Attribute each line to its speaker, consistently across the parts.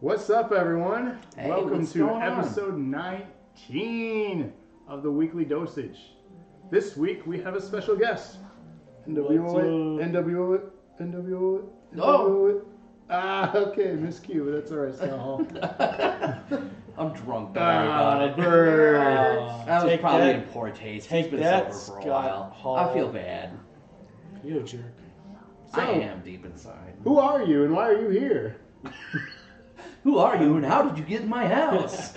Speaker 1: What's up, everyone?
Speaker 2: Hey,
Speaker 1: Welcome
Speaker 2: what's
Speaker 1: to
Speaker 2: going on?
Speaker 1: episode 19 of the weekly dosage. This week we have a special guest.
Speaker 2: What's
Speaker 1: NWO,
Speaker 2: up? Oh!
Speaker 1: NWO, NWO,
Speaker 2: No.
Speaker 1: Ah, okay, Miss Q, but that's all right, Scott Hall.
Speaker 2: I'm drunk. Don't worry about
Speaker 3: Ah,
Speaker 2: it.
Speaker 3: birds.
Speaker 2: That was
Speaker 3: Take
Speaker 2: probably
Speaker 3: that.
Speaker 2: in poor taste.
Speaker 3: take
Speaker 2: He's been
Speaker 3: that,
Speaker 2: sober for a
Speaker 3: Scott
Speaker 2: while.
Speaker 3: Hall.
Speaker 2: I feel bad.
Speaker 3: You jerk.
Speaker 1: So-
Speaker 2: I
Speaker 3: Oh.
Speaker 2: am deep inside.
Speaker 1: Who are you and why are you here?
Speaker 2: Who are you and how did you get in my house?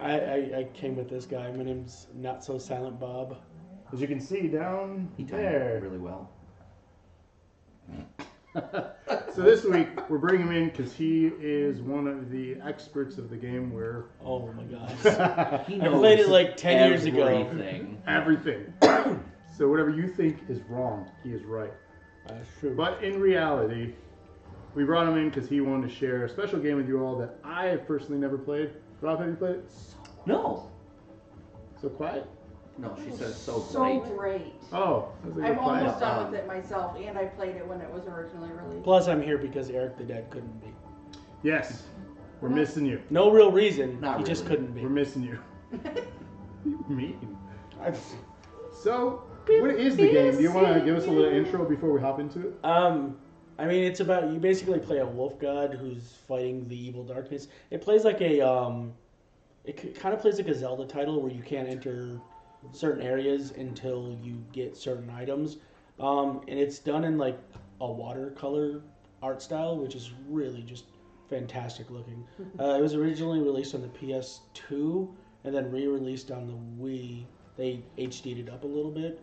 Speaker 3: I, I, I came with this guy. My name's Not So Silent Bob.
Speaker 1: As you can see down
Speaker 2: he timed it
Speaker 1: there.
Speaker 2: really well.
Speaker 1: So this week we're bringing him in because he is one of the experts of the game. We're
Speaker 3: Oh my gosh.
Speaker 2: He
Speaker 3: I
Speaker 2: knows
Speaker 3: played it like 10 years ago.
Speaker 2: everything.
Speaker 1: everything. so whatever you think is wrong, he is right.
Speaker 3: That's Uh, true.
Speaker 1: But in reality, we brought him in because he wanted to share a special game with you all that I have personally never played. Rob, have you played it?
Speaker 2: No.
Speaker 1: So quiet.
Speaker 2: No, she says so,
Speaker 4: So
Speaker 2: great.
Speaker 4: great.
Speaker 1: Oh, I was like,
Speaker 4: I'm
Speaker 1: you're quiet.
Speaker 4: almost done
Speaker 2: Um,
Speaker 4: with it myself, and I played it when it was originally released.
Speaker 3: Plus, I'm here because Eric the Dead couldn't be.
Speaker 1: Yes, we're missing you.
Speaker 3: No real reason.
Speaker 2: Not
Speaker 3: he just
Speaker 2: really.
Speaker 3: couldn't be.
Speaker 1: We're missing you. you mean.
Speaker 3: I-
Speaker 1: So, what is the game? Do you want to give us a little intro before we hop into it?
Speaker 3: um, I mean, it's about you basically play a wolf god who's fighting the evil darkness. It plays like a um, it c- kind of plays like a Zelda title where you can't enter certain areas until you get certain items. Um, and it's done in like a watercolor art style, which is really just fantastic looking. Uh, it was originally released on the PS2 and then re released on the Wii. They HD'd it up a little bit.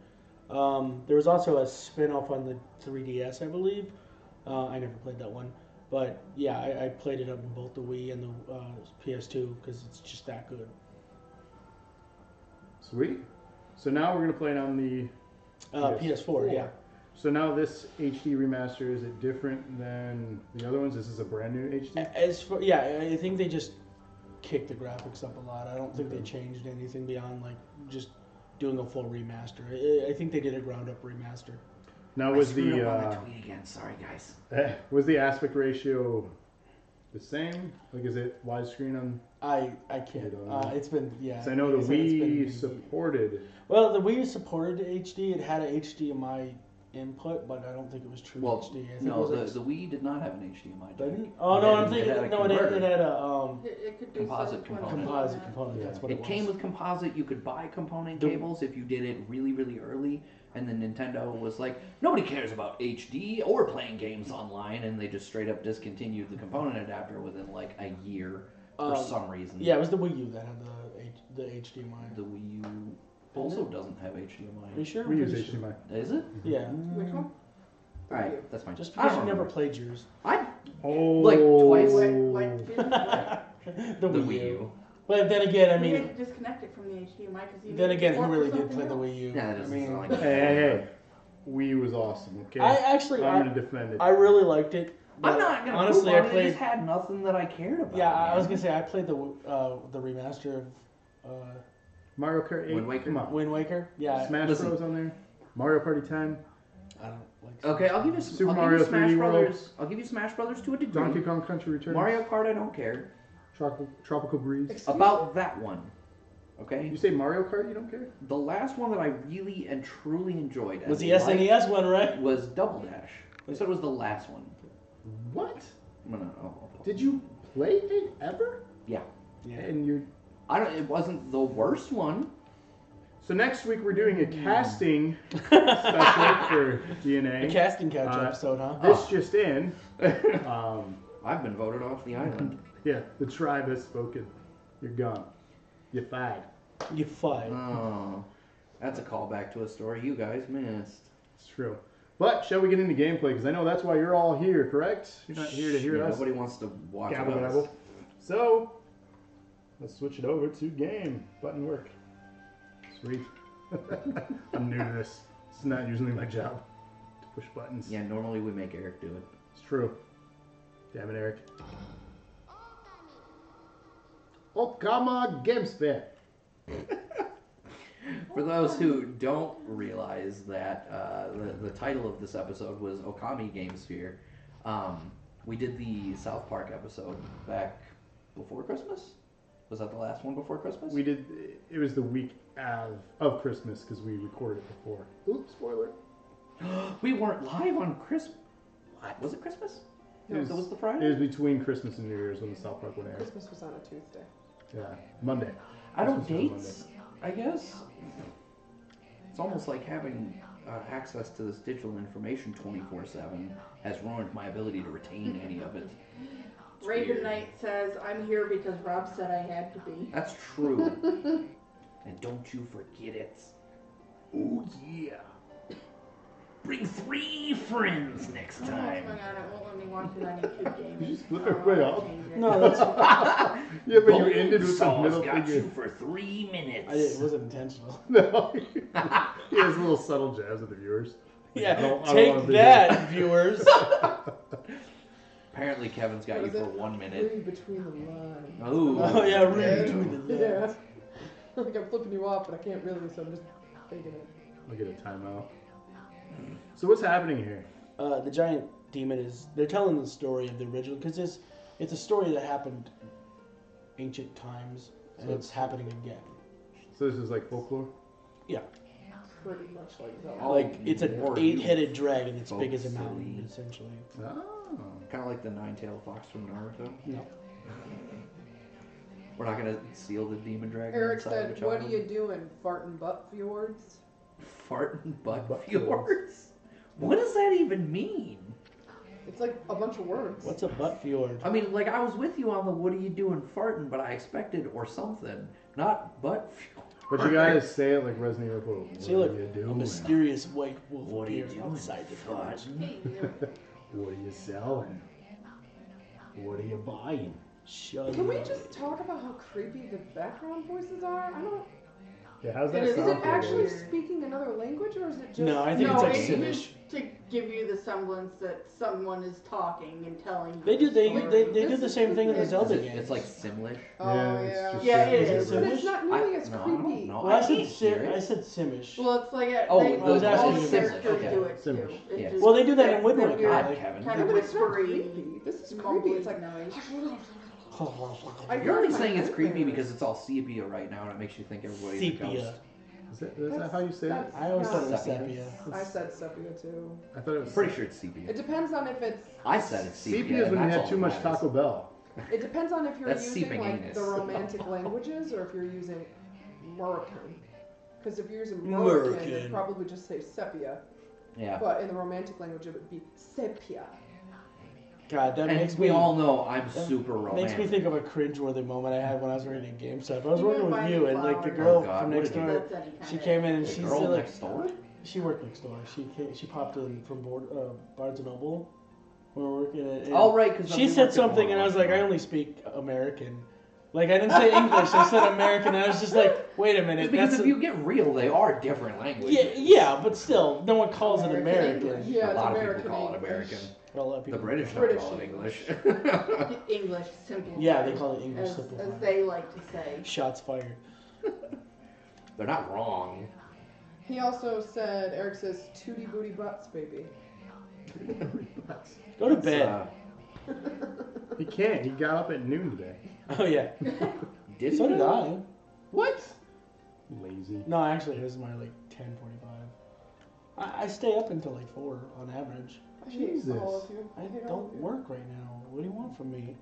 Speaker 3: Um, there was also a spin off on the 3DS, I believe. Uh, I never played that one. But yeah, I, I played it up in both the Wii and the uh, PS2 because it's just that good.
Speaker 1: Sweet. So now we're gonna play it on the.
Speaker 3: Uh,
Speaker 1: Yes.
Speaker 3: PS4, yeah.
Speaker 1: So now this HD remaster is it different than the other ones? This is a brand new HD.
Speaker 3: A- As for yeah, I- I think they just kicked the graphics up a lot. I don't think
Speaker 1: Mm-hmm.
Speaker 3: they changed anything beyond like just doing a full remaster. I, I think they did a ground up remaster.
Speaker 1: Now
Speaker 2: I
Speaker 1: was
Speaker 2: screwed
Speaker 1: the
Speaker 2: up on
Speaker 1: uh,
Speaker 2: that tweet again. Sorry, guys.
Speaker 1: eh, was the aspect ratio the same? Like, is it widescreen on?
Speaker 3: I I
Speaker 1: I
Speaker 3: can't.
Speaker 1: don't know.
Speaker 3: Uh, it's been yeah.
Speaker 1: 'cause I know the
Speaker 3: like I said,
Speaker 1: Wii
Speaker 3: it's been-
Speaker 1: supported.
Speaker 3: Well, the Wii supported HD. It had a HDMI input, but I don't think it was true
Speaker 2: Well,
Speaker 3: HD. I think it
Speaker 2: no,
Speaker 3: was
Speaker 2: the,
Speaker 3: like,
Speaker 2: the Wii did not have an HDMI jack.
Speaker 3: didn't? Oh no,
Speaker 2: It
Speaker 3: I'm
Speaker 2: had- it
Speaker 3: thinking
Speaker 2: had a
Speaker 3: no. It had, it
Speaker 2: converter.
Speaker 3: had a um,
Speaker 4: It, it could be
Speaker 2: Composite
Speaker 4: so
Speaker 2: component.
Speaker 3: composite component. That's what it,
Speaker 2: It
Speaker 3: was.
Speaker 2: came with composite. You could buy component
Speaker 3: The-
Speaker 2: cables if you did it really, really early. And then Nintendo was like, nobody cares about HD or playing games online, and they just straight up discontinued the component adapter within like a year for
Speaker 3: Um,
Speaker 2: some reason.
Speaker 3: Yeah, it was the Wii U that had the H, the HDMI.
Speaker 2: The Wii U also doesn't have HDMI.
Speaker 3: Are you sure?
Speaker 1: We
Speaker 3: I'm
Speaker 1: use
Speaker 3: pretty sure.
Speaker 1: HDMI.
Speaker 2: Is it?
Speaker 3: Yeah.
Speaker 4: Which one?
Speaker 2: All right, that's fine.
Speaker 3: Just
Speaker 2: I
Speaker 3: because
Speaker 2: don't
Speaker 3: you never
Speaker 2: remember.
Speaker 3: played yours.
Speaker 2: I
Speaker 1: Oh,
Speaker 2: Like, twice.
Speaker 4: What, what did- what-
Speaker 3: The,
Speaker 2: the Wii U.
Speaker 3: But then again, I
Speaker 4: you
Speaker 3: mean,
Speaker 4: had to disconnect it from the HDMI because you.
Speaker 3: then
Speaker 4: needed
Speaker 3: again,
Speaker 4: to
Speaker 3: who
Speaker 4: work
Speaker 3: really
Speaker 4: for
Speaker 3: did play
Speaker 4: something
Speaker 3: the Wii U?
Speaker 2: Yeah, that
Speaker 3: I
Speaker 2: doesn't
Speaker 3: mean,
Speaker 2: sound
Speaker 1: Hey,
Speaker 2: like-
Speaker 1: hey, hey! Wii was awesome. Okay,
Speaker 3: I actually,
Speaker 1: I'm
Speaker 3: I,
Speaker 1: gonna defend it.
Speaker 3: I really liked it.
Speaker 2: I'm
Speaker 3: but
Speaker 2: not gonna
Speaker 3: honestly.
Speaker 2: poop on
Speaker 3: I
Speaker 2: it. I
Speaker 3: played.
Speaker 2: just had nothing that I cared about.
Speaker 3: Yeah, I I was
Speaker 2: man.
Speaker 3: gonna say I played the uh, the remaster of
Speaker 1: Mario Kart 8.
Speaker 2: Wind Waker.
Speaker 1: Come
Speaker 3: uh,
Speaker 1: on.
Speaker 3: Wind Waker. Yeah, I-
Speaker 1: Smash
Speaker 2: Listen.
Speaker 1: Bros on there. Mario Party time.
Speaker 3: I don't like.
Speaker 2: Okay, I'll give you some.
Speaker 1: Super
Speaker 2: I'll
Speaker 1: Mario
Speaker 2: give you Smash
Speaker 1: 3D World.
Speaker 2: Brothers. I'll give you Smash Brothers to a degree.
Speaker 1: Donkey Kong Country Returns.
Speaker 2: Mario Kart, I don't care.
Speaker 1: Tropical, Tropical Breeze.
Speaker 4: Excuse
Speaker 2: about that one. Okay?
Speaker 1: You say Mario Kart, you don't care?
Speaker 2: The last one that I really and truly enjoyed and
Speaker 3: Was the E
Speaker 2: liked
Speaker 3: SNES one right?
Speaker 2: was Double Dash. I said it was the last one.
Speaker 1: What?
Speaker 2: No, no, no, no.
Speaker 1: Did you play it ever?
Speaker 2: oh, Yeah.
Speaker 1: And you're.
Speaker 2: I don't it wasn't the worst one.
Speaker 1: So next week we're doing a casting special for
Speaker 3: The
Speaker 1: DNA.
Speaker 3: casting couch
Speaker 1: Uh,
Speaker 3: episode, huh?
Speaker 1: This just in. Um,
Speaker 2: I've been voted off the island.
Speaker 1: yeah, the tribe has spoken. You're gone. You're fired.
Speaker 3: You five.
Speaker 2: Oh. That's a callback to a story you guys missed.
Speaker 1: It's true. But shall we get into gameplay? Because I know that's why you're all here, correct? You're not here to hear
Speaker 2: Yeah,
Speaker 1: us.
Speaker 2: Nobody wants to watch
Speaker 1: Gabble,
Speaker 2: us.
Speaker 1: gabble. So, let's switch it over to game. Button work. Sweet. I'm new to this. It's not usually my job to push buttons.
Speaker 2: Yeah, normally we make Eric do it.
Speaker 1: It's true. Damn it, Eric. Okama Games Fair.
Speaker 2: For those who don't realize that uh, the, the title of this episode was Okami Gamesphere, um, we did the South Park episode back before Christmas. Was that the last one before Christmas?
Speaker 1: We did. It was the week of of Christmas because we recorded it before. Oops, spoiler.
Speaker 2: we weren't live on Christmas. Was it Christmas?
Speaker 1: It
Speaker 2: No,
Speaker 1: was-
Speaker 2: that was the
Speaker 1: It was
Speaker 2: Friday.
Speaker 1: between Christmas and New Year's when the South Park one aired.
Speaker 5: Christmas was on a Tuesday.
Speaker 1: Yeah, Monday.
Speaker 2: I don't
Speaker 1: Christmas was
Speaker 2: dates. I guess it's almost like having uh, access to this digital information twenty four seven has ruined my ability to retain any of it. It's
Speaker 4: Raven
Speaker 2: weird.
Speaker 4: Knight says, I'm here because Rob said I had to be.
Speaker 2: That's true. and don't you forget it. Oh yeah. Bring three friends next
Speaker 5: Oh
Speaker 4: I don't know what's going on. It won't let me watch it on YouTube gaming. Oh,
Speaker 1: You just flip
Speaker 4: I'll
Speaker 1: it way
Speaker 4: have to
Speaker 1: up.
Speaker 4: change it.
Speaker 3: No, that's.
Speaker 1: Yeah, but you
Speaker 2: Bone
Speaker 1: ended with the
Speaker 2: saws
Speaker 1: middle
Speaker 2: got
Speaker 1: finger.
Speaker 2: you for three minutes.
Speaker 3: I didn't, it wasn't intentional.
Speaker 1: No, he has little subtle jabs at the viewers. I
Speaker 3: Yeah,
Speaker 1: don't- I don't wanna
Speaker 3: take
Speaker 1: do
Speaker 3: that, viewers.
Speaker 2: Apparently, Kevin's got
Speaker 5: What
Speaker 2: you
Speaker 5: is
Speaker 2: for
Speaker 5: it?
Speaker 2: one minute.
Speaker 5: Read between the lines.
Speaker 2: Oh.
Speaker 3: oh yeah, really doing the
Speaker 5: Yeah.
Speaker 3: lines.
Speaker 5: like I'm flipping you off, but I can't really, so I'm just taking it.
Speaker 1: I'll get a timeout. So what's happening here?
Speaker 3: Uh, the giant demon is. They're telling the story of the original because it's it's a story that happened ancient times and
Speaker 1: So
Speaker 3: it's happening again.
Speaker 1: So this is like folklore.
Speaker 5: Pretty much like that.
Speaker 2: Oh,
Speaker 3: like it's an
Speaker 2: Lord, you
Speaker 3: eight-headed dragon that's big as a
Speaker 2: folks,
Speaker 3: mountain,
Speaker 2: silly.
Speaker 3: essentially.
Speaker 1: Oh,
Speaker 2: Kind of like the nine-tailed fox from Naruto.
Speaker 3: No.
Speaker 2: We're not gonna seal the demon dragon
Speaker 5: Eric
Speaker 2: inside of a
Speaker 5: said,
Speaker 2: child.
Speaker 5: "What are you doing, farting butt fjords?"
Speaker 2: Fart and butt,
Speaker 1: Butt
Speaker 2: fjords. What does that even mean?
Speaker 5: It's like a bunch of words.
Speaker 3: What's a butt fjord?
Speaker 2: I mean, like I was with you on the what are you doing farting, but I expected or something, not butt fjords.
Speaker 1: but you guys say it like Resident Evil. What
Speaker 3: See, look,
Speaker 1: are you
Speaker 3: a
Speaker 1: doing?
Speaker 3: mysterious white wolf
Speaker 2: What are you
Speaker 3: appeared
Speaker 2: doing?
Speaker 3: outside the
Speaker 2: Fart.
Speaker 3: village.
Speaker 4: Hey, you.
Speaker 1: What are you selling? What are you buying?
Speaker 3: Shut
Speaker 5: Can we
Speaker 3: up.
Speaker 5: just talk about how creepy the background voices are? I don't.
Speaker 1: Yeah, how's that
Speaker 4: It
Speaker 5: Is
Speaker 4: It's
Speaker 1: sound?
Speaker 5: it
Speaker 1: for you?
Speaker 5: actually
Speaker 4: weird.
Speaker 5: speaking another language, or is it just?
Speaker 3: No, I think
Speaker 4: no,
Speaker 3: it's like
Speaker 4: it's
Speaker 3: Sinish.
Speaker 4: just to give you the semblance that someone is talking and telling you.
Speaker 3: They do.
Speaker 4: the
Speaker 3: They
Speaker 4: story.
Speaker 3: they, they do the same thing in the
Speaker 5: It's-
Speaker 3: Zelda
Speaker 2: It's-
Speaker 3: games.
Speaker 2: It's like Simlish.
Speaker 5: Oh
Speaker 1: Yeah,
Speaker 5: yeah.
Speaker 1: it's just
Speaker 4: Yeah, it
Speaker 1: gibberish.
Speaker 4: is.
Speaker 5: But it's not nearly as
Speaker 2: no, I don't
Speaker 5: creepy.
Speaker 2: know.
Speaker 3: Well, I,
Speaker 2: I
Speaker 3: said
Speaker 2: can't hear
Speaker 3: sim- I
Speaker 2: it.
Speaker 3: said Simish.
Speaker 4: Well, it's like a,
Speaker 2: Oh,
Speaker 4: they,
Speaker 3: I was
Speaker 4: all
Speaker 3: asking
Speaker 4: the
Speaker 3: you.
Speaker 4: characters
Speaker 2: Okay.
Speaker 4: do it
Speaker 1: Similar,
Speaker 4: too.
Speaker 2: yeah.
Speaker 4: It just,
Speaker 3: Well, they do that in Wind
Speaker 4: they're
Speaker 3: Waker,
Speaker 4: weird,
Speaker 3: like-
Speaker 2: Kevin.
Speaker 4: Kind
Speaker 5: Yeah,
Speaker 4: of
Speaker 5: but it's not
Speaker 4: whispery,
Speaker 5: creepy. This is creepy.
Speaker 4: mumbly
Speaker 5: It's like.
Speaker 4: noise.
Speaker 5: I
Speaker 2: You're
Speaker 5: heard
Speaker 2: only
Speaker 5: my
Speaker 2: saying it's creepy
Speaker 5: nightmares.
Speaker 2: because it's all sepia right now, and it makes you think everybody's a
Speaker 3: Sepia.
Speaker 2: ghost.
Speaker 1: Is that, is that how you say it?
Speaker 5: That's-
Speaker 3: I always thought it was
Speaker 2: Sepia.
Speaker 3: sepia.
Speaker 5: I said sepia too.
Speaker 1: I thought it was
Speaker 2: Pretty sure it's sepia.
Speaker 5: It depends on if it's.
Speaker 2: I said it's sepia.
Speaker 1: Sepia is
Speaker 2: and
Speaker 1: when you
Speaker 2: that's
Speaker 1: had
Speaker 2: all
Speaker 1: too
Speaker 2: that
Speaker 1: much
Speaker 2: matters.
Speaker 1: Taco Bell.
Speaker 5: It depends on if you're
Speaker 2: That's
Speaker 5: using
Speaker 2: seeping
Speaker 5: like
Speaker 2: anus.
Speaker 5: the romantic languages or if you're using Moroccan. Because if you're using
Speaker 3: Moroccan.
Speaker 5: Moroccan, you'd probably just say sepia.
Speaker 2: Yeah.
Speaker 5: But in the romantic language, it would be sepia.
Speaker 3: God, that
Speaker 2: And
Speaker 3: makes
Speaker 2: we
Speaker 3: me
Speaker 2: all know I'm
Speaker 3: that
Speaker 2: super romantic.
Speaker 3: Makes me think of a cringeworthy moment I had when I was working at GameStop. I was
Speaker 4: You
Speaker 3: working
Speaker 4: were
Speaker 3: with
Speaker 4: buying
Speaker 3: you and like the
Speaker 4: flowers.
Speaker 3: girl
Speaker 2: Oh, God,
Speaker 3: from
Speaker 2: what
Speaker 3: next
Speaker 2: did you
Speaker 3: door.
Speaker 4: That's any kind
Speaker 3: She
Speaker 4: of-
Speaker 3: came in and
Speaker 2: the
Speaker 3: she
Speaker 2: girl
Speaker 3: said like
Speaker 2: next door.
Speaker 3: she worked next door. She came, she popped in from board, uh, Barnes and Noble. We were working at. and-
Speaker 2: All Oh, right, because
Speaker 3: She said something, and I was like, I only speak American. Like, I didn't say English, I said American. and I was just like, wait a minute.
Speaker 2: because
Speaker 3: That's
Speaker 2: if
Speaker 3: a,
Speaker 2: you get real, they are different languages.
Speaker 3: yeah, yeah, but still, no one calls it
Speaker 5: American
Speaker 3: American.
Speaker 5: English. Yeah,
Speaker 2: a
Speaker 5: it's
Speaker 2: lot of
Speaker 5: American
Speaker 2: people call it
Speaker 5: English.
Speaker 2: American.
Speaker 3: Well, a lot of
Speaker 2: The
Speaker 3: people-
Speaker 2: British,
Speaker 5: British
Speaker 2: don't call it English.
Speaker 4: English simple.
Speaker 3: Yeah, they call it English
Speaker 4: as,
Speaker 3: simple.
Speaker 4: as they like to say.
Speaker 3: Shots fired.
Speaker 2: They're not wrong.
Speaker 5: He also said, Eric says, tootie booty butts, baby.
Speaker 3: Go to
Speaker 2: It's,
Speaker 3: bed.
Speaker 2: uh,
Speaker 1: He can't. He got up at noon today.
Speaker 3: oh, yeah.
Speaker 2: did
Speaker 3: So
Speaker 2: you?
Speaker 3: did I.
Speaker 5: What?
Speaker 1: Lazy.
Speaker 3: No, actually, it was my, like, 1045. I, I stay up until, like, 4 on average.
Speaker 5: I hate all
Speaker 1: Jesus.
Speaker 5: of you.
Speaker 3: I
Speaker 5: hate all
Speaker 3: don't
Speaker 5: of you.
Speaker 3: work right now. What do you want from me?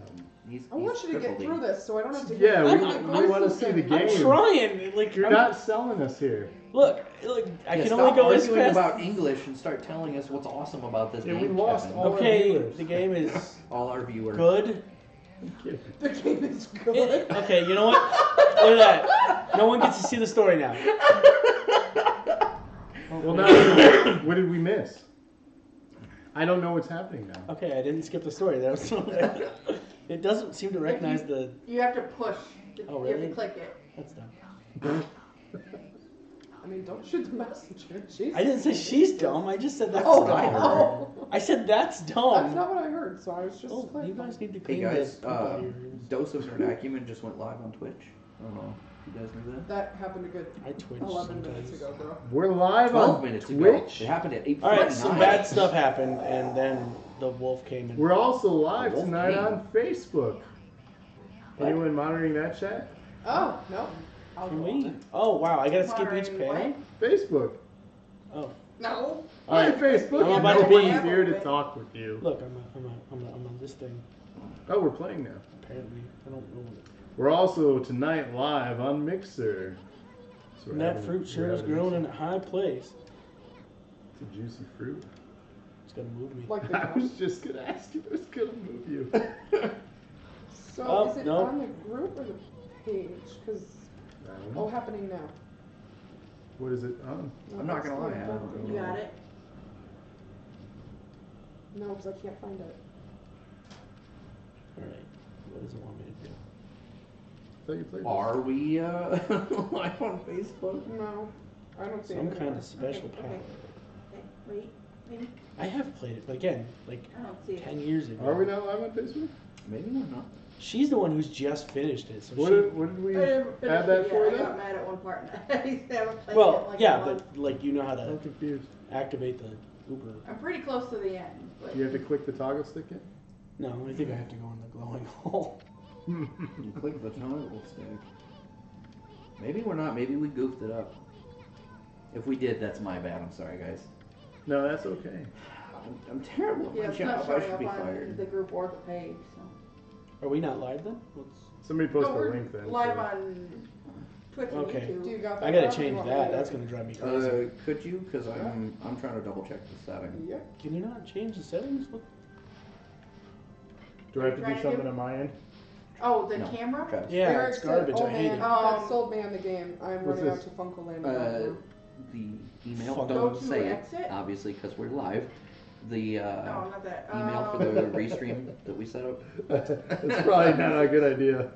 Speaker 1: Um,
Speaker 2: He's,
Speaker 5: I want
Speaker 2: he's
Speaker 5: you to get
Speaker 2: crippled.
Speaker 5: through this so I don't have to.
Speaker 1: yeah, we,
Speaker 3: I'm-
Speaker 1: we
Speaker 3: I'm-
Speaker 1: want to see the
Speaker 5: listening.
Speaker 1: game.
Speaker 3: I'm trying. Like,
Speaker 1: You're
Speaker 3: I'm-
Speaker 1: not selling us here.
Speaker 3: Look, look, I
Speaker 2: Yeah,
Speaker 3: can
Speaker 2: stop
Speaker 3: only go as
Speaker 2: arguing
Speaker 3: fast.
Speaker 2: about English and start telling us what's awesome about this
Speaker 1: Yeah, we
Speaker 2: game.
Speaker 1: lost
Speaker 2: Kevin.
Speaker 1: all-
Speaker 3: Okay,
Speaker 1: viewers.
Speaker 3: the game is
Speaker 2: all our viewers.
Speaker 3: good.
Speaker 5: The game is good.
Speaker 3: It- okay, you know what? Look at that. No one gets to see the story now.
Speaker 1: Well, now, what did we miss? I don't know what's happening now.
Speaker 3: Okay, I didn't skip the story. That was it doesn't seem to recognize the.
Speaker 4: You have to push.
Speaker 3: Oh,
Speaker 4: You have
Speaker 3: really?
Speaker 4: to click it.
Speaker 3: That's dumb.
Speaker 5: I mean, don't shoot the messenger. She's
Speaker 3: I didn't say she's dumb. I just said that's
Speaker 5: Oh,
Speaker 2: what I
Speaker 3: dumb.
Speaker 5: no.
Speaker 3: I said that's dumb.
Speaker 5: That's not what I heard, so I was just
Speaker 3: oh, you
Speaker 5: clarifying.
Speaker 3: guys need to
Speaker 2: Hey
Speaker 3: clean
Speaker 2: guys,
Speaker 3: this.
Speaker 2: uh, Dose of Nerdacumen just went live on Twitch. I don't know if you guys knew that.
Speaker 5: That happened a good
Speaker 3: I twitch
Speaker 5: 11 minutes
Speaker 3: sometimes.
Speaker 5: ago, bro.
Speaker 1: We're live
Speaker 2: Twelve
Speaker 1: on
Speaker 2: minutes
Speaker 1: Twitch.
Speaker 2: ago. It happened at eight
Speaker 3: All right, some
Speaker 2: forty-nine.
Speaker 3: bad stuff happened, and then the wolf came and
Speaker 1: We're also live
Speaker 2: Wolf
Speaker 1: tonight
Speaker 2: King.
Speaker 1: on Facebook. Anyone monitoring that chat?
Speaker 5: Oh, no. I'll
Speaker 3: Can
Speaker 5: go on
Speaker 3: we?
Speaker 5: it.
Speaker 3: Oh wow, I gotta skip each
Speaker 4: Monitoring
Speaker 3: panel.
Speaker 4: what?
Speaker 1: Facebook.
Speaker 3: Oh,
Speaker 4: No.
Speaker 3: all right.
Speaker 1: Hi, Facebook.
Speaker 3: I'm about to
Speaker 1: no
Speaker 3: be-
Speaker 1: one's here to talk with you.
Speaker 3: Look, I'm a, I'm a, I'm a, I'm on this thing.
Speaker 1: Oh, we're playing now.
Speaker 3: Apparently, I don't know.
Speaker 1: We're also tonight live on Mixer. So we're
Speaker 3: And that
Speaker 1: having-
Speaker 3: fruit sure
Speaker 1: we're
Speaker 3: is
Speaker 1: having
Speaker 3: growing in a high place.
Speaker 1: some juicy fruit.
Speaker 3: It's gonna move me.
Speaker 5: Like the
Speaker 1: I was just gonna ask you. I was gonna move you.
Speaker 5: So
Speaker 3: Oh,
Speaker 5: is it
Speaker 3: no.
Speaker 5: on the group or the page? Because oh, happening now.
Speaker 1: What is it Oh, on?
Speaker 2: I'm not gonna lie, I don't
Speaker 4: You got it.
Speaker 5: No, because I can't find it.
Speaker 3: All right, what does it want me to do?
Speaker 1: I thought you played. this.
Speaker 2: Are we uh, live on Facebook?
Speaker 5: No, I don't see
Speaker 3: Some
Speaker 5: it.
Speaker 3: kind of special
Speaker 5: Okay,
Speaker 3: power.
Speaker 5: okay.
Speaker 4: Okay, Wait, maybe,
Speaker 3: I have played it, but again, like
Speaker 4: I don't see
Speaker 3: ten
Speaker 4: it.
Speaker 3: years ago.
Speaker 1: Are we not live on Facebook?
Speaker 2: Maybe we're not.
Speaker 3: She's the one who's just finished it. So
Speaker 1: What
Speaker 3: she,
Speaker 1: did, what did we?
Speaker 4: I didn't finish
Speaker 1: add that
Speaker 4: it
Speaker 1: for
Speaker 4: yet. I
Speaker 1: them?
Speaker 4: got mad at one part. I haven't played
Speaker 3: well,
Speaker 4: it like
Speaker 3: yeah,
Speaker 4: a month.
Speaker 3: but like you know how
Speaker 1: I'm
Speaker 3: to
Speaker 1: confused.
Speaker 3: activate the Uber.
Speaker 4: I'm pretty close to the end. But
Speaker 1: Do you have to click the toggle stick in?
Speaker 3: No, I think I have to go in the glowing hole.
Speaker 2: You click the toggle stick. Maybe we're not. Maybe we goofed it up. If we did, that's my bad. I'm sorry, guys.
Speaker 1: no, that's okay.
Speaker 2: I'm, I'm terrible at
Speaker 4: yeah,
Speaker 2: my
Speaker 4: it's not
Speaker 2: job. I
Speaker 4: showing
Speaker 2: should
Speaker 4: up
Speaker 2: be
Speaker 4: on
Speaker 2: fired.
Speaker 4: the group or the page. So.
Speaker 3: Are we not live then? What's...
Speaker 1: Somebody post
Speaker 4: No,
Speaker 1: a
Speaker 4: we're
Speaker 1: link then.
Speaker 4: live
Speaker 1: so-
Speaker 4: on Twitch and
Speaker 3: Okay.
Speaker 5: Do you
Speaker 4: YouTube.
Speaker 5: got that?
Speaker 3: I gotta
Speaker 5: Rob, or you
Speaker 3: change
Speaker 5: want me
Speaker 3: that.
Speaker 5: to-
Speaker 3: That's gonna drive me crazy.
Speaker 2: Uh, could you? Because I'm I'm trying to double check the setting.
Speaker 5: Yep.
Speaker 3: Can you not change the settings? What?
Speaker 1: Do I have to
Speaker 4: Trying
Speaker 1: do
Speaker 4: to
Speaker 1: something
Speaker 4: do-
Speaker 1: on my end?
Speaker 4: Oh, the
Speaker 2: No.
Speaker 4: camera?
Speaker 2: Travis.
Speaker 3: Yeah,
Speaker 5: Eric
Speaker 3: it's
Speaker 5: said,
Speaker 3: garbage.
Speaker 5: Oh
Speaker 3: I hate
Speaker 5: man,
Speaker 3: it.
Speaker 5: that
Speaker 4: Um,
Speaker 5: sold me on the game. I'm
Speaker 1: what's
Speaker 5: running out
Speaker 1: this?
Speaker 5: to Funko Land.
Speaker 2: Uh, the email
Speaker 3: Fuck.
Speaker 4: Go
Speaker 2: don't
Speaker 4: to
Speaker 2: say it,
Speaker 4: exit?
Speaker 2: obviously, because we're live. The
Speaker 4: No,
Speaker 2: uh,
Speaker 4: not that.
Speaker 2: email
Speaker 4: um,
Speaker 2: for the restream that we set up.
Speaker 1: That's probably not a good idea.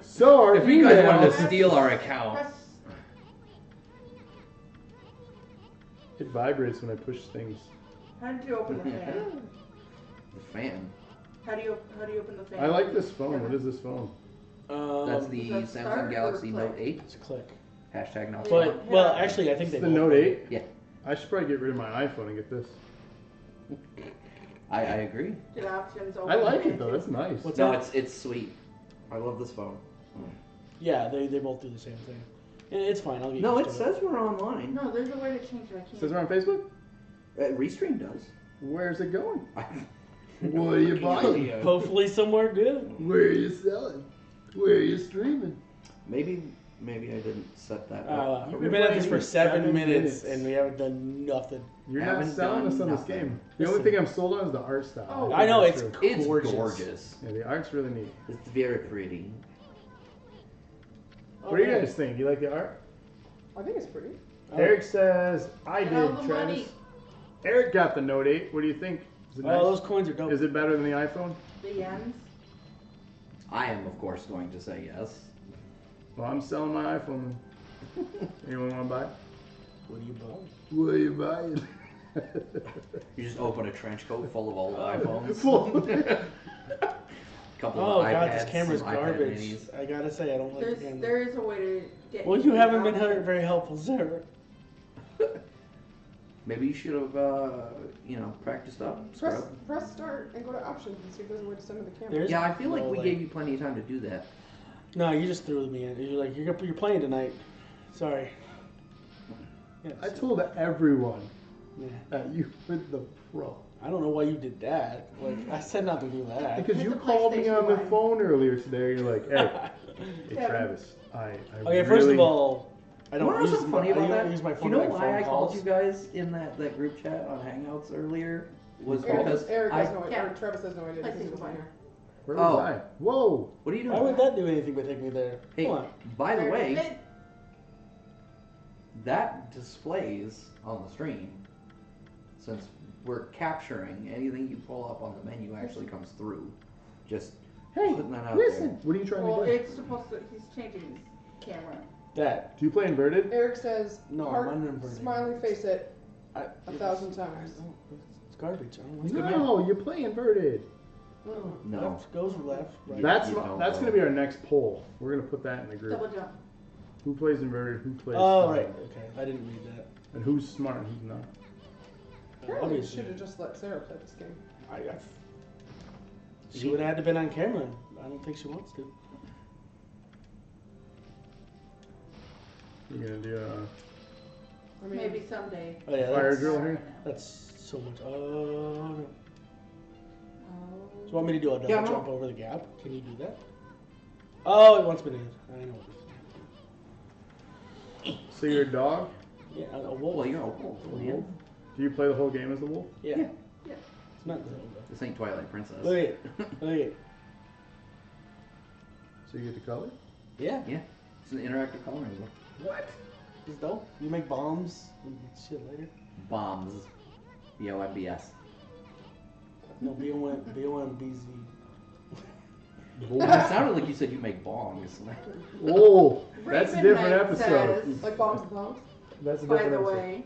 Speaker 1: So our
Speaker 2: if you guys wanted
Speaker 1: email-
Speaker 2: to steal our account,
Speaker 4: press-
Speaker 1: it vibrates when I push things.
Speaker 4: How did you open the fan?
Speaker 2: the fan.
Speaker 4: How do you how do you open the fan?
Speaker 1: I like this phone. What is this phone?
Speaker 3: Um,
Speaker 2: That's the
Speaker 4: Does that start
Speaker 2: Samsung Galaxy
Speaker 4: or play?
Speaker 2: Note 8.
Speaker 3: It's a click.
Speaker 2: Hashtag not
Speaker 4: Play.
Speaker 2: spawn.
Speaker 3: But well, actually, I think
Speaker 1: It's
Speaker 3: they
Speaker 1: the
Speaker 3: both
Speaker 1: Note
Speaker 3: are.
Speaker 1: 8.
Speaker 2: Yeah.
Speaker 1: I should probably get rid of my iPhone and get this.
Speaker 2: I, I agree.
Speaker 4: Did options open
Speaker 1: I like
Speaker 4: the
Speaker 1: it though. That's nice.
Speaker 3: What's
Speaker 2: no,
Speaker 3: that?
Speaker 2: it's it's sweet. I love this phone.
Speaker 3: Yeah, they, they both do the same thing. And it's fine. I'll get
Speaker 2: No,
Speaker 3: used
Speaker 2: it
Speaker 3: to
Speaker 2: says we're online.
Speaker 4: No, there's a way to change it. I can't.
Speaker 1: Says we're on Facebook.
Speaker 2: Uh, Restream does.
Speaker 1: Where's it going? What are you buying?
Speaker 3: Hopefully, somewhere good.
Speaker 1: Where are you selling? Where are you streaming?
Speaker 2: Maybe maybe I didn't set that
Speaker 3: Uh,
Speaker 2: up.
Speaker 1: You've
Speaker 3: we've been
Speaker 1: been
Speaker 3: at this for
Speaker 1: playing
Speaker 3: seven
Speaker 1: seven
Speaker 3: minutes,
Speaker 1: minutes.
Speaker 3: and we haven't done nothing.
Speaker 1: You're
Speaker 2: Haven't
Speaker 1: not selling us
Speaker 2: done
Speaker 1: on this
Speaker 2: nothing.
Speaker 1: game. The
Speaker 3: Listen.
Speaker 1: only thing I'm sold on is the art style.
Speaker 4: Oh.
Speaker 1: think
Speaker 3: I know
Speaker 1: that's
Speaker 3: it's
Speaker 1: true.
Speaker 2: it's
Speaker 3: Uh, gorgeous.
Speaker 2: gorgeous.
Speaker 1: Yeah, the art's really neat.
Speaker 2: It's very pretty.
Speaker 4: Oh,
Speaker 1: What do you guys think? Do you like the art?
Speaker 5: I think it's pretty.
Speaker 3: Oh.
Speaker 1: Eric says, I
Speaker 4: Get all
Speaker 1: did,
Speaker 4: the
Speaker 1: Travis.
Speaker 4: money.
Speaker 1: Eric got the Note 8. What do you think? Is it,
Speaker 3: Oh,
Speaker 1: nice?
Speaker 3: those coins are dope.
Speaker 1: Is it better than the iPhone?
Speaker 4: The ends.
Speaker 2: I am of course going to say yes.
Speaker 1: Well, I'm selling my iPhone. then. Anyone want to buy it?
Speaker 3: What do you buy?
Speaker 1: Will you buy it?
Speaker 2: You just open a trench coat full of old iPhones.
Speaker 1: Full.
Speaker 2: couple
Speaker 3: Oh
Speaker 2: of iPads,
Speaker 3: god, this camera's
Speaker 2: some iPad
Speaker 3: garbage.
Speaker 2: minis.
Speaker 3: I gotta say, I don't like the
Speaker 4: There's
Speaker 3: camera.
Speaker 4: there is a way to get.
Speaker 3: Well, you haven't been
Speaker 4: out.
Speaker 3: very helpful, sir.
Speaker 2: Maybe you should have, uh, you know, practiced up.
Speaker 5: Press
Speaker 2: scrub.
Speaker 5: press start and go to options and see if there's a way to send to the camera.
Speaker 3: There's
Speaker 2: Yeah, I feel like
Speaker 3: no,
Speaker 2: we gave you plenty of time to do that.
Speaker 3: No, you just threw me in. You're like, you're, gonna- you're playing tonight. Sorry. Yeah,
Speaker 1: I told everyone
Speaker 3: yeah.
Speaker 1: that you were the pro.
Speaker 3: I don't know why you did that. Like, I said not to do that.
Speaker 1: Because
Speaker 4: Hit
Speaker 1: you
Speaker 4: the
Speaker 1: called me
Speaker 4: PlayStation
Speaker 1: on the
Speaker 4: one.
Speaker 1: phone earlier today. You're like, hey, hey
Speaker 4: Yeah.
Speaker 1: Travis, I, I
Speaker 3: Okay,
Speaker 1: really...
Speaker 3: first of all, I
Speaker 2: You
Speaker 3: don't
Speaker 2: know what's
Speaker 3: use,
Speaker 2: so
Speaker 3: my,
Speaker 2: funny
Speaker 3: I
Speaker 2: about
Speaker 3: don't
Speaker 2: that?
Speaker 3: use my phone
Speaker 2: you know
Speaker 3: to make
Speaker 2: why
Speaker 3: phone
Speaker 2: I
Speaker 3: calls.
Speaker 2: called you guys in that, that group chat on Hangouts earlier? Was
Speaker 5: Eric,
Speaker 2: because
Speaker 5: Eric
Speaker 2: I,
Speaker 5: has no idea.
Speaker 4: yeah.
Speaker 5: or Travis has no idea.
Speaker 4: Like
Speaker 5: this is
Speaker 4: single
Speaker 5: what's on
Speaker 4: player.
Speaker 1: Where
Speaker 2: Oh.
Speaker 1: was I? Whoa.
Speaker 2: What are you doing?
Speaker 3: Why would that do anything but take me there?
Speaker 2: hey,
Speaker 3: Come on.
Speaker 2: by the
Speaker 4: There-
Speaker 2: way,
Speaker 4: it-
Speaker 2: that displays on the stream, since we're capturing anything you pull up on the menu actually comes through. Just
Speaker 1: Hey,
Speaker 2: putting that out
Speaker 1: listen. What are you trying
Speaker 4: Well,
Speaker 1: to do?
Speaker 4: it's supposed to. He's changing his camera.
Speaker 3: That.
Speaker 1: Do you play inverted?
Speaker 5: Eric says,
Speaker 3: No,
Speaker 5: heart,
Speaker 3: I'm uninverted.
Speaker 5: smiley face it
Speaker 3: I,
Speaker 5: a thousand times.
Speaker 3: It's garbage. I don't like it.
Speaker 1: No, you play inverted.
Speaker 5: No.
Speaker 2: No.
Speaker 3: Left goes left. Right.
Speaker 1: That's
Speaker 2: you
Speaker 1: my-
Speaker 2: don't
Speaker 1: that's
Speaker 2: know.
Speaker 1: gonna be our next poll. We're gonna put that in the
Speaker 4: Double
Speaker 1: group.
Speaker 4: jump.
Speaker 1: Who plays inverted? Who plays?
Speaker 3: Oh
Speaker 1: smart,
Speaker 3: right. Okay. I didn't read that.
Speaker 1: And who's smart and who's not?
Speaker 5: Apparently, you
Speaker 3: Obviously.
Speaker 5: should have just let Sarah play this game.
Speaker 3: I, I, she would have had to been on camera. I don't think she wants to.
Speaker 1: You're gonna do uh, a
Speaker 5: I mean,
Speaker 4: Maybe someday.
Speaker 3: Oh yeah.
Speaker 1: fire
Speaker 3: That's,
Speaker 1: drill here.
Speaker 3: that's so much. Oh. no. Do you
Speaker 4: Oh.
Speaker 3: want me to do a double
Speaker 2: Yeah, no.
Speaker 3: jump over the gap? Can you do that? Oh, it wants me to. I know.
Speaker 1: So you're a dog.
Speaker 3: Yeah, a a
Speaker 2: Well,
Speaker 3: wolf.
Speaker 2: you're oh, a wolf, man.
Speaker 1: Do you play the whole game as the wolf?
Speaker 3: Yeah.
Speaker 2: yeah, yeah.
Speaker 3: It's not Zelda.
Speaker 2: This ain't Twilight Princess.
Speaker 3: Wait, wait.
Speaker 1: So you get the color.
Speaker 3: Yeah.
Speaker 2: yeah, it's an interactive coloring book.
Speaker 3: What? It's dope. You make bombs and shit later.
Speaker 2: Bombs. B O M B S.
Speaker 3: No, B-O-M- B-O-M-B-Z.
Speaker 2: It sounded like you said you make bongs.
Speaker 1: oh, that's a
Speaker 4: Raven
Speaker 1: different
Speaker 4: Knight
Speaker 1: episode.
Speaker 4: says,
Speaker 5: like bombs and bombs.
Speaker 1: That's a different
Speaker 4: By the
Speaker 1: episode.
Speaker 4: way,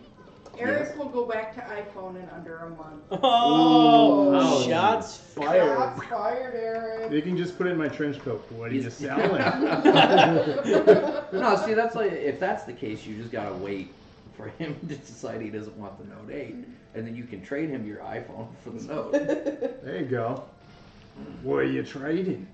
Speaker 4: Eric will go back to iPhone in under a month.
Speaker 3: Oh,
Speaker 1: ouch.
Speaker 3: shots fired.
Speaker 5: Shots fired, Eric.
Speaker 1: You can just put it in my trench coat. What are you
Speaker 2: He's-
Speaker 1: selling?
Speaker 2: no, see, that's like if that's the case, you just gotta wait for him to decide he doesn't want the Note 8, and then you can trade him your iPhone for the Note.
Speaker 1: there you go. What are you trading?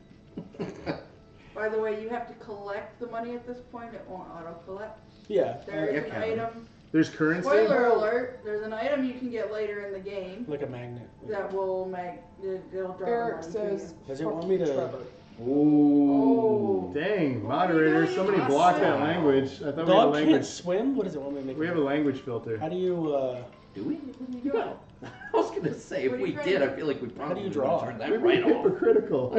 Speaker 4: By the way, you have to collect the money at this point. It won't auto collect.
Speaker 3: Yeah.
Speaker 4: There
Speaker 2: Yeah,
Speaker 4: is an
Speaker 2: Kevin.
Speaker 4: item.
Speaker 1: There's currency.
Speaker 4: Spoiler alert. There's an item you can get later in the game
Speaker 3: Like a magnet.
Speaker 4: that will make it- it'll draw
Speaker 5: Eric
Speaker 4: money to
Speaker 5: says,
Speaker 4: you.
Speaker 3: Does it want
Speaker 5: "Fuck
Speaker 3: me
Speaker 5: you,
Speaker 3: to-
Speaker 5: Trevor."
Speaker 2: Ooh.
Speaker 1: Dang, moderator, somebody blocked that language. I thought we had a
Speaker 3: Dog can't
Speaker 1: language.
Speaker 3: swim? What does it want me to make?
Speaker 1: We have a language filter.
Speaker 3: How do you, uh,
Speaker 2: Do we?
Speaker 4: What do you got?
Speaker 2: I was gonna say
Speaker 4: What
Speaker 2: if
Speaker 4: do
Speaker 2: we
Speaker 4: you
Speaker 2: did,
Speaker 4: draw?
Speaker 2: I feel like we probably
Speaker 3: you draw?
Speaker 2: turned
Speaker 1: We're
Speaker 2: that right off.
Speaker 1: hypocritical.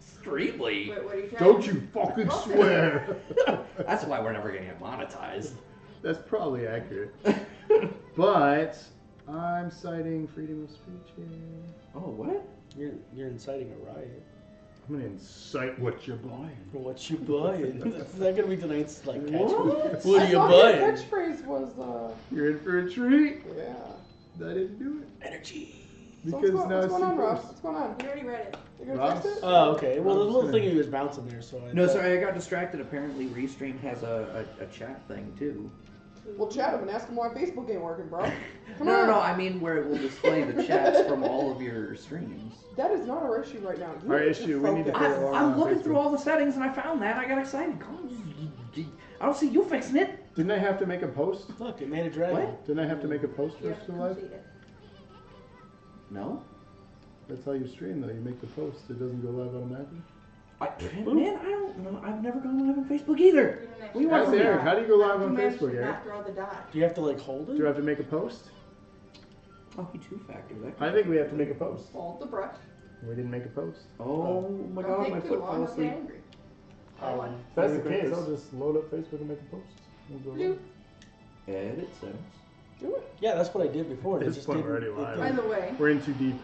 Speaker 2: Extremely.
Speaker 4: Wait, what are you trying
Speaker 1: Don't you fucking swear.
Speaker 2: That's why we're never gonna get monetized.
Speaker 1: That's probably accurate. But I'm citing freedom of speech here.
Speaker 2: Oh what?
Speaker 3: you're, you're inciting a riot.
Speaker 1: I'm gonna incite what you're buying.
Speaker 3: What you buying? Is that gonna be tonight's, like, catchphrase?
Speaker 5: What?
Speaker 3: What
Speaker 5: I
Speaker 3: are you
Speaker 5: thought your
Speaker 3: buying?
Speaker 5: catchphrase was, uh,
Speaker 1: You're in for a treat.
Speaker 5: yeah.
Speaker 1: I didn't do it
Speaker 3: Energy.
Speaker 5: So
Speaker 1: because
Speaker 5: what's, going,
Speaker 1: now
Speaker 5: what's going on,
Speaker 1: super-
Speaker 5: Ross? What's going on?
Speaker 4: You already read it.
Speaker 5: You gonna
Speaker 1: Ross?
Speaker 5: fix it?
Speaker 3: Oh, okay. Well, the little
Speaker 1: Ross.
Speaker 3: thingy was bouncing there, so I
Speaker 2: No,
Speaker 3: thought-
Speaker 2: sorry, I got distracted. Apparently, Restream has a, a, a chat thing too.
Speaker 5: Well, chat him and ask him why Facebook ain't working, bro. Come
Speaker 2: no,
Speaker 5: on.
Speaker 2: no, no. I mean where it will display the chats from all of your streams.
Speaker 5: That is not our issue right now. You
Speaker 1: Our
Speaker 5: need to
Speaker 1: issue, we need to
Speaker 2: I,
Speaker 5: focus.
Speaker 1: figure-
Speaker 2: I'm looking through all the settings and I found that. I got excited. I don't see you fixing it.
Speaker 1: Didn't I have to make a post?
Speaker 3: Look, it made a dragon.
Speaker 2: What?
Speaker 1: Didn't I have to make a post for
Speaker 4: You
Speaker 1: us
Speaker 4: have
Speaker 1: to
Speaker 4: to
Speaker 1: live?
Speaker 4: complete it.
Speaker 2: No.
Speaker 1: That's how you stream, though. You make the post. It doesn't go live automatically.
Speaker 2: I, man, I don't know. I've never gone live on Facebook either. We
Speaker 1: Ask
Speaker 2: want
Speaker 1: Eric, how do you go live
Speaker 4: You
Speaker 1: on
Speaker 4: managed
Speaker 1: Facebook,
Speaker 4: to
Speaker 1: Eric?
Speaker 4: not draw the dot.
Speaker 3: Do you have to, like, hold it?
Speaker 1: Do I have to make a post?
Speaker 2: Oh, you two factor that.
Speaker 1: I think we have to make a post.
Speaker 4: Fold the brush.
Speaker 1: We didn't make a post.
Speaker 2: Oh my
Speaker 4: Don't
Speaker 2: god, my
Speaker 4: take too
Speaker 2: foot
Speaker 4: long.
Speaker 2: fell
Speaker 4: I'll get
Speaker 2: asleep.
Speaker 4: angry. I
Speaker 3: Um,
Speaker 4: won.
Speaker 1: If that's the case, I'll just load up Facebook and make a post. We'll go live.
Speaker 2: Edit settings.
Speaker 5: Do it.
Speaker 3: Yeah, that's what I did before. and
Speaker 1: At
Speaker 3: it
Speaker 1: this
Speaker 3: just
Speaker 1: point,
Speaker 3: didn't,
Speaker 1: we're already
Speaker 3: it
Speaker 1: live.
Speaker 4: By
Speaker 3: didn't-
Speaker 4: the way,
Speaker 1: We're in too deep.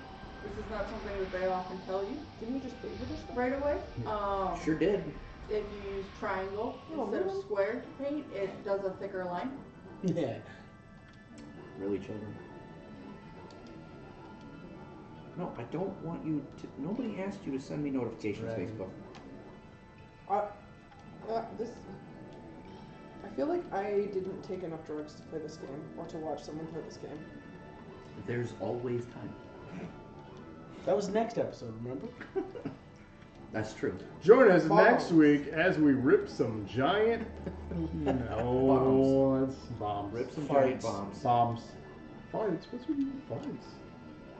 Speaker 4: this is not something that they often tell you
Speaker 5: Didn't you just leave it just
Speaker 4: right away. Um,
Speaker 2: Sure did.
Speaker 4: If you use triangle
Speaker 5: Oh,
Speaker 4: instead of
Speaker 5: really?
Speaker 4: square to paint, it does a thicker line.
Speaker 3: Yeah.
Speaker 2: Really, children. No, I don't want you to. Nobody asked you to send me notifications,
Speaker 1: Right.
Speaker 2: Facebook.
Speaker 5: Uh, this. I feel like I didn't take enough drugs to play this game or to watch someone play this game.
Speaker 2: There's always time.
Speaker 3: That was next episode, remember?
Speaker 2: That's true.
Speaker 1: Join us
Speaker 5: Bombs.
Speaker 1: next week as we rip some giant. no, that's bombs.
Speaker 2: Rip some
Speaker 3: Farts.
Speaker 2: giant bombs.
Speaker 1: bombs. Farts. What's with you and farts?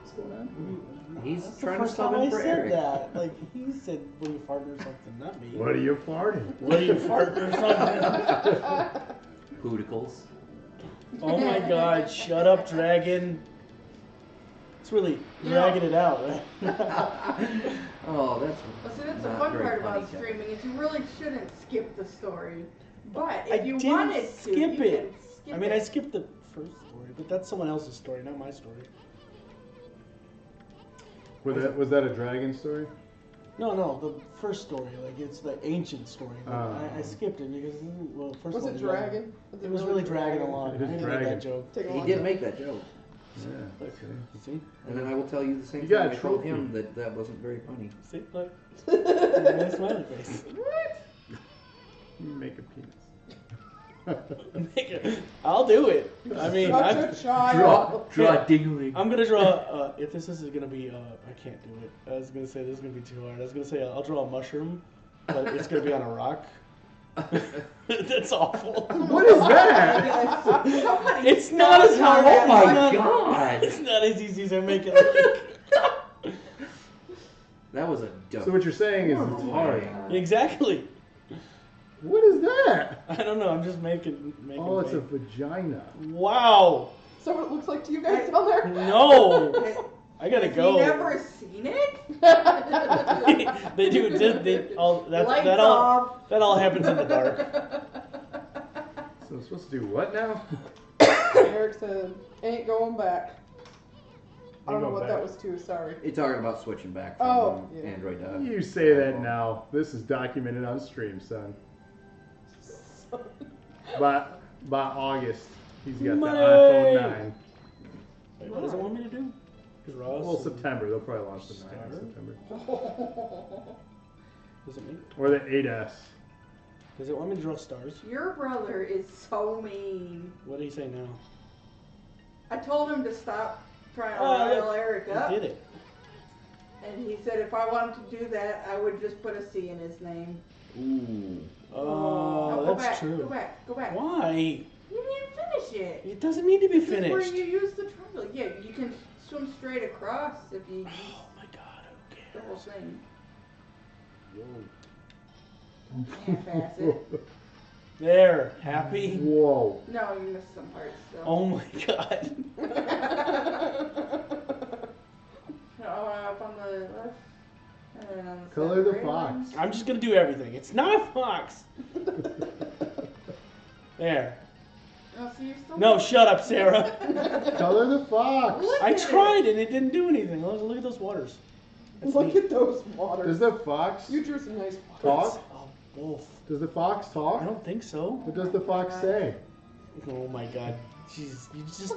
Speaker 1: What's going on?
Speaker 2: He's
Speaker 3: Mm-hmm. That's the
Speaker 2: trying to
Speaker 3: first
Speaker 2: sub
Speaker 3: time
Speaker 2: in
Speaker 3: I
Speaker 2: for
Speaker 3: said
Speaker 2: Eric.
Speaker 3: that. Like, he said, when you fart or something, not me.
Speaker 1: What are you farting?
Speaker 3: What are you farting or something?
Speaker 2: Pooticles.
Speaker 3: oh my god, shut up, dragon. It's really dragging it out, right?
Speaker 2: Oh, that's.
Speaker 4: Well, see, that's the
Speaker 2: not
Speaker 4: fun
Speaker 2: very
Speaker 4: part
Speaker 2: funny,
Speaker 4: about
Speaker 2: Kevin.
Speaker 4: streaming is you really shouldn't skip the story. But
Speaker 3: I
Speaker 4: if you
Speaker 3: didn't
Speaker 4: wanted to,
Speaker 3: skip
Speaker 4: you
Speaker 3: it.
Speaker 4: can skip
Speaker 3: I mean, I
Speaker 4: it.
Speaker 3: skipped the first story, but that's someone else's story, not my story.
Speaker 1: Was that, was that a dragon story?
Speaker 3: No, no, the first story, like it's the ancient story. but
Speaker 1: Ah.
Speaker 3: I, I skipped it because well, first
Speaker 5: Was
Speaker 3: of all,
Speaker 5: it dragon?
Speaker 3: It was really dragging along.
Speaker 1: It is
Speaker 3: I hated
Speaker 1: dragging.
Speaker 3: that joke.
Speaker 5: Take a
Speaker 2: He
Speaker 5: long
Speaker 2: did
Speaker 5: time.
Speaker 2: make that joke.
Speaker 1: Yeah.
Speaker 2: Okay.
Speaker 3: See,
Speaker 2: And then I will tell you the same
Speaker 1: You
Speaker 2: thing
Speaker 1: got
Speaker 2: I
Speaker 1: a
Speaker 2: told
Speaker 1: trophy.
Speaker 2: him that that wasn't very funny.
Speaker 3: see, look, nice smiley face.
Speaker 1: Make a penis.
Speaker 3: Make it- I'll do it. I mean, I,
Speaker 5: Such a child.
Speaker 2: Draw, draw
Speaker 3: Yeah.
Speaker 2: dingling.
Speaker 3: I'm gonna draw. Uh, if this is gonna be, uh, I can't do it. I was gonna say this is gonna be too hard. I was gonna say I'll draw a mushroom, but it's gonna be on a rock. That's awful.
Speaker 1: What is that?
Speaker 4: Somebody
Speaker 3: It's not as hard.
Speaker 2: Oh my
Speaker 3: it's not-
Speaker 2: God.
Speaker 3: It's not as easy as I make it. look.
Speaker 2: That was a dope.
Speaker 1: so what you're saying is it's
Speaker 2: Oh my
Speaker 1: hard.
Speaker 2: God.
Speaker 3: exactly.
Speaker 1: What is that?
Speaker 3: I don't know. I'm just making making.
Speaker 1: Oh, it's a
Speaker 3: bait.
Speaker 1: vagina.
Speaker 3: Wow.
Speaker 5: So what it looks like to you guys down there?
Speaker 3: No.
Speaker 4: Has
Speaker 3: I gotta
Speaker 4: he
Speaker 3: go.
Speaker 4: never seen it?
Speaker 3: they do. it Just, they all. That's,
Speaker 4: Lights
Speaker 3: that all.
Speaker 4: off.
Speaker 3: That all happens in the dark.
Speaker 1: So I'm supposed to do what now?
Speaker 5: Eric said, "Ain't going back." I
Speaker 1: Ain't
Speaker 5: don't know
Speaker 1: going
Speaker 5: what
Speaker 1: back.
Speaker 5: that was to. Sorry.
Speaker 2: You're talking about switching back from
Speaker 5: Oh, yeah.
Speaker 2: Android to
Speaker 1: You say that
Speaker 2: iPhone.
Speaker 1: now. This is documented on stream, son. By by August, he's got
Speaker 3: Money!
Speaker 1: the iPhone nine.
Speaker 3: Wait, what does it want me to do? Draw.
Speaker 1: Well,
Speaker 3: some-
Speaker 1: September they'll probably launch the nine
Speaker 3: September?
Speaker 1: in September
Speaker 3: Does it, make,
Speaker 1: or the 8s.
Speaker 3: does it want me to draw stars?
Speaker 4: Your brother is so mean.
Speaker 3: What do you say now?
Speaker 4: I told him to stop trying to
Speaker 3: Oh,
Speaker 4: rile
Speaker 3: yeah.
Speaker 4: Eric
Speaker 3: I
Speaker 4: up,
Speaker 3: did it.
Speaker 4: and he said if I wanted to do that, I would just put a C in his name.
Speaker 2: Ooh.
Speaker 4: No,
Speaker 3: Oh,
Speaker 4: go
Speaker 3: that's
Speaker 4: back, Go
Speaker 3: true.
Speaker 4: back, go back.
Speaker 3: Why?
Speaker 4: You didn't finish it.
Speaker 3: It doesn't need to be
Speaker 4: This is
Speaker 3: finished.
Speaker 4: Where you use the triangle. Yeah, you can swim straight across if you use
Speaker 3: Oh my god.
Speaker 4: the whole thing.
Speaker 1: Whoa.
Speaker 3: There. Happy.
Speaker 1: Whoa.
Speaker 4: No, you missed some parts still.
Speaker 3: Oh my god.
Speaker 4: No, uh, up on the left. and then on
Speaker 1: Color the
Speaker 4: center right
Speaker 1: fox.
Speaker 3: I'm just gonna do everything. It's not a fox. There.
Speaker 4: one. Oh, so you're still
Speaker 3: No, shut up, Sarah.
Speaker 1: Color the fox.
Speaker 4: Look
Speaker 3: I
Speaker 4: at it.
Speaker 3: tried and it didn't do anything. Look, look at those waters. That's
Speaker 5: Look
Speaker 3: neat.
Speaker 5: at those
Speaker 1: Does
Speaker 5: waters.
Speaker 1: the fox
Speaker 5: You drew some nice
Speaker 1: Talk?
Speaker 5: waters.
Speaker 3: That's a wolf.
Speaker 1: does the fox
Speaker 3: oh, I
Speaker 1: talk?
Speaker 3: don't think so.
Speaker 1: What does the fox say?
Speaker 3: Oh my god. Jeez, you just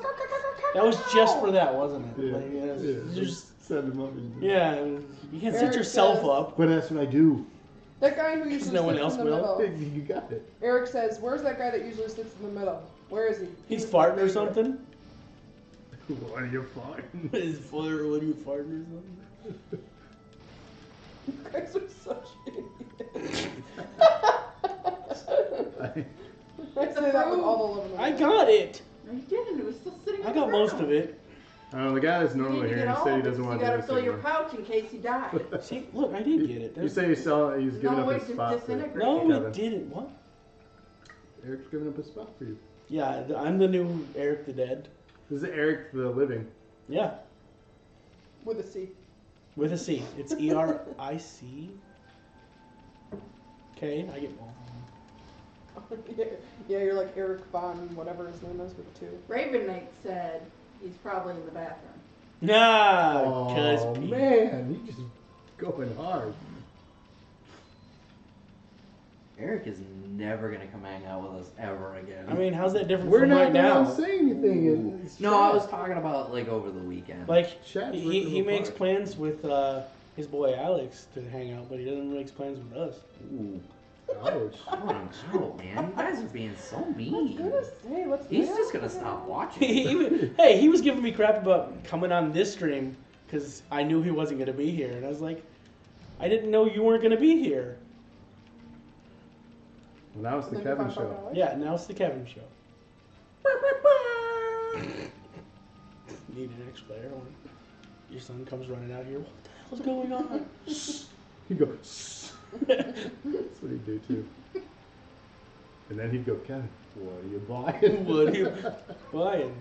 Speaker 3: that was just for that, wasn't it? Like, it was-
Speaker 1: Yeah,
Speaker 3: you just-
Speaker 1: just send him up. and-
Speaker 3: yeah, it was- you can set
Speaker 5: Eric
Speaker 3: yourself
Speaker 5: says-
Speaker 3: up.
Speaker 1: But that's what I do.
Speaker 5: That guy who usually
Speaker 3: no one
Speaker 5: sits
Speaker 3: else
Speaker 5: in the
Speaker 3: will.
Speaker 5: middle.
Speaker 1: You got it.
Speaker 5: Eric says, "Where's that guy that usually sits in the middle? Where is he?"
Speaker 3: He's
Speaker 5: Who's
Speaker 3: farting
Speaker 5: my
Speaker 3: or
Speaker 5: favorite?"
Speaker 3: something.
Speaker 1: What are you farting?
Speaker 3: Is fire? What are you farting or something?
Speaker 5: You guys are such idiots.
Speaker 1: I-
Speaker 5: I say that with all the love in the
Speaker 3: I
Speaker 5: world.
Speaker 3: got it.
Speaker 4: No, you didn't. It was still sitting.
Speaker 3: I got most of it.
Speaker 1: I don't know. The guy that's
Speaker 4: You need
Speaker 1: normally
Speaker 4: to
Speaker 1: here,
Speaker 4: get
Speaker 1: he
Speaker 4: all
Speaker 1: said he
Speaker 4: of it,
Speaker 1: doesn't
Speaker 4: so
Speaker 1: want to
Speaker 4: You
Speaker 1: do
Speaker 4: gotta
Speaker 1: this
Speaker 4: fill your
Speaker 1: anymore.
Speaker 4: pouch in case you die.
Speaker 3: See, look, I did get it.
Speaker 1: You
Speaker 3: There's-
Speaker 1: say he's selling. He's giving
Speaker 4: no,
Speaker 1: up
Speaker 4: it
Speaker 1: his spot. For,
Speaker 4: disintegrated.
Speaker 3: no,
Speaker 1: Kevin.
Speaker 3: it didn't. What?
Speaker 1: Eric's giving up his spot for you.
Speaker 3: Yeah, th- I'm the new Eric the Dead.
Speaker 1: This is Eric the Living.
Speaker 3: Yeah,
Speaker 5: with a C.
Speaker 3: with a C. It's E R I C. Okay, I get both.
Speaker 5: yeah, you're like Eric Von, whatever his name is, with a two.
Speaker 4: Raven Knight said he's probably in the bathroom.
Speaker 3: Nah, Uh, cause
Speaker 1: Oh
Speaker 3: Pete.
Speaker 1: man, you just going hard.
Speaker 2: Eric is never gonna come hang out with us ever again.
Speaker 3: I mean, how's that different
Speaker 1: We're
Speaker 3: from
Speaker 1: not
Speaker 3: right now?
Speaker 1: gonna say anything. It- it's
Speaker 2: no, I
Speaker 1: chat.
Speaker 2: was talking about like over the weekend.
Speaker 3: Like
Speaker 1: Chat's
Speaker 3: he,
Speaker 1: working
Speaker 3: he
Speaker 1: apart.
Speaker 3: makes plans with uh, his boy Alex to hang out, but he doesn't make plans with us.
Speaker 2: Ooh,
Speaker 1: Ouch.
Speaker 2: come on, chill, man. You guys are being so mean.
Speaker 5: Hey, let's
Speaker 2: He's
Speaker 5: yeah,
Speaker 2: just gonna
Speaker 5: yeah.
Speaker 2: stop
Speaker 3: He
Speaker 2: watching.
Speaker 3: even- hey, he was giving me crap about coming on this stream because I knew he wasn't gonna be here, and I was like, I didn't know you weren't gonna be here.
Speaker 1: Well, now it's the
Speaker 5: Then you
Speaker 1: Kevin
Speaker 5: found out
Speaker 1: show.
Speaker 5: Alex?
Speaker 3: Yeah, now it's the Kevin show. Need an extra layer when your son comes running out here. What the hell's going on?
Speaker 1: He goes. That's what he'd do too. And then he'd go, Kevin, what are you buying?
Speaker 3: What are you buying?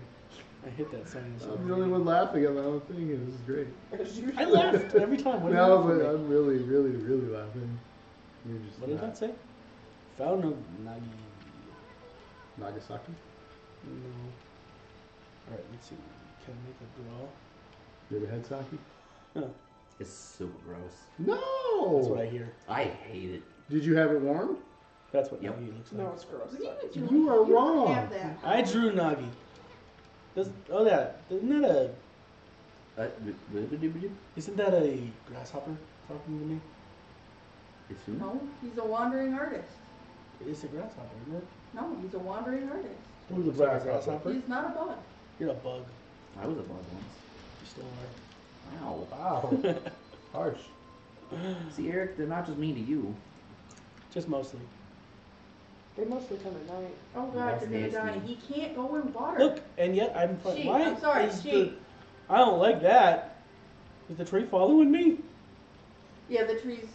Speaker 3: I hit that sign. this
Speaker 1: I'm the only
Speaker 3: morning.
Speaker 1: one laughing at my own thing, and this is great.
Speaker 5: As usual.
Speaker 3: I laughed every time. What,
Speaker 1: No,
Speaker 3: did,
Speaker 1: but
Speaker 3: that say?
Speaker 1: I'm really, really, really laughing. You're just
Speaker 3: what did
Speaker 1: not-
Speaker 3: that say? Found no Nagi.
Speaker 1: Nagasaki.
Speaker 3: No. Alright, let's see. Can I make a draw?
Speaker 1: You ever had sake?
Speaker 3: No.
Speaker 2: It's super gross.
Speaker 1: No.
Speaker 3: That's what I hear.
Speaker 2: I hate it.
Speaker 1: Did you have it warmed?
Speaker 3: That's what
Speaker 2: Yep.
Speaker 3: Nagi looks like.
Speaker 5: No, it's gross.
Speaker 4: What do you mean
Speaker 1: You
Speaker 4: don't-
Speaker 1: are
Speaker 4: don't
Speaker 1: wrong.
Speaker 4: Have that.
Speaker 3: I drew Nagi. Does, oh yeah, isn't that a
Speaker 2: Uh, b- b- b- b- b-
Speaker 3: isn't that a grasshopper talking to me?
Speaker 2: it's who?
Speaker 4: No, he's a wandering artist.
Speaker 3: It's a grasshopper, isn't it?
Speaker 4: No, he's a wandering artist.
Speaker 1: Who's a
Speaker 3: Looks like
Speaker 1: grasshopper?
Speaker 4: He's not a bug.
Speaker 3: You're a bug.
Speaker 2: I was a bug once.
Speaker 3: You still are.
Speaker 2: Ow.
Speaker 1: Wow. Harsh.
Speaker 2: See, Eric, they're not just mean to you.
Speaker 3: Just mostly.
Speaker 5: They mostly come at night.
Speaker 4: Oh
Speaker 2: That's
Speaker 4: God, you're gonna die.
Speaker 2: nasty.
Speaker 4: He can't go in water.
Speaker 3: Look, and yet I'm. fi-
Speaker 4: Sheep,
Speaker 3: why
Speaker 4: I'm sorry,
Speaker 3: is the-
Speaker 4: sheep.
Speaker 3: I don't like that. Is the tree following me?
Speaker 4: Yeah, the trees.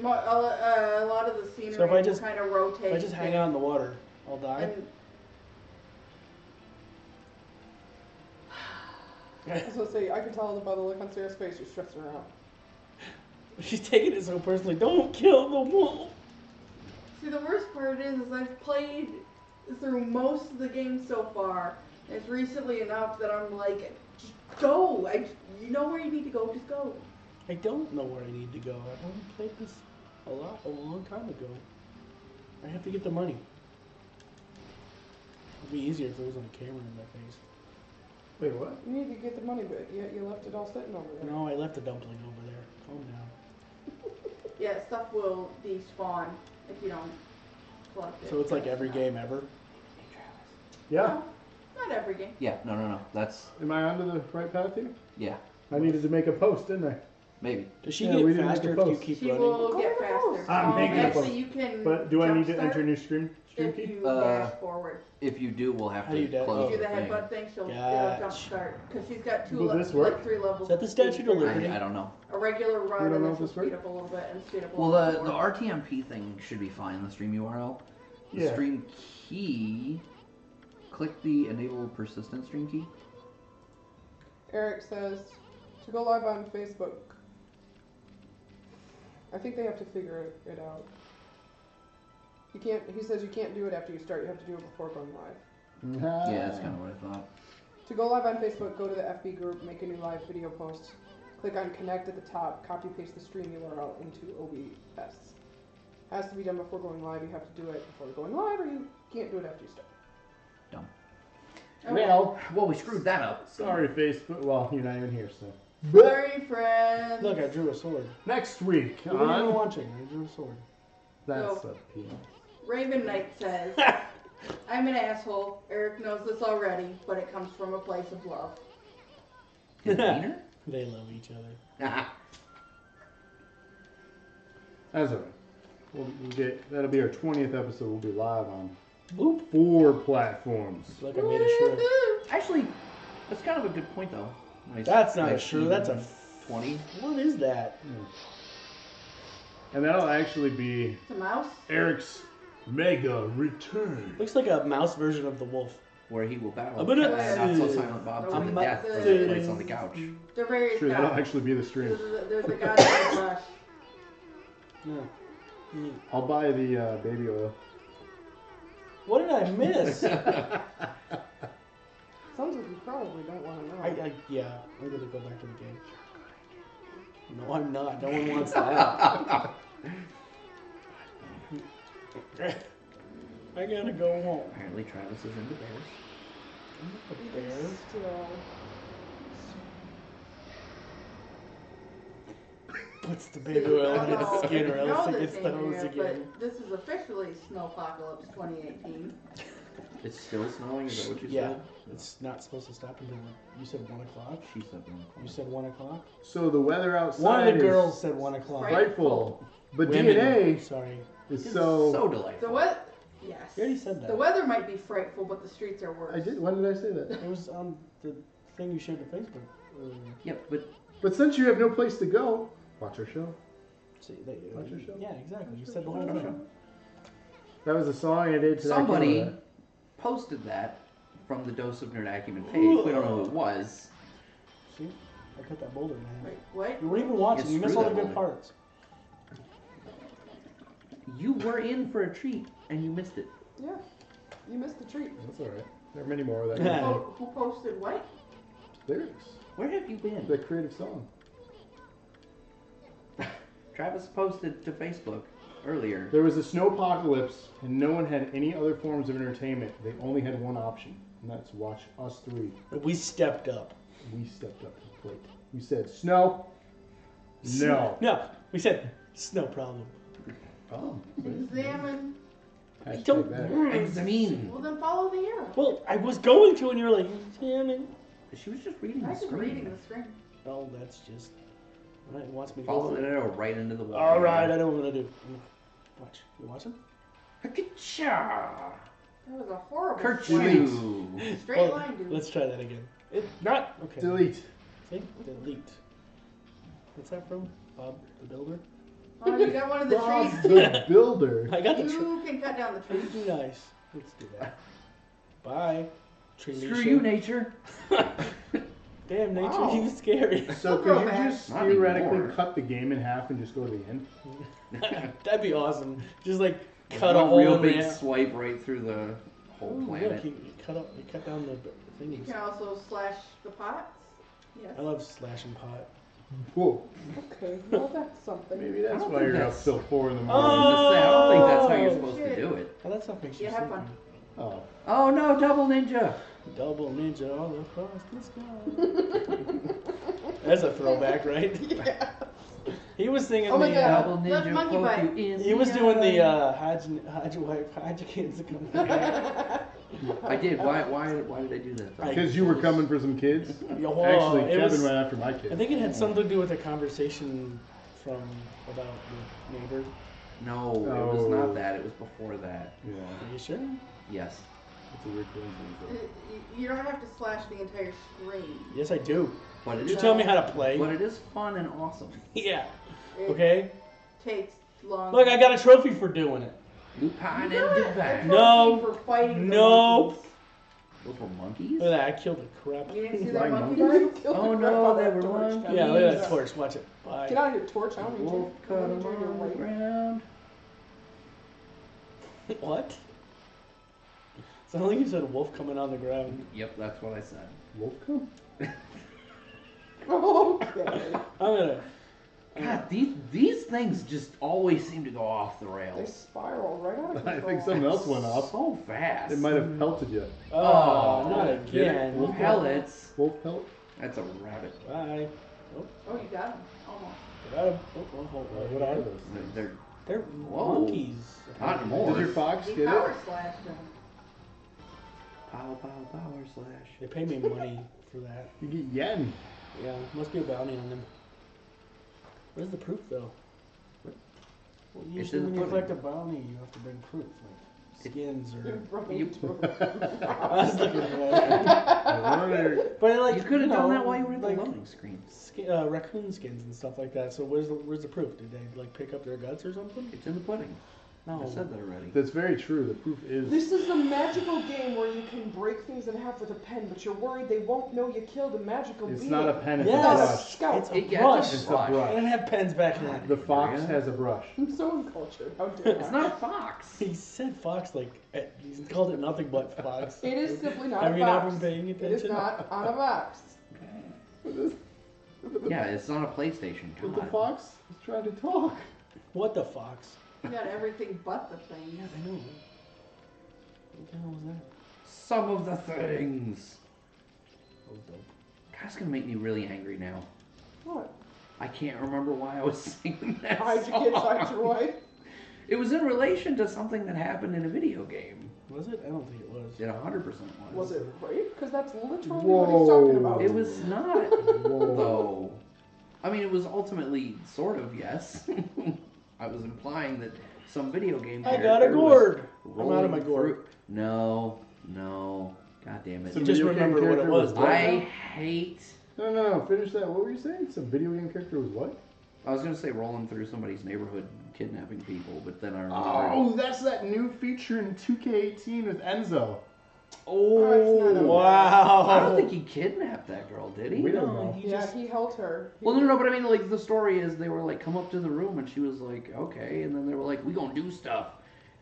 Speaker 4: mo- Uh, a lot of the scenery
Speaker 3: So if I just-
Speaker 4: kind of rotate.
Speaker 3: If I just hang out in the water, I'll die.
Speaker 4: And
Speaker 5: I was gonna say, I can tell by the look on Sarah's face, you're stressing her out.
Speaker 3: She's taking it so personally. Don't kill the wolf.
Speaker 4: see, the worst part is, is I've played through most of the game so far. It's recently enough that I'm like, just go. I, you know where you need to go. Just go.
Speaker 3: I don't know where I need to go. I've only played this a lot a long time ago. I have to get the money. It'd be easier if there wasn't a camera in my face.
Speaker 1: Wait, what?
Speaker 5: You need to get the money back, yet you left it all sitting over there.
Speaker 3: No, I left a dumpling over there. Calm down.
Speaker 4: Yeah, stuff will despawn if you don't collect it.
Speaker 3: So it's like every
Speaker 4: No.
Speaker 3: game ever.
Speaker 2: Hey, Travis.
Speaker 1: Yeah.
Speaker 4: Not every game.
Speaker 2: Yeah, no, no, no. That's,
Speaker 1: Am I onto the right path here?
Speaker 2: yeah,
Speaker 1: I needed to make a post, didn't I?
Speaker 4: Mm-hmm.
Speaker 2: maybe.
Speaker 3: Does she
Speaker 1: Yeah, we
Speaker 3: get
Speaker 1: didn't make
Speaker 3: faster
Speaker 1: the
Speaker 3: if you
Speaker 1: post.
Speaker 3: keep
Speaker 4: she
Speaker 3: running?
Speaker 4: will
Speaker 5: Go
Speaker 4: get
Speaker 5: to the
Speaker 4: faster.
Speaker 5: house.
Speaker 1: I'm
Speaker 4: Um,
Speaker 1: making a
Speaker 4: actually,
Speaker 1: post.
Speaker 4: you can.
Speaker 1: But do I need to
Speaker 4: jumpstart
Speaker 1: enter new stream stream
Speaker 4: If
Speaker 1: key? oh,
Speaker 4: you
Speaker 2: Uh,
Speaker 4: dash forward,
Speaker 2: If you do, we'll have
Speaker 3: How
Speaker 2: to
Speaker 3: do you do-
Speaker 2: close
Speaker 4: you do
Speaker 2: the
Speaker 4: the
Speaker 2: thing.
Speaker 4: headbutt thing, she'll
Speaker 3: Gotcha.
Speaker 4: jump start because she's got two
Speaker 1: Will
Speaker 4: le-
Speaker 1: this work?
Speaker 4: like three levels.
Speaker 3: Is that the Statue of Liberty?
Speaker 2: I, I don't know.
Speaker 4: A regular
Speaker 1: We
Speaker 4: run,
Speaker 1: don't know
Speaker 4: and then
Speaker 1: if
Speaker 4: she'll
Speaker 1: this works.
Speaker 4: speed up a little bit and speed up a
Speaker 2: Well,
Speaker 4: little
Speaker 2: the,
Speaker 4: bit.
Speaker 2: the
Speaker 4: more.
Speaker 2: RTMP thing should be fine, the stream URL. The
Speaker 1: Yeah.
Speaker 2: stream key. Click the enable persistent stream key.
Speaker 5: Eric says to go live on Facebook. I think they have to figure it out. You can't. He says you can't do it after you start. You have to do it before going live.
Speaker 1: Nah.
Speaker 2: Yeah, that's kind of what I thought.
Speaker 5: To go live on Facebook, go to the FB group, make a new live video post, click on connect at the top, copy paste the stream URL into OBS. Has to be done before going live. You have to do it before going live, or you can't do it after you start.
Speaker 4: Okay.
Speaker 1: Well,
Speaker 2: Well, we screwed that up.
Speaker 1: sorry, Facebook. Well, you're not even here, so.
Speaker 4: Sorry, friends.
Speaker 3: Look, I drew a sword.
Speaker 1: Next week
Speaker 3: We weren't even
Speaker 1: on.
Speaker 3: watching. I drew a sword.
Speaker 1: That's
Speaker 4: No.
Speaker 1: a appeal.
Speaker 4: Raven Knight says, "I'm an asshole. Eric knows this already, but it comes from a place of love."
Speaker 2: Container?
Speaker 3: They love each other.
Speaker 1: That's alright. We'll, we'll get that'll be our twentieth episode. We'll be live on
Speaker 3: Boop.
Speaker 1: four platforms.
Speaker 3: It's like I made a shrimp.
Speaker 2: Actually, that's kind of a good point, though. Nice-
Speaker 3: That's not a
Speaker 2: nice
Speaker 3: shrimp. That's a.
Speaker 2: even 20.
Speaker 3: What is that?
Speaker 1: And that'll actually be
Speaker 4: It's a mouse.
Speaker 1: Eric's mega return.
Speaker 3: Looks like a mouse version of the wolf.
Speaker 2: Where he will battle
Speaker 3: I'm gonna-
Speaker 2: and not so silent Bob to
Speaker 4: I'm
Speaker 2: the
Speaker 4: not-
Speaker 2: death for the place on the couch.
Speaker 4: They're various
Speaker 1: Sure, that'll
Speaker 4: guys.
Speaker 1: actually be the stream.
Speaker 4: There's a, there's a guy named Rush.
Speaker 3: No. Mm.
Speaker 1: I'll buy the uh, baby oil.
Speaker 3: What did I miss? I,
Speaker 5: Sounds like you probably don't want to know.
Speaker 3: I, yeah, I'm gonna go back to the game. No, I'm not. No one wants that. I gotta go home.
Speaker 2: Apparently, Travis is into bears.
Speaker 3: Bears.
Speaker 5: Still.
Speaker 3: Puts the
Speaker 4: See,
Speaker 3: baby oil in
Speaker 4: I
Speaker 3: its
Speaker 4: don't
Speaker 3: skin, or
Speaker 4: know
Speaker 3: else it
Speaker 4: this
Speaker 3: gets the
Speaker 4: in
Speaker 3: hose
Speaker 4: here, but
Speaker 3: again.
Speaker 4: This is officially Snowpocalypse 2018.
Speaker 2: It's still snowing, is that what you
Speaker 3: Yeah,
Speaker 2: said?
Speaker 3: it's not supposed to stop until you said one o'clock.
Speaker 2: She said one o'clock.
Speaker 3: You said one o'clock.
Speaker 1: So the weather outside
Speaker 3: One of the
Speaker 1: is
Speaker 3: girls said one o'clock.
Speaker 4: Right.
Speaker 1: frightful, but
Speaker 3: Women.
Speaker 1: DNA
Speaker 3: Sorry,
Speaker 1: is
Speaker 2: It's
Speaker 1: so.
Speaker 2: so delightful.
Speaker 4: The weather, yes.
Speaker 3: you already said that.
Speaker 4: The weather might be frightful, but the streets are worse.
Speaker 1: I did. When did I say that?
Speaker 3: It was on the thing you shared to Facebook. earlier.
Speaker 2: Yep, but
Speaker 1: But since you have no place to go, watch our show.
Speaker 3: See, they,
Speaker 1: Watch your show.
Speaker 3: yeah, exactly. You said the whole thing.
Speaker 1: That was a song I did today. I can't remember
Speaker 2: somebody
Speaker 1: that.
Speaker 3: uh,
Speaker 2: posted that from the Dose of Nerd Acumen page. We don't know who it was.
Speaker 3: See, I cut that boulder in half.
Speaker 4: Wait, what?
Speaker 3: You weren't even watching.
Speaker 2: Yeah,
Speaker 3: You missed
Speaker 2: screw
Speaker 3: all the
Speaker 2: that
Speaker 3: good
Speaker 2: boulder.
Speaker 3: parts.
Speaker 2: You were in for a treat and you missed it.
Speaker 5: Yeah. You missed the treat.
Speaker 1: That's all right. There are many more of that.
Speaker 3: Yeah.
Speaker 4: Oh, who posted what?
Speaker 1: Lyrics.
Speaker 2: Where have you been?
Speaker 1: That creative song.
Speaker 2: Travis posted to Facebook earlier.
Speaker 1: There was a snowpocalypse, and no one had any other forms of entertainment. They only had one option, and that's watch us three.
Speaker 3: We stepped up.
Speaker 1: We stepped up to the plate. We said, "Snow, no
Speaker 3: No, we said it's no problem.
Speaker 1: problem."
Speaker 4: Examine.
Speaker 1: Oh, Hashtag
Speaker 3: Don't
Speaker 1: that.
Speaker 3: worry.
Speaker 2: Examine.
Speaker 4: Well, then follow the arrow.
Speaker 3: Well, I was going to, and you were like, damn it.
Speaker 2: She was just reading
Speaker 4: I
Speaker 2: the
Speaker 4: was
Speaker 2: screen.
Speaker 4: reading the screen.
Speaker 3: Oh, that's just. All right, wants me to
Speaker 2: Follow
Speaker 3: go.
Speaker 2: the arrow right into the wall.
Speaker 3: All right, I know what I'm gonna do. Watch. You watching?
Speaker 2: Ka-cha!
Speaker 4: That was a horrible straight,
Speaker 2: Kerchoo!
Speaker 4: straight line, dude.
Speaker 3: Oh, Let's try that again. It not okay.
Speaker 1: Delete.
Speaker 3: See? Delete. What's that from? Bob the Builder.
Speaker 4: Oh, you got one of the
Speaker 1: Bob
Speaker 4: trees.
Speaker 1: the Builder.
Speaker 3: I got the tree.
Speaker 4: You can cut down the trees.
Speaker 3: Nice. Let's do that. Bye. Tree
Speaker 2: Screw
Speaker 3: nation.
Speaker 2: you, nature!
Speaker 3: Damn, nature,
Speaker 4: Wow.
Speaker 3: he was scary.
Speaker 1: So
Speaker 4: Look
Speaker 1: could
Speaker 4: real
Speaker 1: you
Speaker 4: bad.
Speaker 1: just
Speaker 2: Not
Speaker 1: theoretically
Speaker 2: anymore.
Speaker 1: cut the game in half and just go to the end?
Speaker 3: That'd be awesome. Just like cut a
Speaker 2: One
Speaker 3: hole
Speaker 2: real
Speaker 3: in
Speaker 2: big
Speaker 3: the
Speaker 2: swipe right through the whole
Speaker 3: Ooh,
Speaker 2: planet.
Speaker 3: Look, you, you cut up, you cut down the b-
Speaker 4: You
Speaker 3: thingies.
Speaker 4: can also slash the pots. Yes.
Speaker 3: I love slashing pot.
Speaker 1: Whoa,
Speaker 5: Okay, well, that's something.
Speaker 1: maybe that's
Speaker 2: don't
Speaker 1: why
Speaker 2: think
Speaker 1: you're up
Speaker 2: that's-
Speaker 1: till four in the
Speaker 2: I
Speaker 1: morning.
Speaker 3: Oh.
Speaker 2: was gonna say, I don't think that's how you're
Speaker 3: Oh,
Speaker 2: supposed
Speaker 4: shit.
Speaker 2: to do it.
Speaker 3: Oh, that's not picture.
Speaker 4: Yeah, have fun.
Speaker 1: Oh,
Speaker 2: Oh no, double ninja!
Speaker 3: Double ninja all across the sky. That's a throwback, right?
Speaker 5: yeah.
Speaker 3: He was singing
Speaker 5: Oh my
Speaker 3: the.
Speaker 5: God.
Speaker 3: Uh,
Speaker 2: Double
Speaker 4: Let
Speaker 2: ninja
Speaker 4: monkey
Speaker 2: poke
Speaker 4: bite.
Speaker 2: you in
Speaker 3: he was
Speaker 2: the
Speaker 3: doing the
Speaker 2: eye.
Speaker 3: uh, Hodge, Hodge wife, Hodge kids.
Speaker 2: I did. Why? Why? Why did I do that?
Speaker 3: I-
Speaker 1: because you were coming for some kids.
Speaker 3: Yo,
Speaker 1: Actually,
Speaker 3: it
Speaker 1: Kevin
Speaker 3: was-
Speaker 1: went after my
Speaker 3: I
Speaker 1: kid.
Speaker 3: think it had something to do with a conversation from about the neighbor.
Speaker 2: no, it was
Speaker 1: Oh.
Speaker 2: not that. It was before that.
Speaker 1: Yeah,
Speaker 3: Are you sure?
Speaker 2: Yes.
Speaker 1: it's a weird coincidence.
Speaker 4: Y- y- You don't have to slash the entire screen.
Speaker 3: Yes, I do.
Speaker 2: But it
Speaker 3: Did you
Speaker 2: is.
Speaker 3: tell me how to play?
Speaker 2: But it is fun and awesome.
Speaker 3: Yeah.
Speaker 4: It
Speaker 3: Okay.
Speaker 4: takes long.
Speaker 3: Look, I got a trophy for doing it.
Speaker 2: Lupin
Speaker 4: You got
Speaker 2: and
Speaker 4: it. That's
Speaker 2: Dupin.
Speaker 3: No.
Speaker 4: For fighting the
Speaker 3: Nope.
Speaker 4: monkeys.
Speaker 2: Those were monkeys.
Speaker 3: Look at that. I killed the crap.
Speaker 4: You didn't see
Speaker 1: Flying
Speaker 4: that monkey
Speaker 1: monkeys?
Speaker 4: bite?
Speaker 2: Oh, no, they were lying.
Speaker 3: Yeah, look at that torch. Watch it. Bye.
Speaker 5: Get out of your torch. I don't need
Speaker 2: Wolf
Speaker 5: you. I
Speaker 2: cut
Speaker 5: don't
Speaker 2: 'em
Speaker 5: need you.
Speaker 2: on the
Speaker 5: You're right.
Speaker 2: ground.
Speaker 3: What? Sounded like you said a wolf coming on the ground.
Speaker 2: Yep, that's what I said.
Speaker 1: Wolf come?
Speaker 5: Okay.
Speaker 3: I'm gonna.
Speaker 2: God, these these things just always seem to go off the
Speaker 5: They
Speaker 2: rails.
Speaker 5: spiral right out of
Speaker 1: I
Speaker 5: control.
Speaker 1: think something else went off.
Speaker 2: so fast.
Speaker 1: It might have pelted you.
Speaker 3: Oh,
Speaker 2: Oh,
Speaker 3: not
Speaker 1: get it.
Speaker 3: again.
Speaker 1: Wolf
Speaker 2: Pellets.
Speaker 1: Wolf pelt?
Speaker 2: That's a rabbit.
Speaker 3: Bye.
Speaker 4: Oh, you got him. Almost.
Speaker 3: Get out of. Oh, oh, hold on.
Speaker 1: What are those?
Speaker 2: They're, they're
Speaker 3: They're
Speaker 2: Whoa.
Speaker 3: monkeys.
Speaker 2: not
Speaker 1: Did your
Speaker 2: more.
Speaker 1: fox
Speaker 4: He
Speaker 1: get
Speaker 4: power
Speaker 1: it?
Speaker 4: slashed him.
Speaker 2: Pow pow power slash.
Speaker 3: They pay me money for that.
Speaker 1: You get yen.
Speaker 3: Yeah, must be a bounty on them. Where's the proof though? Well,
Speaker 2: It's
Speaker 3: usually
Speaker 2: in the
Speaker 3: when you
Speaker 2: pudding.
Speaker 3: collect a bounty, you have to bring proof, like skins or.
Speaker 2: You-
Speaker 3: I was looking at that.
Speaker 1: I wonder-
Speaker 3: But like
Speaker 2: you could have done
Speaker 3: know,
Speaker 2: that while you were at the
Speaker 3: like,
Speaker 2: loading screen.
Speaker 3: sk- uh, raccoon skins and stuff like that. So where's the, where's the proof? Did they like pick up their guts or something?
Speaker 2: It's in the pudding.
Speaker 3: No.
Speaker 2: I said that already.
Speaker 1: That's very true. The proof is.
Speaker 5: This is a magical game where you can break things in half with a pen, but you're worried they won't know you killed a magical
Speaker 1: It's
Speaker 5: being.
Speaker 1: not a pen, it's a
Speaker 5: Not a
Speaker 3: Yes.
Speaker 1: brush.
Speaker 5: scout.
Speaker 3: It's a
Speaker 2: It- yeah,
Speaker 3: brush.
Speaker 2: it's
Speaker 1: a brush.
Speaker 3: I didn't have pens back then.
Speaker 1: The fox
Speaker 2: Yeah.
Speaker 1: has a brush.
Speaker 5: I'm so uncultured. How dare
Speaker 2: It's
Speaker 5: I?
Speaker 2: not a fox.
Speaker 3: He said fox like eh, he called it nothing but fox.
Speaker 5: It is simply not
Speaker 3: Have
Speaker 5: a
Speaker 3: you not
Speaker 5: box.
Speaker 3: been paying
Speaker 5: it is
Speaker 3: attention?
Speaker 5: not on a box.
Speaker 2: Yeah, it's not a PlayStation. Come
Speaker 1: But the
Speaker 2: on.
Speaker 1: fox is trying to talk.
Speaker 3: What the fox?
Speaker 4: You got everything but the
Speaker 3: Yeah,
Speaker 4: thing.
Speaker 3: I know. What the hell was that?
Speaker 2: Some of the things.
Speaker 3: That was dope.
Speaker 2: God's gonna make me really angry now.
Speaker 5: What?
Speaker 2: I can't remember why I was singing that
Speaker 5: Hide your
Speaker 2: song.
Speaker 5: kids, hide your wife.
Speaker 2: It was in relation to something that happened in a video game.
Speaker 3: Was it? I don't think it was.
Speaker 2: It 100% was.
Speaker 5: Was it rape? Because that's literally what
Speaker 1: Whoa.
Speaker 5: he's talking about.
Speaker 2: It was not,
Speaker 1: Whoa.
Speaker 2: though. I mean, it was ultimately sort of yes. I was implying that some video game.
Speaker 3: I got a
Speaker 2: character was
Speaker 3: gourd. I'm out of
Speaker 2: rolling
Speaker 3: my gourd.
Speaker 2: through- No, no. God damn it.
Speaker 1: Some
Speaker 3: Just
Speaker 1: video game
Speaker 3: remember what it
Speaker 1: character
Speaker 3: was.
Speaker 1: what now?
Speaker 2: I hate.
Speaker 1: No, no, no. Finish that. What were you saying? Some video game character was what?
Speaker 2: I was gonna say rolling through somebody's neighborhood, kidnapping people, but then I remembered.
Speaker 1: Oh, that's that new feature in 2K18 with Enzo.
Speaker 5: Oh, it's not a-
Speaker 3: wow.
Speaker 2: I don't think he kidnapped that girl, did he?
Speaker 1: We don't
Speaker 2: No,
Speaker 1: know.
Speaker 2: he
Speaker 5: Yeah,
Speaker 2: just-
Speaker 5: he held her. He
Speaker 2: Well, no, no, but I mean, like the story is they were like, come up to the room, and she was like, okay, and then they were like, we gonna do stuff,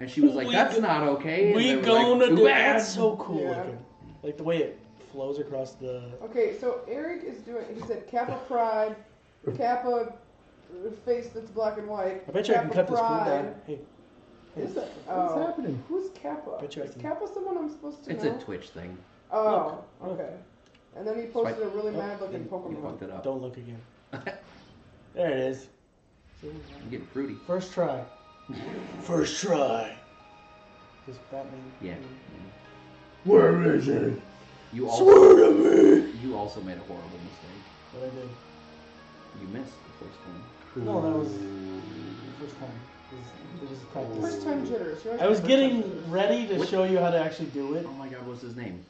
Speaker 2: and she was like,
Speaker 3: We
Speaker 2: that's
Speaker 3: go-
Speaker 2: not okay. and they
Speaker 3: We
Speaker 2: were
Speaker 3: gonna
Speaker 2: like,
Speaker 3: do
Speaker 2: "Too bad."
Speaker 3: That's so cool
Speaker 5: Yeah.
Speaker 3: looking. Like the way it flows across the.
Speaker 5: Okay, so Eric is doing. He said Kappa Pride, Kappa face that's black and white.
Speaker 3: I bet you I can
Speaker 5: Kappa
Speaker 3: cut this
Speaker 5: Pride.
Speaker 3: cool down. Hey,
Speaker 5: Is it?
Speaker 1: What's
Speaker 5: Oh.
Speaker 1: happening?
Speaker 5: Who's Kappa?
Speaker 3: Bet you I
Speaker 5: Is
Speaker 3: can-
Speaker 5: Kappa someone I'm supposed to
Speaker 2: It's
Speaker 5: know?
Speaker 2: a Twitch thing.
Speaker 5: oh,
Speaker 3: Look, look.
Speaker 5: okay. And then he posted a really
Speaker 3: Oh,
Speaker 5: mad looking
Speaker 2: You
Speaker 5: Pokemon.
Speaker 2: fucked it up.
Speaker 3: don't look again. There it is.
Speaker 2: I'm getting fruity.
Speaker 3: First try. First try. Is Batman?
Speaker 2: Yeah.
Speaker 1: Where is it?
Speaker 2: You also you also made a horrible mistake.
Speaker 3: What I did.
Speaker 2: You missed the first one.
Speaker 3: No, that was the first time. It was, it was practice.
Speaker 5: First time jitters. You're
Speaker 3: I was
Speaker 5: actually first time
Speaker 3: getting
Speaker 5: jitters.
Speaker 3: ready to
Speaker 2: What-
Speaker 3: show you how to actually do it.
Speaker 2: Oh my god, what's his name?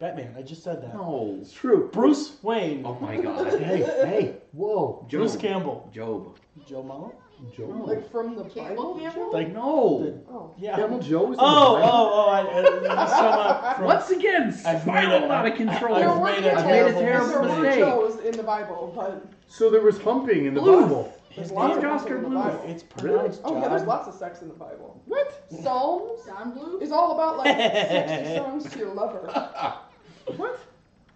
Speaker 3: Batman, I just said that.
Speaker 5: Oh.
Speaker 2: No.
Speaker 1: It's true.
Speaker 3: Bruce Wayne.
Speaker 2: Oh my god.
Speaker 1: Hey, hey, whoa.
Speaker 3: Bruce
Speaker 2: Job.
Speaker 3: Campbell.
Speaker 2: Job.
Speaker 3: Joe Mullen?
Speaker 2: Oh.
Speaker 1: Joe.
Speaker 5: Like from the
Speaker 4: Campbell
Speaker 5: Bible?
Speaker 4: Campbell?
Speaker 3: Like,
Speaker 2: No.
Speaker 5: Oh.
Speaker 3: yeah.
Speaker 1: Camel Joe is in
Speaker 3: Oh,
Speaker 1: the Bible?
Speaker 3: oh, oh, I, I, this time I- from-
Speaker 2: Once again,
Speaker 3: I've made
Speaker 2: spiral
Speaker 3: it-
Speaker 2: out of
Speaker 3: I-
Speaker 2: control.
Speaker 3: I've
Speaker 5: There were
Speaker 3: made a
Speaker 5: Joes-
Speaker 2: terrible
Speaker 5: there were
Speaker 2: mistake.
Speaker 5: Joes in the Bible, but
Speaker 1: So there was humping in the
Speaker 2: Bluth.
Speaker 1: Bible.
Speaker 3: His
Speaker 5: there's lots
Speaker 3: name
Speaker 5: of
Speaker 2: Oscar
Speaker 5: people in the
Speaker 2: Bluth.
Speaker 5: Bible.
Speaker 3: It's pronounced
Speaker 5: Oh yeah, there's
Speaker 3: John.
Speaker 5: lots of sex in the Bible.
Speaker 1: What?
Speaker 5: Psalms
Speaker 4: John Blue?
Speaker 5: is all about like sexy songs to your lover.
Speaker 1: What?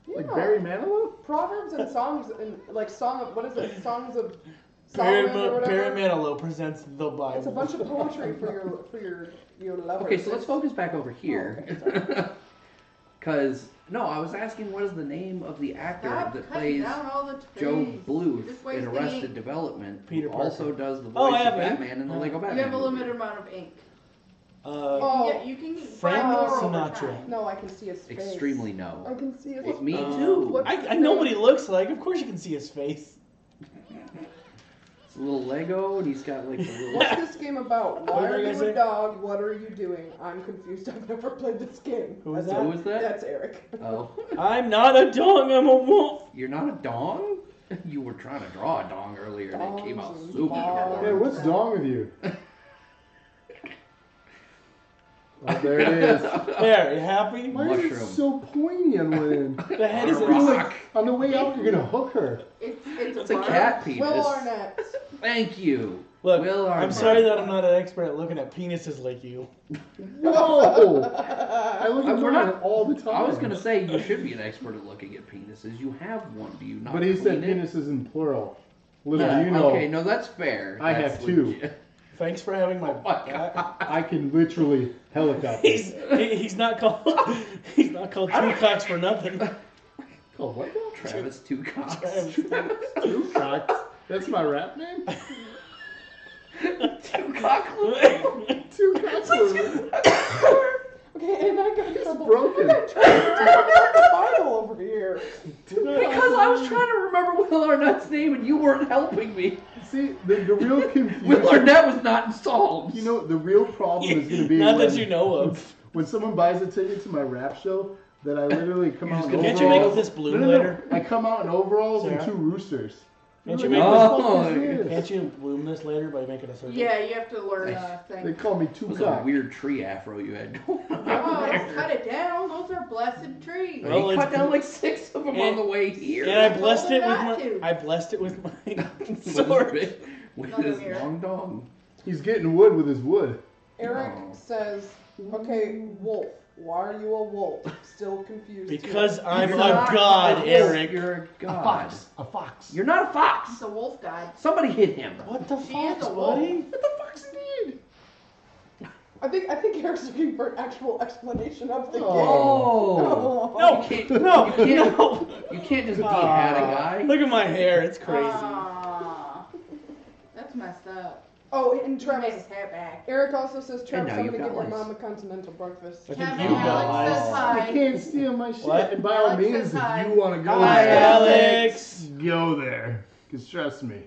Speaker 1: Like
Speaker 5: Yeah.
Speaker 1: Barry Manilow?
Speaker 5: Proverbs and songs and like song of what is it? Songs of
Speaker 3: Barry,
Speaker 5: Solomon or
Speaker 3: Ma- Barry
Speaker 5: whatever.
Speaker 3: Manilow presents the Bible.
Speaker 5: It's a bunch of poetry for your for your your lover.
Speaker 2: Okay, so let's focus back over
Speaker 4: Oh,
Speaker 2: here. Because, no, I was asking what is the name of the actor
Speaker 4: Stop
Speaker 2: that
Speaker 4: cutting
Speaker 2: plays
Speaker 4: down all the
Speaker 2: Joe
Speaker 4: trees. You're just
Speaker 2: Bluth in
Speaker 4: wasting
Speaker 2: Arrested
Speaker 4: ink.
Speaker 2: Development,
Speaker 3: Peter
Speaker 2: who also
Speaker 3: Parker.
Speaker 2: does the voice
Speaker 3: Oh, I
Speaker 2: of
Speaker 3: have ink.
Speaker 2: Batman in the Lego Batman.
Speaker 4: You have a
Speaker 2: movie.
Speaker 4: limited amount of ink.
Speaker 3: Uh,
Speaker 5: Oh,
Speaker 4: you can get, you can
Speaker 3: Frank
Speaker 4: buy more
Speaker 3: Sinatra.
Speaker 4: Over time.
Speaker 5: No, I can see his face.
Speaker 2: Extremely
Speaker 5: I
Speaker 2: no.
Speaker 5: can see his
Speaker 2: It's me
Speaker 3: uh,
Speaker 2: too.
Speaker 5: What-
Speaker 3: I, I know what he looks like. Of course you can see his face.
Speaker 2: It's a little Lego, and he's got like a little.
Speaker 5: What's this game about?
Speaker 3: What
Speaker 5: Why
Speaker 3: were
Speaker 5: are
Speaker 3: you gonna
Speaker 5: you
Speaker 3: say?
Speaker 5: a dog? What are you doing? I'm confused. I've never played this game.
Speaker 3: Who is
Speaker 5: That's
Speaker 3: that?
Speaker 2: Who is that?
Speaker 5: That's Eric.
Speaker 2: Oh,
Speaker 3: I'm not a dog, I'm a wolf.
Speaker 2: you're not a dong. You were trying to draw a dong earlier, and it came out
Speaker 5: Dongs and
Speaker 2: super
Speaker 5: dongs.
Speaker 1: Hey,
Speaker 2: hard.
Speaker 1: what's wrong with you? oh, there it is.
Speaker 3: There, you happy?
Speaker 1: Why is it
Speaker 2: Mushroom.
Speaker 1: so poignant when
Speaker 3: The
Speaker 2: On
Speaker 3: head is
Speaker 2: a
Speaker 1: you're
Speaker 2: rock.
Speaker 1: like, on the way out you're gonna hook her?
Speaker 4: It's it's
Speaker 2: It's a
Speaker 4: bar.
Speaker 2: cat penis.
Speaker 5: Will Arnett.
Speaker 2: Thank you.
Speaker 3: Look,
Speaker 2: Will
Speaker 3: I'm
Speaker 2: Arnett.
Speaker 3: sorry that I'm not an expert at looking at penises like you.
Speaker 1: Whoa! I look at
Speaker 2: We're
Speaker 1: Jordan
Speaker 2: not-
Speaker 1: all the time.
Speaker 2: I was gonna say you should be an expert at looking at penises. You have one, do you not?
Speaker 1: but he said
Speaker 2: clean it?
Speaker 1: penis is in plural. Little
Speaker 3: Yeah,
Speaker 1: do you know,
Speaker 2: Okay, no, that's fair.
Speaker 1: I
Speaker 2: That's
Speaker 1: have two.
Speaker 2: legit.
Speaker 3: Thanks for having my.
Speaker 2: Oh my God.
Speaker 1: I can literally helicopter.
Speaker 3: He's he, he's not called he's not called two cocks for nothing.
Speaker 1: oh, what?
Speaker 2: Travis two cocks.
Speaker 3: Travis
Speaker 1: Two cocks. That's my rap name.
Speaker 2: two cock.
Speaker 1: Two cocks. are-
Speaker 5: Okay, and I got in
Speaker 1: It's
Speaker 5: trouble.
Speaker 1: broken.
Speaker 5: the Bible over here.
Speaker 2: Because I was trying to remember Will Arnett's name and you weren't helping me.
Speaker 1: See, the, the real
Speaker 2: Will
Speaker 1: confusion.
Speaker 2: Arnett was not in Psalms.
Speaker 1: You know, the real problem is gonna be
Speaker 3: not
Speaker 1: when,
Speaker 3: that you know of.
Speaker 1: when someone buys a ticket to my rap show that I literally come
Speaker 2: You're
Speaker 1: out.
Speaker 2: just
Speaker 1: in
Speaker 2: gonna-
Speaker 3: Can't you make
Speaker 1: overalls-
Speaker 3: this blue
Speaker 1: No, no, no.
Speaker 3: later?
Speaker 1: I come out in overalls and
Speaker 3: Sarah?
Speaker 1: two roosters.
Speaker 3: Can't
Speaker 1: They're
Speaker 3: you
Speaker 1: like,
Speaker 2: make
Speaker 1: "What
Speaker 2: this-
Speaker 1: the fuck is
Speaker 2: Oh.
Speaker 1: this?"
Speaker 3: Can't you bloom this later by making a circle?
Speaker 4: Yeah, you have to learn a
Speaker 1: They
Speaker 4: thing.
Speaker 1: call me
Speaker 2: It
Speaker 1: two
Speaker 2: was a
Speaker 1: cock.
Speaker 2: weird tree afro you had going on.
Speaker 4: Oh, don't cut
Speaker 2: there.
Speaker 4: it down. Those are blessed trees.
Speaker 3: Well,
Speaker 2: he
Speaker 3: it's-
Speaker 2: cut down like six of them on
Speaker 3: And-
Speaker 2: the way here.
Speaker 3: And I
Speaker 4: told
Speaker 3: blessed
Speaker 4: him
Speaker 3: it with
Speaker 4: not
Speaker 3: my
Speaker 4: to.
Speaker 3: I blessed it with my
Speaker 2: With his
Speaker 3: sword.
Speaker 2: bit- With
Speaker 4: Another
Speaker 2: his
Speaker 4: mirror.
Speaker 2: long dong.
Speaker 1: He's getting wood with his wood.
Speaker 5: Eric
Speaker 2: No.
Speaker 5: says, "Okay, wolf. Why are you a wolf? Still confused. here.
Speaker 3: Because I'm
Speaker 2: You're
Speaker 3: a
Speaker 2: not
Speaker 3: god,
Speaker 2: wolf,
Speaker 3: Eric.
Speaker 2: You're a god.
Speaker 1: A fox.
Speaker 2: You're not a fox.
Speaker 4: It's a wolf god.
Speaker 2: Somebody hit him.
Speaker 3: What the
Speaker 4: She
Speaker 3: fuck,
Speaker 4: is a wolf.
Speaker 3: buddy?
Speaker 2: What the fox indeed?
Speaker 5: I think I think Eric's looking for an actual explanation of the
Speaker 2: Oh.
Speaker 5: game.
Speaker 3: No,
Speaker 2: You can't,
Speaker 3: no,
Speaker 2: you can't,
Speaker 3: no.
Speaker 2: You can't just be
Speaker 3: Aw.
Speaker 2: had a guy.
Speaker 3: Look at my hair, it's crazy.
Speaker 4: Ah, that's messed up.
Speaker 5: Oh, and
Speaker 4: Travis,
Speaker 5: Travis.
Speaker 4: hair back.
Speaker 5: Eric also says, "Travis,
Speaker 2: now
Speaker 5: I'm
Speaker 2: you've
Speaker 5: gonna
Speaker 2: got
Speaker 5: give your
Speaker 2: lice.
Speaker 5: mom a continental breakfast."
Speaker 3: I think
Speaker 4: Kevin
Speaker 3: you got
Speaker 4: Alex
Speaker 3: eyes.
Speaker 4: says
Speaker 1: You
Speaker 4: hi.
Speaker 1: can't steal my shit.
Speaker 3: What?
Speaker 1: And by all
Speaker 4: Alex
Speaker 1: means,
Speaker 4: says
Speaker 1: if
Speaker 4: hi.
Speaker 1: you want to go
Speaker 3: Hi,
Speaker 1: there,
Speaker 3: Alex.
Speaker 1: go there. Because trust me,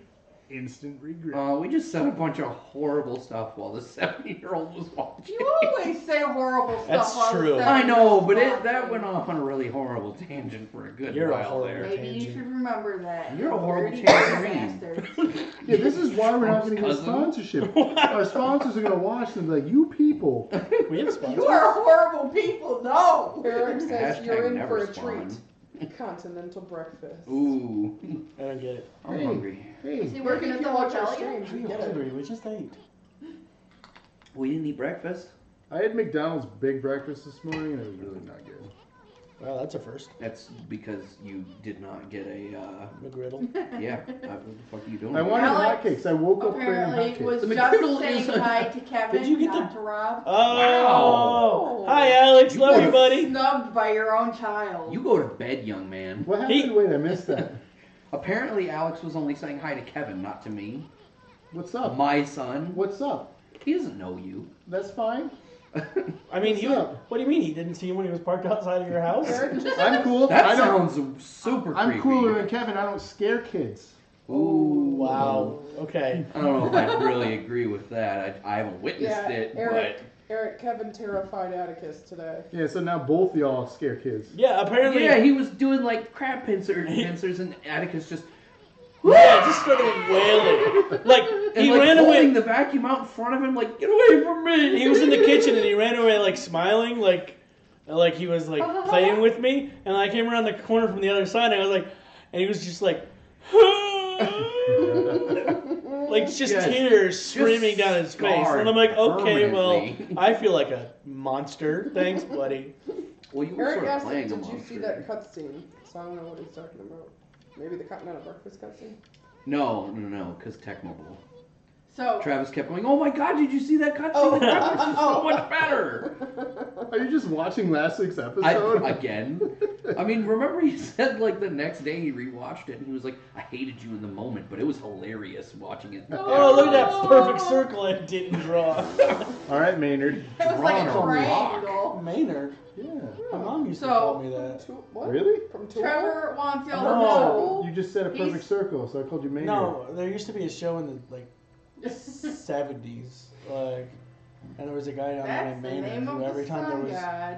Speaker 1: instant regret.
Speaker 2: Uh, we just said a bunch of horrible stuff while the 70 year old was watching.
Speaker 4: You always say horrible stuff.
Speaker 3: That's
Speaker 4: all the
Speaker 3: true.
Speaker 2: I
Speaker 4: time.
Speaker 2: know, but it, that went off on a really horrible tangent for a good
Speaker 3: You're a
Speaker 2: while
Speaker 3: horrible
Speaker 2: there.
Speaker 4: Maybe you
Speaker 3: Tangent.
Speaker 4: should remember that.
Speaker 2: You're a horrible
Speaker 4: Dirty
Speaker 2: tangerine.
Speaker 4: bastard.
Speaker 1: yeah, this is why we're not going to get a
Speaker 2: Cousin.
Speaker 1: sponsorship. Our sponsors are going to watch and be like, you people.
Speaker 3: We have
Speaker 4: You
Speaker 3: sponsors.
Speaker 4: are horrible people. No.
Speaker 5: Eric says,
Speaker 2: Hashtag
Speaker 5: "You're in
Speaker 2: never
Speaker 5: for a
Speaker 2: spawn.
Speaker 5: treat." Continental breakfast.
Speaker 2: Ooh,
Speaker 3: I don't get it.
Speaker 2: I'm
Speaker 1: Hey.
Speaker 2: hungry.
Speaker 4: Is he
Speaker 1: Hey,
Speaker 5: Eric,
Speaker 4: working
Speaker 5: if
Speaker 4: at
Speaker 5: you
Speaker 4: the
Speaker 5: watch our
Speaker 4: hotel?
Speaker 5: streams,
Speaker 3: I'm
Speaker 5: you get it.
Speaker 3: hungry. We just ate.
Speaker 2: We didn't eat breakfast.
Speaker 1: I had McDonald's big breakfast this morning and it was really not good.
Speaker 3: Well, that's a first.
Speaker 2: That's because you did not get a. Uh,
Speaker 3: McGriddle.
Speaker 2: yeah, uh, what the fuck are you doing?
Speaker 6: I wanted
Speaker 4: Alex
Speaker 6: hotcakes. I woke up craving
Speaker 4: Apparently
Speaker 6: hotcakes.
Speaker 4: was
Speaker 2: The
Speaker 4: just
Speaker 2: McGriddle
Speaker 4: saying
Speaker 2: is a-
Speaker 4: hi to Kevin,
Speaker 3: Did you get
Speaker 4: not
Speaker 3: the-
Speaker 4: to Rob.
Speaker 3: Oh,
Speaker 4: Wow.
Speaker 3: hi Alex,
Speaker 2: You
Speaker 3: love
Speaker 2: are-
Speaker 3: you, buddy.
Speaker 4: Snubbed by your own child.
Speaker 2: You go to bed, young man.
Speaker 6: What happened?
Speaker 3: He-
Speaker 6: Wait, I missed that.
Speaker 2: Apparently, Alex was only saying hi to Kevin, not to me.
Speaker 6: What's
Speaker 3: Oh.
Speaker 6: up?
Speaker 2: My son.
Speaker 6: What's up?
Speaker 2: He doesn't know you.
Speaker 6: That's fine.
Speaker 3: I mean,
Speaker 6: What's
Speaker 3: you.
Speaker 6: up?
Speaker 3: What do you mean he didn't see you when he was parked outside of your house?
Speaker 5: Eric just
Speaker 6: I'm cool.
Speaker 2: That
Speaker 6: I don't,
Speaker 2: sounds super
Speaker 6: I'm
Speaker 2: creepy.
Speaker 6: cooler than Kevin. I don't scare kids.
Speaker 2: Ooh,
Speaker 3: Wow. Okay.
Speaker 2: I don't know if I really agree with that. I, I haven't witnessed
Speaker 5: Yeah,
Speaker 2: it,
Speaker 5: Eric. Eric Kevin terrified Atticus today.
Speaker 6: Yeah, so now both y'all scare kids.
Speaker 3: Yeah.
Speaker 2: but
Speaker 3: Apparently.
Speaker 2: yeah, he was doing like crab pincer pincers, and Atticus just
Speaker 3: Yeah, just started wailing. Like
Speaker 2: and
Speaker 3: he
Speaker 2: like
Speaker 3: ran
Speaker 2: holding
Speaker 3: away.
Speaker 2: the vacuum out in front of him, like get away from me.
Speaker 3: He was in the kitchen and he ran away like smiling, like like he was like playing with me. And I came around the corner from the other side, and I was like, and he was just like, like just
Speaker 2: Yes.
Speaker 3: tears streaming down his face.
Speaker 2: scarred
Speaker 3: And I'm like, okay, well,
Speaker 2: permanently.
Speaker 3: I feel like a monster. Thanks, buddy.
Speaker 2: Well, you were
Speaker 5: Eric
Speaker 2: sort of
Speaker 5: asked,
Speaker 2: playing
Speaker 5: "Did
Speaker 2: a
Speaker 5: you
Speaker 2: monster.
Speaker 5: see that cutscene?" So I don't know what he's talking about. Maybe the Continental Breakfast cutscene.
Speaker 2: No, no, no, because Tech Mobile.
Speaker 4: so,
Speaker 2: Travis kept going. Oh my God! Did you see that cutscene?
Speaker 5: Oh.
Speaker 2: The graphics is so much better.
Speaker 6: Are you just watching last week's
Speaker 2: I,
Speaker 6: episode?
Speaker 2: again. I mean, remember he said like the next day he rewatched it and he was like, "I hated you in the moment, but it was hilarious watching it."
Speaker 3: Oh, look at
Speaker 4: Oh.
Speaker 3: that perfect circle I didn't draw.
Speaker 6: All right, Maynard.
Speaker 4: it was like a
Speaker 2: Drawn on rock.
Speaker 4: triangle.
Speaker 3: Maynard.
Speaker 6: Yeah.
Speaker 3: My mom used to
Speaker 4: So-
Speaker 3: call me that.
Speaker 5: From Tool- what?
Speaker 6: Really?
Speaker 5: From Tool?
Speaker 4: Trevor wants y'all
Speaker 3: No.
Speaker 6: You just said a perfect
Speaker 4: He's-
Speaker 6: circle, so I called you Maynard.
Speaker 3: No, there used to be a show in the like
Speaker 4: to know.
Speaker 3: seventies, like, and there was a guy down there
Speaker 4: That's
Speaker 3: named
Speaker 4: the
Speaker 3: Maynard
Speaker 4: name of
Speaker 3: who every
Speaker 4: the
Speaker 3: time there
Speaker 4: sun
Speaker 3: was
Speaker 4: god.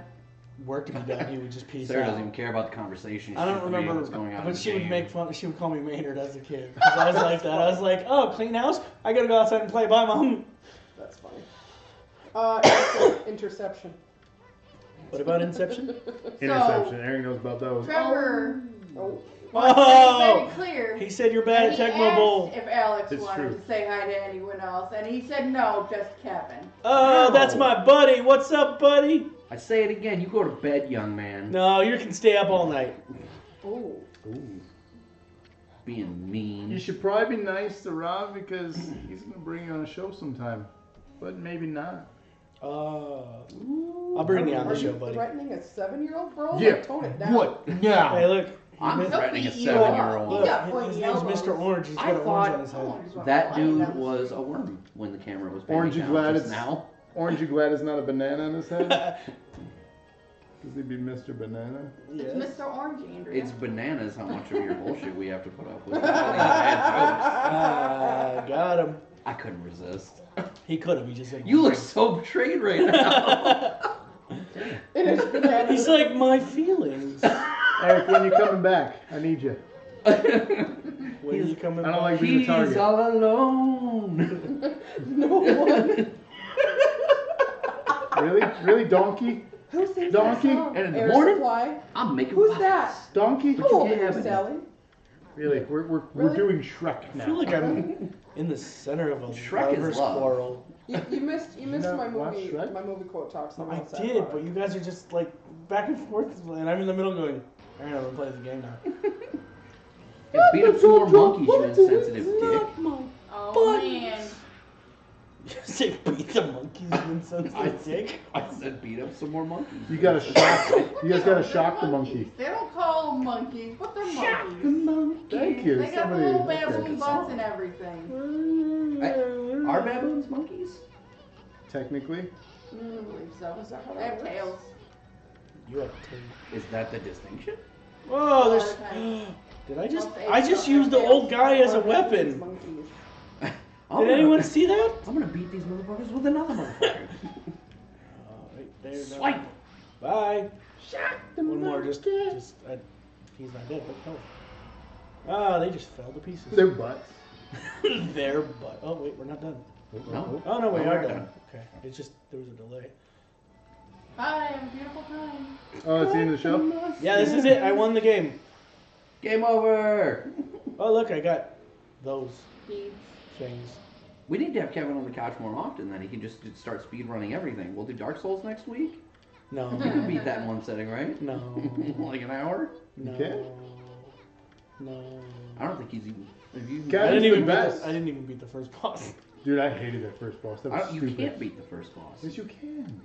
Speaker 3: work to be done, he would just peace
Speaker 2: Sarah
Speaker 3: out.
Speaker 2: doesn't even care about the conversation.
Speaker 3: I
Speaker 2: She's
Speaker 3: don't
Speaker 2: just reading
Speaker 3: remember,
Speaker 2: what's going on. in
Speaker 3: but
Speaker 2: the
Speaker 3: she would
Speaker 2: game.
Speaker 3: make fun. She would call me Maynard as a kid. 'cause I was like that. I was like, oh, clean house. I gotta go outside and play. Bye, mom.
Speaker 5: That's funny. Uh, it's an interception.
Speaker 3: What about Inception?
Speaker 6: Interception. Aaron knows about those.
Speaker 4: Trevor
Speaker 5: Oh,
Speaker 4: wants
Speaker 3: Oh!
Speaker 4: to be very clear.
Speaker 3: He said you're
Speaker 4: And
Speaker 3: bad at
Speaker 4: he
Speaker 3: Tecmo
Speaker 4: asked
Speaker 3: Bowl.
Speaker 4: if Alex
Speaker 6: It's
Speaker 4: wanted
Speaker 6: true.
Speaker 4: to say hi to anyone else, and he said no, just Kevin.
Speaker 3: Oh, that's my buddy. What's up, buddy?
Speaker 2: I say it again. You go to bed, young man.
Speaker 3: No, you can stay up all night.
Speaker 5: oh.
Speaker 6: Ooh.
Speaker 2: Being mean.
Speaker 6: You should probably be nice to Rob because he's gonna bring you on a show sometime, but maybe not.
Speaker 3: Oh, I'll bring you on
Speaker 5: Are
Speaker 3: the show,
Speaker 5: you
Speaker 3: buddy.
Speaker 5: threatening a seven-year-old, bro? Like,
Speaker 6: Yeah.
Speaker 5: tone Oh, it down.
Speaker 6: now?
Speaker 3: Hey, look.
Speaker 2: I'm
Speaker 3: Look,
Speaker 2: threatening a
Speaker 4: Don't beat you
Speaker 2: seven-year-old.
Speaker 4: up. He got
Speaker 3: Look, his
Speaker 4: pointy
Speaker 3: name's
Speaker 4: elbows.
Speaker 3: Mr. Orange. He's
Speaker 2: I
Speaker 3: got an orange
Speaker 2: thought-
Speaker 3: on his head.
Speaker 2: That dude was a worm when the camera was. panning
Speaker 6: Orange you
Speaker 2: down
Speaker 6: glad
Speaker 2: just
Speaker 6: it's-
Speaker 2: now?
Speaker 6: Aren't you glad it's not a banana on his head? Does he be Mr. Banana?
Speaker 4: It's
Speaker 3: Yes.
Speaker 4: Mr. Orange, Andrew.
Speaker 2: It's bananas how much of your bullshit we have to put up with. All these bad jokes.
Speaker 3: Ah, got him.
Speaker 2: I couldn't resist.
Speaker 3: He could have. He just didn't.
Speaker 2: You look so betrayed right now.
Speaker 5: It is bananas.
Speaker 3: He's like my feelings.
Speaker 6: Eric, when you coming back? I need you.
Speaker 3: When you coming?
Speaker 6: I don't
Speaker 3: back?
Speaker 6: like being a
Speaker 2: He's
Speaker 6: target.
Speaker 2: all alone.
Speaker 5: no one.
Speaker 6: Really? Really, donkey?
Speaker 5: Who sings
Speaker 6: Donkey
Speaker 5: that song?
Speaker 2: and in the
Speaker 5: Air
Speaker 2: morning?
Speaker 5: Supply.
Speaker 2: I'm making.
Speaker 5: Who's
Speaker 2: waffles.
Speaker 5: that?
Speaker 6: Donkey?
Speaker 5: How old are
Speaker 2: Yeah,
Speaker 5: you,
Speaker 2: but-
Speaker 5: Sally?
Speaker 6: Really? We're, we're, we're
Speaker 5: Really?
Speaker 6: doing Shrek
Speaker 3: I
Speaker 6: now.
Speaker 3: feel like I'm in the center of a
Speaker 2: Shrek is
Speaker 3: lover's
Speaker 2: love.
Speaker 3: quarrel.
Speaker 5: You, you missed. You missed
Speaker 6: No,
Speaker 5: my
Speaker 6: watch
Speaker 5: movie.
Speaker 6: Shrek.
Speaker 5: My movie quote talks.
Speaker 3: No,
Speaker 5: on
Speaker 3: I
Speaker 5: outside
Speaker 3: did,
Speaker 5: product.
Speaker 3: but you guys are just like back and forth, and I'm in the middle going, "Alright, I'm gonna play this game now."
Speaker 2: Yeah, beat up some more monkeys, you insensitive dick.
Speaker 4: oh
Speaker 3: Buttons.
Speaker 4: man.
Speaker 3: You say beat the monkeys, you insensitive dick.
Speaker 2: I said beat up some more monkeys.
Speaker 6: You gotta shock. You guys gotta shock the monkey.
Speaker 4: They don't call them monkeys, but they're monkeys.
Speaker 6: Thank you.
Speaker 4: They got
Speaker 6: Somebody.
Speaker 4: little
Speaker 6: okay.
Speaker 4: baboon butts and everything.
Speaker 2: Are baboons monkeys?
Speaker 6: Technically,
Speaker 4: I don't believe
Speaker 5: Is
Speaker 4: so.
Speaker 5: that how
Speaker 4: They
Speaker 5: that
Speaker 4: have
Speaker 5: works?
Speaker 4: tails.
Speaker 3: You have two.
Speaker 2: Is that the distinction?
Speaker 3: Whoa, there's.
Speaker 4: Okay.
Speaker 3: Oh, Did I just?
Speaker 4: Okay,
Speaker 3: I just
Speaker 4: so
Speaker 3: used the
Speaker 4: okay,
Speaker 3: old guy as a
Speaker 5: Or these
Speaker 3: weapon.
Speaker 5: Monkeys.
Speaker 2: I'm
Speaker 3: Did
Speaker 2: gonna-
Speaker 3: anyone see that?
Speaker 2: I'm gonna beat these motherfuckers with another motherfucker.
Speaker 3: Oh, right there, no.
Speaker 2: Swipe.
Speaker 3: Bye.
Speaker 5: Shock the
Speaker 3: One more, just,
Speaker 5: monkey.
Speaker 3: just. I, he's not dead, but hell. Ah, they just fell to pieces.
Speaker 6: they're butts.
Speaker 3: Their butt. Oh wait, we're not done.
Speaker 2: No.
Speaker 3: Oh no, we
Speaker 2: No,
Speaker 3: are
Speaker 2: we're
Speaker 3: done.
Speaker 2: done.
Speaker 3: Okay, it's just there was a delay.
Speaker 4: Hi, have a beautiful time.
Speaker 6: Oh, it's the end of the show.
Speaker 3: Yeah, this is it. I won the game.
Speaker 2: Game over.
Speaker 3: Oh look, I got those
Speaker 4: Beads.
Speaker 3: things.
Speaker 2: We need to have Kevin on the couch more often. Then he can just start speedrunning everything. We'll do Dark Souls next week.
Speaker 3: No.
Speaker 2: You can beat that in one sitting, right?
Speaker 3: No.
Speaker 2: like an hour?
Speaker 3: No.
Speaker 1: Okay.
Speaker 3: No.
Speaker 2: I don't think he's even. If you,
Speaker 3: I
Speaker 1: Guys, That is
Speaker 3: didn't
Speaker 1: the
Speaker 3: even beat the,
Speaker 1: best.
Speaker 3: I didn't even beat the first boss.
Speaker 1: Dude, I hated that first boss. That
Speaker 2: I
Speaker 1: was
Speaker 2: don't- you
Speaker 1: stupid.
Speaker 2: can't beat the first boss.
Speaker 1: Yes, you can.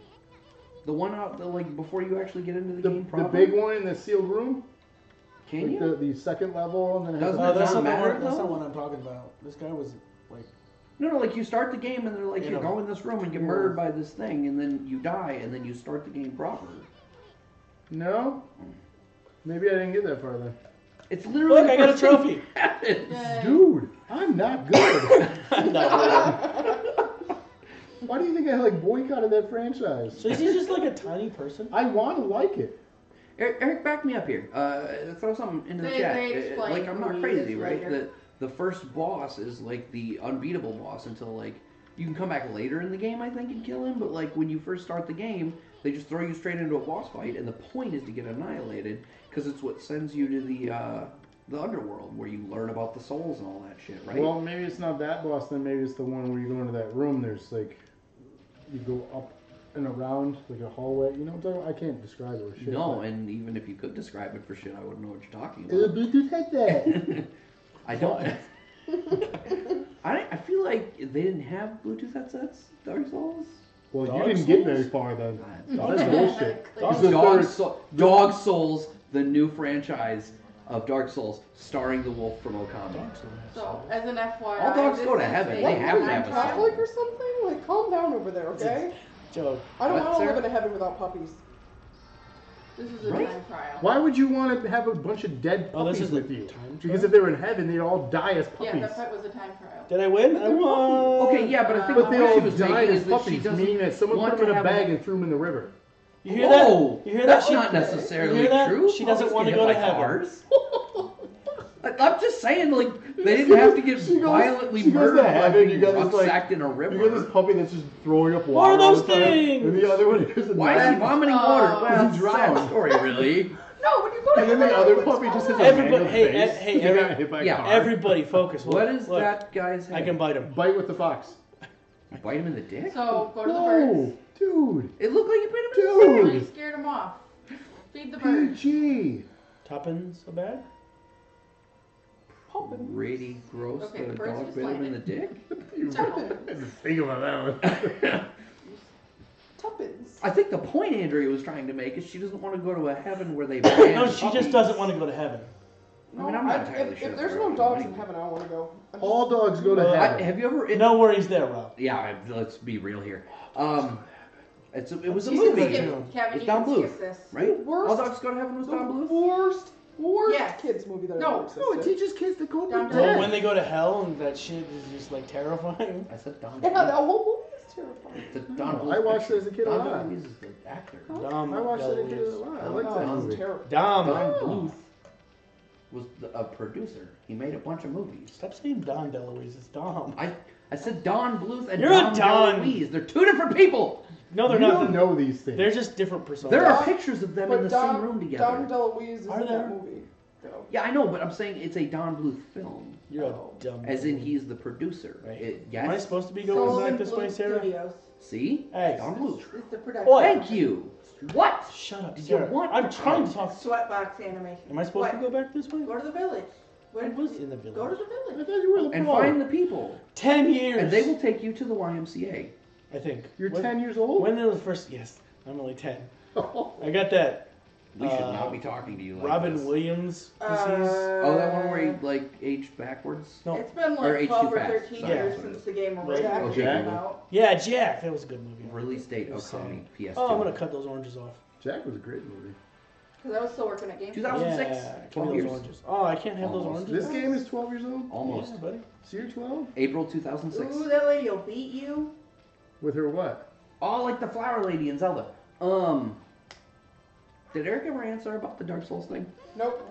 Speaker 2: The one out, the, like before you actually get into the,
Speaker 1: The,
Speaker 2: game
Speaker 1: the
Speaker 2: proper.
Speaker 1: big one in the sealed room,
Speaker 2: Can
Speaker 1: like
Speaker 2: you?
Speaker 1: the, the second level, and then it has
Speaker 2: Doesn't
Speaker 1: like-
Speaker 3: No, that's
Speaker 2: Oh, not
Speaker 3: not, the
Speaker 2: matter,
Speaker 3: one, that's
Speaker 2: though?
Speaker 3: not what I'm talking about. This guy was like,
Speaker 2: No, no. Like you start the game and they're like,
Speaker 3: You
Speaker 2: you
Speaker 3: know.
Speaker 2: go in this room and get murdered by this thing, and then you die, and then you start the game proper.
Speaker 1: no. Maybe I didn't get that far then.
Speaker 2: It's literally.
Speaker 3: look,
Speaker 2: the
Speaker 3: I got a
Speaker 2: first thing
Speaker 3: trophy.
Speaker 2: that happens.
Speaker 4: Yay.
Speaker 1: Dude, I'm not good.
Speaker 3: No, really.
Speaker 1: Why do you think I like boycotted that franchise?
Speaker 3: so is he just like a tiny person?
Speaker 1: I want to like it.
Speaker 2: Eric, Eric, back me up here. Uh, throw something into the
Speaker 4: They-
Speaker 2: chat.
Speaker 4: they
Speaker 2: Uh,
Speaker 4: explain
Speaker 2: like I'm not
Speaker 4: who he
Speaker 2: crazy,
Speaker 4: is
Speaker 2: right?
Speaker 4: later.
Speaker 2: The the first boss is like the unbeatable boss until like you can come back later in the game, I think, and kill him. But like when you first start the game, they just throw you straight into a boss fight, and the point is to get annihilated because it's what sends you to the uh, the underworld where you learn about the souls and all that shit, right?
Speaker 1: Well, maybe it's not that boss. Then maybe it's the one where you go into that room. There's like, you go up and around like a hallway. You know what I'm talking about? I can't describe it. Or shit,
Speaker 2: no, and even if you could describe it for shit, I wouldn't know what you're talking
Speaker 1: It'll
Speaker 2: about.
Speaker 1: be just like that.
Speaker 2: I don't. I, I feel like they didn't have Bluetooth headsets. Dark Souls.
Speaker 1: well, you
Speaker 3: Dark
Speaker 1: didn't get
Speaker 3: Souls?
Speaker 1: very far then.
Speaker 2: Uh,
Speaker 4: Dog
Speaker 2: Oh,
Speaker 1: That's
Speaker 4: Souls.
Speaker 1: bullshit.
Speaker 4: Dog
Speaker 1: It's the
Speaker 2: Dog,
Speaker 1: third-
Speaker 2: Sou- Dog Souls, the new franchise of Dark Souls, starring the wolf from Okami.
Speaker 4: So, as an FYI,
Speaker 2: All dogs
Speaker 4: this
Speaker 2: go to
Speaker 4: is
Speaker 2: heaven.
Speaker 4: a-
Speaker 2: They have to
Speaker 5: Am I
Speaker 2: have a
Speaker 5: Catholic
Speaker 2: soul.
Speaker 5: or something? Like, calm down over there, okay?
Speaker 3: Joe,
Speaker 5: I don't
Speaker 2: What,
Speaker 5: want to live
Speaker 2: sir?
Speaker 5: in a heaven without puppies.
Speaker 4: This is a
Speaker 2: Right?
Speaker 4: time trial.
Speaker 1: Why would you want to have a bunch of dead
Speaker 3: Oh, this
Speaker 1: puppies
Speaker 3: is
Speaker 1: with
Speaker 3: the
Speaker 1: you?
Speaker 3: time
Speaker 1: Because
Speaker 3: trial?
Speaker 1: if they were in heaven, they'd all die as
Speaker 4: Yeah,
Speaker 1: puppies.
Speaker 4: that fight was a time trial.
Speaker 3: did I win? I won.
Speaker 2: Okay, yeah, but I think
Speaker 1: but they
Speaker 2: the point
Speaker 1: all
Speaker 2: she was
Speaker 1: died
Speaker 2: making
Speaker 1: as
Speaker 2: is that she
Speaker 1: puppies,
Speaker 2: doesn't
Speaker 1: meaning that someone
Speaker 2: want
Speaker 1: put them
Speaker 2: to
Speaker 1: in a
Speaker 2: have
Speaker 1: bag and threw them in the river.
Speaker 3: You hear
Speaker 2: Whoa,
Speaker 3: that? You hear
Speaker 2: Oh, that's
Speaker 3: that? She-
Speaker 2: not necessarily
Speaker 3: you hear that?
Speaker 2: true.
Speaker 3: She doesn't
Speaker 2: Puppies
Speaker 3: want to
Speaker 2: get
Speaker 3: go
Speaker 2: hit
Speaker 3: to
Speaker 2: by
Speaker 3: heaven.
Speaker 2: cars. I- I'm just saying, like they didn't have to get
Speaker 1: She goes-
Speaker 2: violently
Speaker 1: she goes to
Speaker 2: murdered by
Speaker 1: heaven, you
Speaker 2: being
Speaker 1: got this, like-
Speaker 2: rucksacked in a
Speaker 1: You got this
Speaker 2: river.
Speaker 1: puppy that's just throwing up
Speaker 3: What are
Speaker 1: water. all
Speaker 3: those
Speaker 1: the time, And
Speaker 3: things?
Speaker 1: the other one is a
Speaker 2: Why is he
Speaker 1: knife.
Speaker 2: vomiting
Speaker 4: Oh,
Speaker 2: water? Well,
Speaker 1: he
Speaker 2: sad
Speaker 1: drowned.
Speaker 2: story, really.
Speaker 4: No, when you go to
Speaker 1: And then the
Speaker 4: heaven,
Speaker 1: other
Speaker 4: what's
Speaker 1: puppy just has
Speaker 4: going
Speaker 1: a
Speaker 4: on?
Speaker 3: Everybody-
Speaker 1: mangled
Speaker 3: hey,
Speaker 1: face.
Speaker 3: eh, hey,
Speaker 1: They got
Speaker 3: every-
Speaker 1: hit by a
Speaker 2: yeah,
Speaker 1: car.
Speaker 3: Everybody, focus.
Speaker 2: What
Speaker 3: Look,
Speaker 2: is
Speaker 3: look.
Speaker 2: that guy's head?
Speaker 3: I can bite him.
Speaker 1: Bite with the fox.
Speaker 2: bite him in the dick.
Speaker 4: So, go to the birds.
Speaker 1: No, dude.
Speaker 2: It looked like you bit him in the
Speaker 1: Dude.
Speaker 4: Really scared him off. Feed the birds.
Speaker 1: PG.
Speaker 3: Tuppence a bag?
Speaker 2: Really gross
Speaker 4: Okay,
Speaker 2: that a
Speaker 4: the birds
Speaker 2: dog
Speaker 4: just
Speaker 2: bit him in
Speaker 4: landed.
Speaker 2: the dick.
Speaker 1: You really- Think about that one.
Speaker 5: Tuppence.
Speaker 2: I think the point Andrea was trying to make is she doesn't want to go to a heaven where they ban
Speaker 3: No, she just
Speaker 2: puppies.
Speaker 3: doesn't want to go to heaven.
Speaker 2: I mean, I'm not entirely
Speaker 5: if,
Speaker 2: sure
Speaker 5: if there's
Speaker 2: where
Speaker 5: no
Speaker 2: I'm
Speaker 5: dogs in
Speaker 2: going.
Speaker 5: heaven, I don't want to go. I'm just-
Speaker 1: All dogs go to
Speaker 3: Uh,
Speaker 2: I,
Speaker 1: heaven.
Speaker 2: have you ever? It,
Speaker 3: No worries there, Rob.
Speaker 2: Yeah, I- let's be real here. Um, it's a, it was a
Speaker 4: You can
Speaker 2: movie,
Speaker 4: skip, Kevin,
Speaker 2: It's
Speaker 4: you
Speaker 2: Don
Speaker 4: can skip
Speaker 2: Bluth.
Speaker 4: this.
Speaker 2: right?
Speaker 5: worst-
Speaker 2: All dogs go to heaven was Don
Speaker 5: the
Speaker 2: Bluth.
Speaker 5: worst, worst
Speaker 4: Yes.
Speaker 5: kids movie that
Speaker 4: No,
Speaker 5: I've ever
Speaker 4: no,
Speaker 5: existed.
Speaker 1: teaches kids to cope
Speaker 4: Down with to
Speaker 3: Well,
Speaker 4: Yeah.
Speaker 3: when they go to hell and that shit is just like terrifying.
Speaker 2: I said Don.
Speaker 5: Yeah,
Speaker 2: Bluth.
Speaker 5: that whole movie is terrifying.
Speaker 2: It's a Don
Speaker 1: No,
Speaker 2: Bluth
Speaker 1: I watched
Speaker 2: picture.
Speaker 1: it as a kid a
Speaker 2: Don
Speaker 1: lot.
Speaker 2: Bluth is the actor.
Speaker 3: Dom
Speaker 1: I watched it again
Speaker 3: DeLuise.
Speaker 1: a lot. I like that
Speaker 5: oh,
Speaker 1: movie.
Speaker 5: terrible.
Speaker 3: Dom.
Speaker 2: Don
Speaker 5: Oh.
Speaker 2: Bluth was the, a producer. He made a bunch of movies.
Speaker 3: Stop saying Don DeLuise. It's Dom.
Speaker 2: I I said Don Bluth and
Speaker 3: You're a
Speaker 2: Don,
Speaker 3: Don.
Speaker 2: DeLuise. They're two different people.
Speaker 3: No, they're
Speaker 1: you
Speaker 3: not.
Speaker 1: don't
Speaker 3: the-
Speaker 1: know these things.
Speaker 3: They're just different personas.
Speaker 2: There are
Speaker 5: Don-
Speaker 2: pictures of them in the
Speaker 5: But Dom,
Speaker 2: same room together.
Speaker 5: Dom DeLuise is
Speaker 3: Are
Speaker 5: in
Speaker 3: there?
Speaker 5: that movie. though.
Speaker 2: yeah, I know, but I'm saying it's a Don Bluth film,
Speaker 3: You're a
Speaker 5: Oh.
Speaker 3: dumb.
Speaker 2: as in
Speaker 3: man.
Speaker 2: he's the producer.
Speaker 3: Right.
Speaker 2: It-
Speaker 3: Am I
Speaker 2: yes.
Speaker 3: supposed to be going
Speaker 4: Sullivan
Speaker 3: back this
Speaker 4: Bluth
Speaker 3: way, Sarah?
Speaker 4: Studios
Speaker 2: See,
Speaker 3: Hey.
Speaker 2: Don Bluth.
Speaker 4: is the production.
Speaker 3: Oi.
Speaker 2: Thank you. What?
Speaker 3: Shut up,
Speaker 2: Did you
Speaker 3: Sarah.
Speaker 2: want
Speaker 3: I'm
Speaker 2: to-
Speaker 3: trying to talk.
Speaker 4: Sweatbox animation.
Speaker 3: Am I supposed to go back this way?
Speaker 4: What? Go to the village. Where
Speaker 3: I
Speaker 4: did
Speaker 3: was
Speaker 4: you-
Speaker 3: in the
Speaker 4: Go to
Speaker 3: village.
Speaker 4: the
Speaker 1: I
Speaker 4: village.
Speaker 1: thought you were the
Speaker 2: And
Speaker 1: pro.
Speaker 2: find the people,
Speaker 3: Ten years.
Speaker 2: and they will take you to the YMCA.
Speaker 3: I think.
Speaker 1: You're
Speaker 3: When-
Speaker 1: 10 years old?
Speaker 3: When was the first? Yes, I'm only ten. I got that.
Speaker 2: We should
Speaker 3: Uh,
Speaker 2: not be talking to you like
Speaker 3: Robin
Speaker 2: this.
Speaker 3: Williams disease.
Speaker 2: Oh, that one where he like aged backwards.
Speaker 3: No.
Speaker 4: Uh, It's been
Speaker 2: Or
Speaker 4: like
Speaker 2: H2
Speaker 4: 12 or
Speaker 2: Fast. Oh,
Speaker 4: 13
Speaker 2: Sorry,
Speaker 4: years
Speaker 2: that's what it
Speaker 4: since
Speaker 2: is.
Speaker 4: the game
Speaker 3: Right.
Speaker 4: originally
Speaker 1: Okay.
Speaker 4: came out.
Speaker 3: yeah, Jack. That was a good movie.
Speaker 2: Release date
Speaker 3: It was
Speaker 2: Okami
Speaker 3: solid.
Speaker 2: PS2.
Speaker 3: Oh, I'm gonna cut those oranges off.
Speaker 1: Jack was a great movie.
Speaker 4: Because I was still working at GameStop.
Speaker 2: 2006,
Speaker 3: Yeah, give
Speaker 2: 12
Speaker 3: me
Speaker 2: years.
Speaker 3: those oranges. Oh, I can't have those
Speaker 2: Almost.
Speaker 3: oranges.
Speaker 1: This game is 12 years old?
Speaker 2: Almost
Speaker 3: Yeah, buddy.
Speaker 1: So you're 12?
Speaker 2: April 2006.
Speaker 4: Ooh, that lady will beat you.
Speaker 1: With her what?
Speaker 2: Oh, like the flower lady in Zelda. Um, did Eric ever answer about the Dark Souls thing?
Speaker 5: Nope.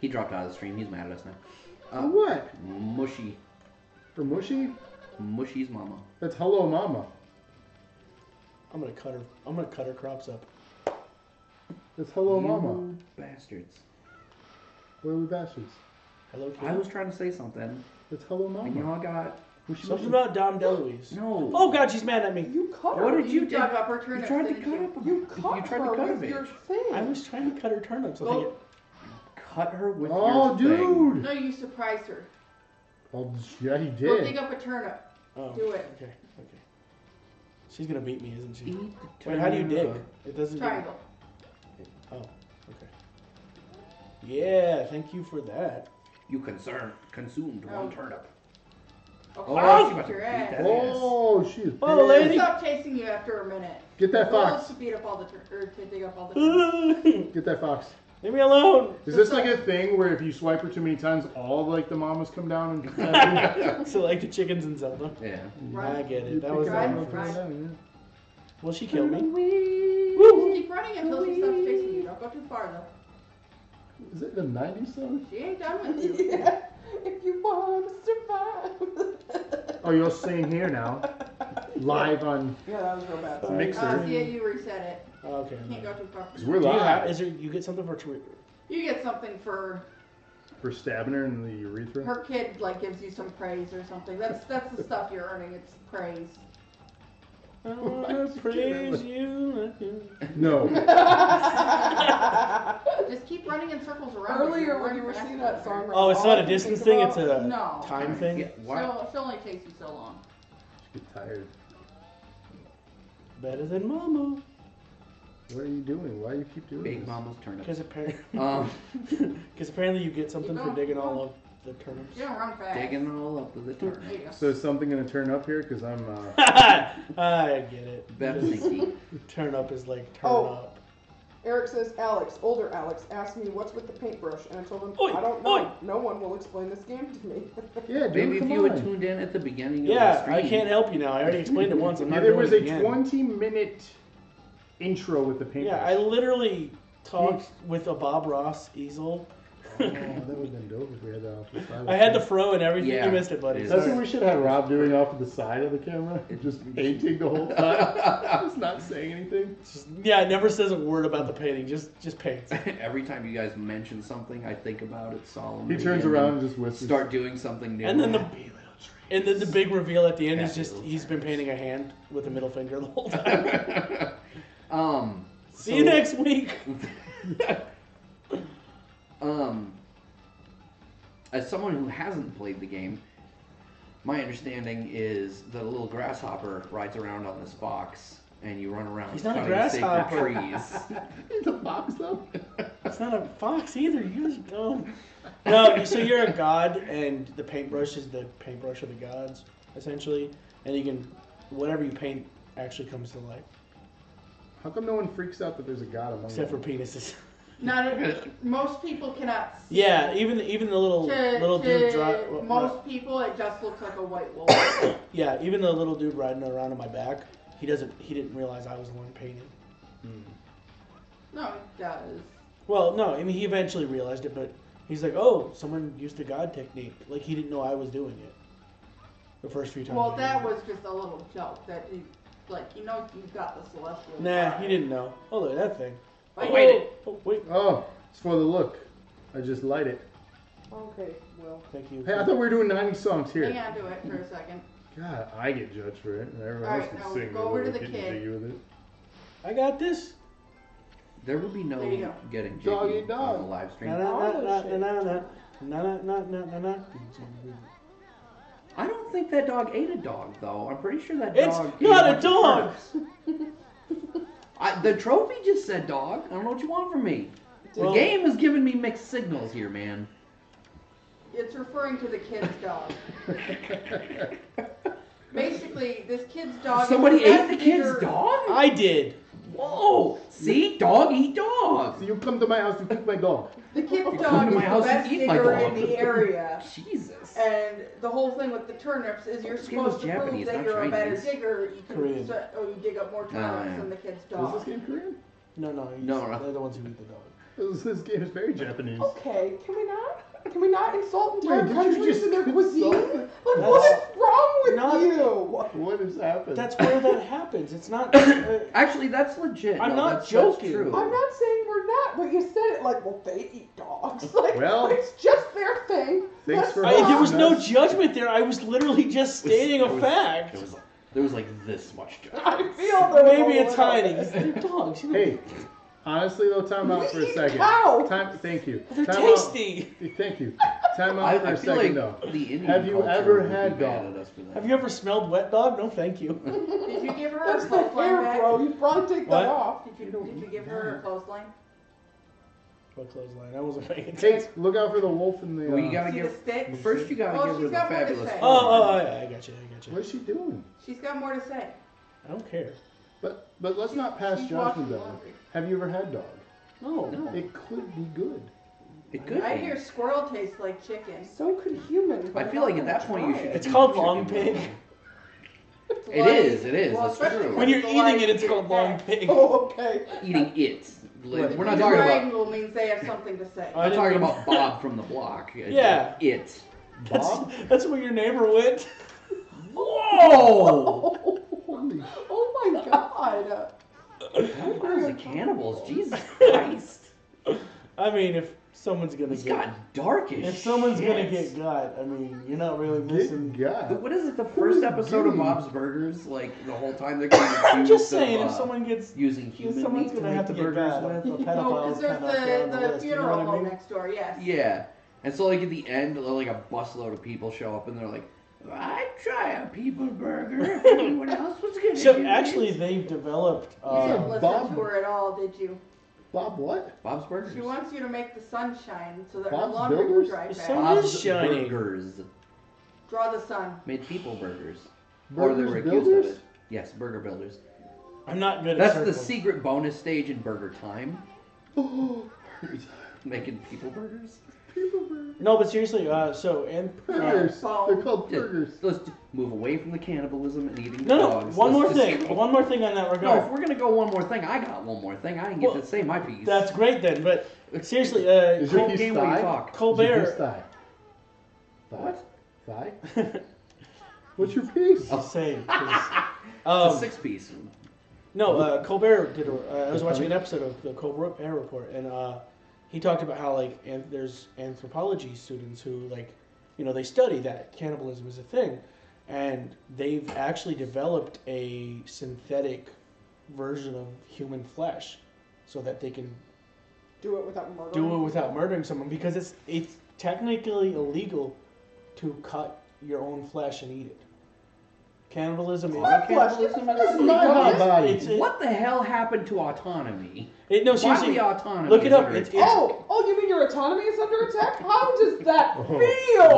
Speaker 2: He dropped out of the stream. He's mad at us now. Uh,
Speaker 1: For what?
Speaker 2: Mushy,
Speaker 1: For Mushy?
Speaker 2: Mushy's mama.
Speaker 1: That's Hello Mama.
Speaker 3: I'm gonna cut her. I'm gonna cut her crops up.
Speaker 1: That's Hello Mama.
Speaker 2: You bastards.
Speaker 1: Where are we bastards?
Speaker 3: Hello,
Speaker 2: I
Speaker 3: kitty.
Speaker 2: was trying to say something,
Speaker 1: That's Hello
Speaker 2: and
Speaker 1: Mama.
Speaker 2: y'all got
Speaker 1: We should
Speaker 3: Something
Speaker 1: mention-
Speaker 3: about Dom DeLuise.
Speaker 2: No.
Speaker 3: Oh God, she's mad at me.
Speaker 5: You cut her.
Speaker 2: What did you
Speaker 4: You
Speaker 2: do?
Speaker 4: dug up her
Speaker 2: You
Speaker 4: turnips,
Speaker 2: tried to
Speaker 4: didn't
Speaker 2: cut
Speaker 4: you?
Speaker 2: up a
Speaker 5: You cut
Speaker 2: You tried
Speaker 5: her
Speaker 2: to cut
Speaker 5: with
Speaker 2: a
Speaker 5: your
Speaker 2: bitch.
Speaker 5: thing.
Speaker 3: I was trying to cut her turnips. I think
Speaker 4: Well,
Speaker 3: it-
Speaker 2: Cut her with
Speaker 1: Oh,
Speaker 2: your thing.
Speaker 1: dude!
Speaker 4: no, you surprised her.
Speaker 1: Oh, yeah, he
Speaker 4: Go dig
Speaker 1: did.
Speaker 4: up a turnip.
Speaker 3: oh,
Speaker 4: do it.
Speaker 3: Okay, okay. She's gonna beat me, isn't she?
Speaker 2: Eat the
Speaker 3: Wait, how do you dig?
Speaker 2: tuna.
Speaker 3: It doesn't. Oh,
Speaker 4: Triangle.
Speaker 3: Yeah, thank you for that.
Speaker 2: You concern consumed
Speaker 4: Oh.
Speaker 2: one turnip.
Speaker 4: Okay.
Speaker 2: Oh, she
Speaker 4: beat
Speaker 2: about to
Speaker 4: your
Speaker 2: beat
Speaker 4: ass.
Speaker 2: that
Speaker 1: Oh, she is.
Speaker 3: Oh,
Speaker 1: pissed.
Speaker 3: lady.
Speaker 4: Stop chasing you after a minute.
Speaker 1: Get that
Speaker 4: Goal
Speaker 1: fox.
Speaker 4: is to beat up all the tur- or to dig up all the turnips.
Speaker 3: Leave
Speaker 1: Get that fox.
Speaker 3: me alone.
Speaker 1: Is this like a thing where if you swipe her too many times, all like the mamas come down and?
Speaker 3: so like the chickens in Zelda.
Speaker 2: Yeah.
Speaker 3: I
Speaker 4: Run.
Speaker 3: get
Speaker 1: You
Speaker 3: it. That
Speaker 1: pick
Speaker 3: was
Speaker 1: her
Speaker 3: my
Speaker 1: up and
Speaker 4: Right,
Speaker 1: put
Speaker 3: reference.
Speaker 1: her down,
Speaker 3: Will she kill me?
Speaker 4: Just keep running until she stops chasing you. Don't go too far though.
Speaker 1: yeah. Is it the '90s song?
Speaker 4: She ain't done with you.
Speaker 5: yeah. If you want to survive.
Speaker 1: Oh, you're singing here now, live on
Speaker 5: yeah, that was real bad.
Speaker 3: Uh,
Speaker 1: Mixer.
Speaker 4: Oh, see, you reset it.
Speaker 3: Oh, okay.
Speaker 4: You can't go too far.
Speaker 1: Cause we're
Speaker 3: Do you have?
Speaker 1: live
Speaker 3: Is there? You get something for tw-
Speaker 4: You get something for
Speaker 1: for stabbing her in the urethra.
Speaker 4: her kid. Like gives you some praise or something. That's that's the stuff you're earning. It's praise.
Speaker 3: I
Speaker 1: did
Speaker 2: Oh,
Speaker 3: wanna
Speaker 1: you do that
Speaker 3: praise
Speaker 1: with-
Speaker 3: you.
Speaker 1: No,
Speaker 4: Just keep running in circles around. her. You're
Speaker 5: Earlier when
Speaker 4: running
Speaker 5: you were
Speaker 4: faster
Speaker 5: singing
Speaker 4: than
Speaker 5: that
Speaker 4: her.
Speaker 5: song, right,
Speaker 3: Oh, it's
Speaker 5: all
Speaker 3: not
Speaker 5: I
Speaker 3: a
Speaker 5: could think
Speaker 3: distance thing. It's
Speaker 5: about-
Speaker 3: a
Speaker 4: No.
Speaker 3: time thing.
Speaker 2: Yeah, why?
Speaker 4: She'll, she'll only chase you so long.
Speaker 1: she get tired.
Speaker 3: Better than Mama,
Speaker 1: What are you doing? Why do you keep doing
Speaker 2: Big
Speaker 1: this?
Speaker 2: Mama's turnip.
Speaker 3: because apparently,
Speaker 2: Um,
Speaker 3: because apparently you get something for digging all of the turnips.
Speaker 4: You don't run fast.
Speaker 2: digging it all up with the
Speaker 4: There you
Speaker 2: turnip.
Speaker 4: go.
Speaker 1: So is something gonna turn up here? Cause I'm. Uh,
Speaker 3: I get it.
Speaker 2: Better
Speaker 3: Because
Speaker 2: thinking.
Speaker 3: turn up is like turn
Speaker 5: Oh.
Speaker 3: up.
Speaker 5: Eric says, Alex, older Alex, asked me what's with the paintbrush, and I told him,
Speaker 3: Oi,
Speaker 5: I don't know.
Speaker 3: oi.
Speaker 5: No one will explain this game to me.
Speaker 1: yeah, dude,
Speaker 2: Maybe if
Speaker 1: come
Speaker 2: you had
Speaker 1: on.
Speaker 2: tuned in at the beginning
Speaker 3: Yeah,
Speaker 2: of the
Speaker 3: I
Speaker 2: stream.
Speaker 3: can't help you now. I already explained it once. I'm
Speaker 1: Yeah,
Speaker 3: not
Speaker 1: there
Speaker 3: doing
Speaker 1: was
Speaker 3: it
Speaker 1: a
Speaker 3: again.
Speaker 1: 20 minute intro with the paintbrush.
Speaker 3: Yeah, I literally talked with a Bob Ross easel.
Speaker 1: Oh, that would have been dope if we had that off the side.
Speaker 3: I had the fro and everything.
Speaker 2: Yeah.
Speaker 3: You missed it, buddy.
Speaker 2: Yeah.
Speaker 1: That's
Speaker 3: Sorry.
Speaker 1: what we should have Rob doing off of the side of the camera, just painting the whole time, just not saying anything.
Speaker 3: Just- yeah, it never says a word about the painting. Just just paints.
Speaker 2: Every time you guys mention something, I think about it solemnly.
Speaker 1: He turns
Speaker 2: and
Speaker 1: around and just whispers.
Speaker 2: Start doing something new.
Speaker 3: And then the and then the big reveal at the end is
Speaker 2: Happy
Speaker 3: just
Speaker 2: little
Speaker 3: he's been
Speaker 2: turtles.
Speaker 3: painting a hand with a middle finger the whole time.
Speaker 2: um.
Speaker 3: See you
Speaker 2: so-
Speaker 3: next week.
Speaker 2: um, as someone who hasn't played the game, my understanding is that a little grasshopper rides around on this box, and you run around
Speaker 3: He's not a
Speaker 2: cutting sacred
Speaker 3: grasshopper.
Speaker 2: trees.
Speaker 1: He's a box though.
Speaker 3: It's not a fox either. You guys are dumb. No, so you're a god, and the paintbrush is the paintbrush of the gods, essentially. And you can whatever you paint actually comes to life,
Speaker 1: How come no one freaks out that there's a god among
Speaker 3: except for
Speaker 1: them?
Speaker 3: penises.
Speaker 4: Not every, most people cannot see.
Speaker 3: Yeah, even even the little
Speaker 4: To,
Speaker 3: little dude
Speaker 4: to
Speaker 3: dri- well,
Speaker 4: most
Speaker 3: no,
Speaker 4: people, it just looks like a white wolf.
Speaker 3: yeah, even the little dude riding around on my back, he doesn't he didn't realize I was the one painting. Hmm.
Speaker 4: no, it does.
Speaker 3: Well, no, I mean he eventually realized it, but he's like, oh, someone used the god technique. Like he didn't know I was doing it. The first few times.
Speaker 4: Well,
Speaker 3: I did
Speaker 4: that
Speaker 3: it.
Speaker 4: was just a little joke that he, like, you know, you've got the celestial.
Speaker 3: Nah,
Speaker 4: power.
Speaker 3: he didn't know. Oh look at that thing.
Speaker 4: Like,
Speaker 3: oh,
Speaker 2: wait.
Speaker 3: oh, wait.
Speaker 1: Oh, it's for the look. I just light it.
Speaker 5: okay, well.
Speaker 3: Thank you.
Speaker 1: Hey, I thought we were doing 90 songs here.
Speaker 4: Hang on to it for a second.
Speaker 1: God, I get judged for it. and Everyone else
Speaker 4: All right,
Speaker 1: can
Speaker 4: now
Speaker 1: sing.
Speaker 4: go
Speaker 1: but
Speaker 4: over to
Speaker 1: we're
Speaker 4: the
Speaker 1: getting
Speaker 4: kid.
Speaker 1: jiggy with it.
Speaker 3: I got this.
Speaker 2: There will be no
Speaker 4: There you go.
Speaker 2: getting jiggy
Speaker 1: Doggy
Speaker 2: on
Speaker 1: dog.
Speaker 2: the live stream.
Speaker 3: Na na na na na na na na na na na.
Speaker 2: I don't think that dog ate a dog, though. I'm pretty sure that
Speaker 3: It's
Speaker 2: dog. ate
Speaker 3: not a
Speaker 2: bunch of
Speaker 3: dog!
Speaker 2: turnips. I, the trophy just said dog. I don't know what you want from me. The
Speaker 3: Well-
Speaker 2: game is giving me mixed signals here, man.
Speaker 4: It's referring to the kid's dog. Basically, this kid's dog. is
Speaker 2: Somebody ate the
Speaker 4: investigator-
Speaker 2: kid's dog?
Speaker 3: I did.
Speaker 2: Whoa! See? Dog eat
Speaker 1: So
Speaker 2: dog!
Speaker 1: you come to my house and pick my dog.
Speaker 4: The kid's
Speaker 2: come
Speaker 4: dog
Speaker 2: to
Speaker 4: is
Speaker 2: my
Speaker 4: the
Speaker 2: house
Speaker 4: best
Speaker 2: and eat my
Speaker 4: digger
Speaker 2: dog.
Speaker 4: in the area.
Speaker 2: Jesus.
Speaker 4: And the whole thing with the turnips is you're
Speaker 2: This game was
Speaker 4: supposed to
Speaker 2: Japanese, not
Speaker 4: prove that you're a better
Speaker 2: Chinese.
Speaker 4: digger. You can
Speaker 3: Korean.
Speaker 4: so- oh, you dig up more turnips
Speaker 2: Ah, yeah.
Speaker 4: than the kid's
Speaker 1: Is this
Speaker 4: dog.
Speaker 1: game Korean?
Speaker 3: No, no, he's,
Speaker 2: No, no.
Speaker 3: they're the ones who eat the dog.
Speaker 1: This, this game is very Japanese.
Speaker 5: Okay, can we not? Can we not insult
Speaker 6: Wait,
Speaker 5: entire
Speaker 6: did you
Speaker 5: countries
Speaker 6: just
Speaker 5: and their cuisine?
Speaker 6: insult
Speaker 5: Like,
Speaker 6: it?
Speaker 5: what is wrong with
Speaker 3: Not-
Speaker 5: you?
Speaker 6: What has happened?
Speaker 3: That's where that happens. It's not. uh,
Speaker 2: Actually, that's legit.
Speaker 3: I'm
Speaker 2: No,
Speaker 3: not
Speaker 2: that's- that's
Speaker 3: joking.
Speaker 2: true.
Speaker 5: I'm not saying we're not, but you said it like, well, they eat dogs. Like,
Speaker 6: Well-
Speaker 5: it's just their thing.
Speaker 6: Thanks
Speaker 5: That's
Speaker 6: for
Speaker 5: fine.
Speaker 3: I, there was no
Speaker 6: Nuts.
Speaker 3: judgment there. I was literally just
Speaker 2: It was-
Speaker 3: stating
Speaker 2: it
Speaker 3: a
Speaker 2: was-
Speaker 3: fact.
Speaker 2: It was, there was like this much judgment.
Speaker 5: I feel there was a
Speaker 3: Maybe it's
Speaker 5: little-
Speaker 3: hiding. They're dogs. You know,
Speaker 6: Hey, honestly though, time out
Speaker 5: We
Speaker 6: for a
Speaker 5: eat
Speaker 6: second.
Speaker 5: cow.
Speaker 6: Time, thank you.
Speaker 3: They're
Speaker 6: time
Speaker 3: tasty.
Speaker 6: Out, thank you. Time out
Speaker 2: I,
Speaker 6: for
Speaker 2: I
Speaker 6: a
Speaker 2: feel
Speaker 6: second
Speaker 2: like
Speaker 6: though.
Speaker 2: the Indian
Speaker 6: Have you
Speaker 2: culture
Speaker 6: ever
Speaker 2: would be
Speaker 6: had
Speaker 2: mad
Speaker 6: dog?
Speaker 2: at us for that.
Speaker 3: Have you ever smelled wet dog? No, thank you.
Speaker 4: Did you give her
Speaker 5: That's
Speaker 4: a
Speaker 5: the
Speaker 4: clothesline
Speaker 5: hair,
Speaker 4: back?
Speaker 5: bro. You probably take
Speaker 3: What?
Speaker 5: that off.
Speaker 4: Did you, did you give her a clothesline?
Speaker 3: What clothesline? I wasn't paying attention.
Speaker 6: Hey, look out for the wolf in the. Uh,
Speaker 2: Well, you gotta
Speaker 4: See the
Speaker 2: give.
Speaker 4: stick?
Speaker 2: First, you gotta
Speaker 4: Oh,
Speaker 2: give her
Speaker 4: she's
Speaker 2: the
Speaker 4: got more to
Speaker 2: fabulous.
Speaker 4: say.
Speaker 3: Oh, oh, oh, yeah, I got you. I got you.
Speaker 6: What is she doing?
Speaker 4: She's got more to say.
Speaker 3: I don't care.
Speaker 6: But but let's not pass
Speaker 4: She's
Speaker 6: judgment
Speaker 4: washing
Speaker 6: though.
Speaker 4: laundry.
Speaker 6: Have you ever had dog?
Speaker 3: No.
Speaker 2: No, it,
Speaker 6: It could be good.
Speaker 2: could.
Speaker 4: I
Speaker 2: be.
Speaker 4: hear squirrel tastes like chicken.
Speaker 5: So could human.
Speaker 2: I
Speaker 5: but
Speaker 2: feel like at
Speaker 5: not
Speaker 2: that point you should.
Speaker 3: It's
Speaker 2: eat
Speaker 3: called
Speaker 2: chicken
Speaker 3: long
Speaker 2: wing.
Speaker 3: pig.
Speaker 4: It's
Speaker 2: It
Speaker 4: like-
Speaker 2: is, it is,
Speaker 4: Well,
Speaker 2: that's
Speaker 4: especially
Speaker 2: true.
Speaker 3: When you're
Speaker 4: it's
Speaker 3: eating it,
Speaker 4: like-
Speaker 3: it's called long pig.
Speaker 5: Oh, okay.
Speaker 2: Eating it. Like, We're not
Speaker 4: The
Speaker 2: talking about.
Speaker 4: triangle means they have something to say.
Speaker 3: Oh,
Speaker 2: I'm
Speaker 3: didn't
Speaker 2: talking
Speaker 3: mean-
Speaker 2: about Bob from the block. It's
Speaker 3: Yeah.
Speaker 2: like It.
Speaker 6: Bob?
Speaker 3: That's, that's where your neighbor went.
Speaker 2: Whoa!
Speaker 6: Holy sh-
Speaker 5: Oh my god.
Speaker 2: Bob the cannibals. Jesus Christ.
Speaker 3: I mean, if someone's gonna
Speaker 2: It's
Speaker 3: get
Speaker 2: got dark as
Speaker 3: if someone's
Speaker 2: shit.
Speaker 3: gonna get gut, I mean, you're not really missing.
Speaker 6: Good God.
Speaker 2: The- What is it? The first
Speaker 6: is
Speaker 2: episode of
Speaker 6: doing?
Speaker 2: Bob's Burgers, like the whole time they're going to
Speaker 3: I'm just saying, if someone gets,
Speaker 2: uh, using
Speaker 3: if
Speaker 2: human
Speaker 3: someone's
Speaker 2: meat to
Speaker 3: gonna
Speaker 2: make
Speaker 3: have to
Speaker 2: the
Speaker 3: get
Speaker 2: burgers
Speaker 3: gut, a
Speaker 2: with.
Speaker 4: Oh,
Speaker 3: pedophile
Speaker 4: because there's
Speaker 3: kind of
Speaker 4: the, the
Speaker 3: you know
Speaker 4: funeral
Speaker 3: what I
Speaker 4: home
Speaker 3: mean?
Speaker 4: next door, yes.
Speaker 2: Yeah, and so like at the end, like a busload of people show up and they're like, "I'd try a people burger if anyone else was gonna."
Speaker 3: So
Speaker 2: do
Speaker 3: actually,
Speaker 2: it."
Speaker 3: they've developed.
Speaker 4: You didn't
Speaker 3: Uh,
Speaker 4: listen
Speaker 6: Bob-
Speaker 4: to her at all, did you?
Speaker 6: Bob what?
Speaker 2: Bob's Burgers.
Speaker 4: She wants you to make the sun shine so that her
Speaker 6: Bob's
Speaker 4: laundry will
Speaker 6: Burgers?
Speaker 4: dry
Speaker 3: The
Speaker 4: fast.
Speaker 3: sun-
Speaker 2: Bob's
Speaker 3: Shining.
Speaker 2: Burgers
Speaker 4: Draw the sun.
Speaker 2: made people burgers, or they
Speaker 6: Burgers
Speaker 2: were accused
Speaker 6: builders?
Speaker 2: of it. Yes, burger builders.
Speaker 3: I'm not good
Speaker 2: That's
Speaker 3: at
Speaker 2: the
Speaker 3: circles.
Speaker 2: secret bonus stage in Burger Time,
Speaker 6: Oh,
Speaker 2: making people burgers.
Speaker 6: people burgers.
Speaker 3: No, but seriously, uh, so and uh,
Speaker 6: Burgers. They're called
Speaker 2: Yeah,
Speaker 6: burgers.
Speaker 2: Let's d- move away from the cannibalism and eating
Speaker 3: no, no,
Speaker 2: dogs.
Speaker 3: one more
Speaker 2: Let's just-
Speaker 3: thing, one more thing on that
Speaker 2: No, if
Speaker 3: regard.
Speaker 2: we're gonna go one more thing, I got one more thing. I didn't get
Speaker 3: Well,
Speaker 2: to say my piece.
Speaker 3: That's great then, but seriously, uh,
Speaker 6: Is your
Speaker 3: Col-
Speaker 6: piece
Speaker 2: game where you
Speaker 6: thigh?
Speaker 2: talk.
Speaker 3: Colbert.
Speaker 6: Is your piece thigh? Thigh?
Speaker 2: What?
Speaker 6: Thigh? What's your piece?
Speaker 3: I'll say. 'cause,
Speaker 2: It's
Speaker 3: Um,
Speaker 2: a six piece.
Speaker 3: No, uh, Colbert did. A, uh, I was watching an episode of the Colbert Report, and uh, he talked about how like an there's anthropology students who like, you know, they study that cannibalism is a thing, and they've actually developed a synthetic version of human flesh, so that they can
Speaker 5: Do it without murder.
Speaker 3: do it without murdering someone because it's it's technically illegal to cut your own flesh and eat it. Cannibalism is.
Speaker 5: My flesh. This
Speaker 6: This
Speaker 5: is
Speaker 6: is my hot
Speaker 3: It's-
Speaker 6: body.
Speaker 3: it's- it-
Speaker 2: What the hell happened to autonomy?
Speaker 3: it- no, seriously.
Speaker 2: Bodily autonomy.
Speaker 3: look it
Speaker 2: is
Speaker 3: up.
Speaker 2: under
Speaker 3: It's-
Speaker 2: attack.
Speaker 5: Oh, oh, you mean your autonomy is under attack? How does that
Speaker 6: Oh.
Speaker 5: feel?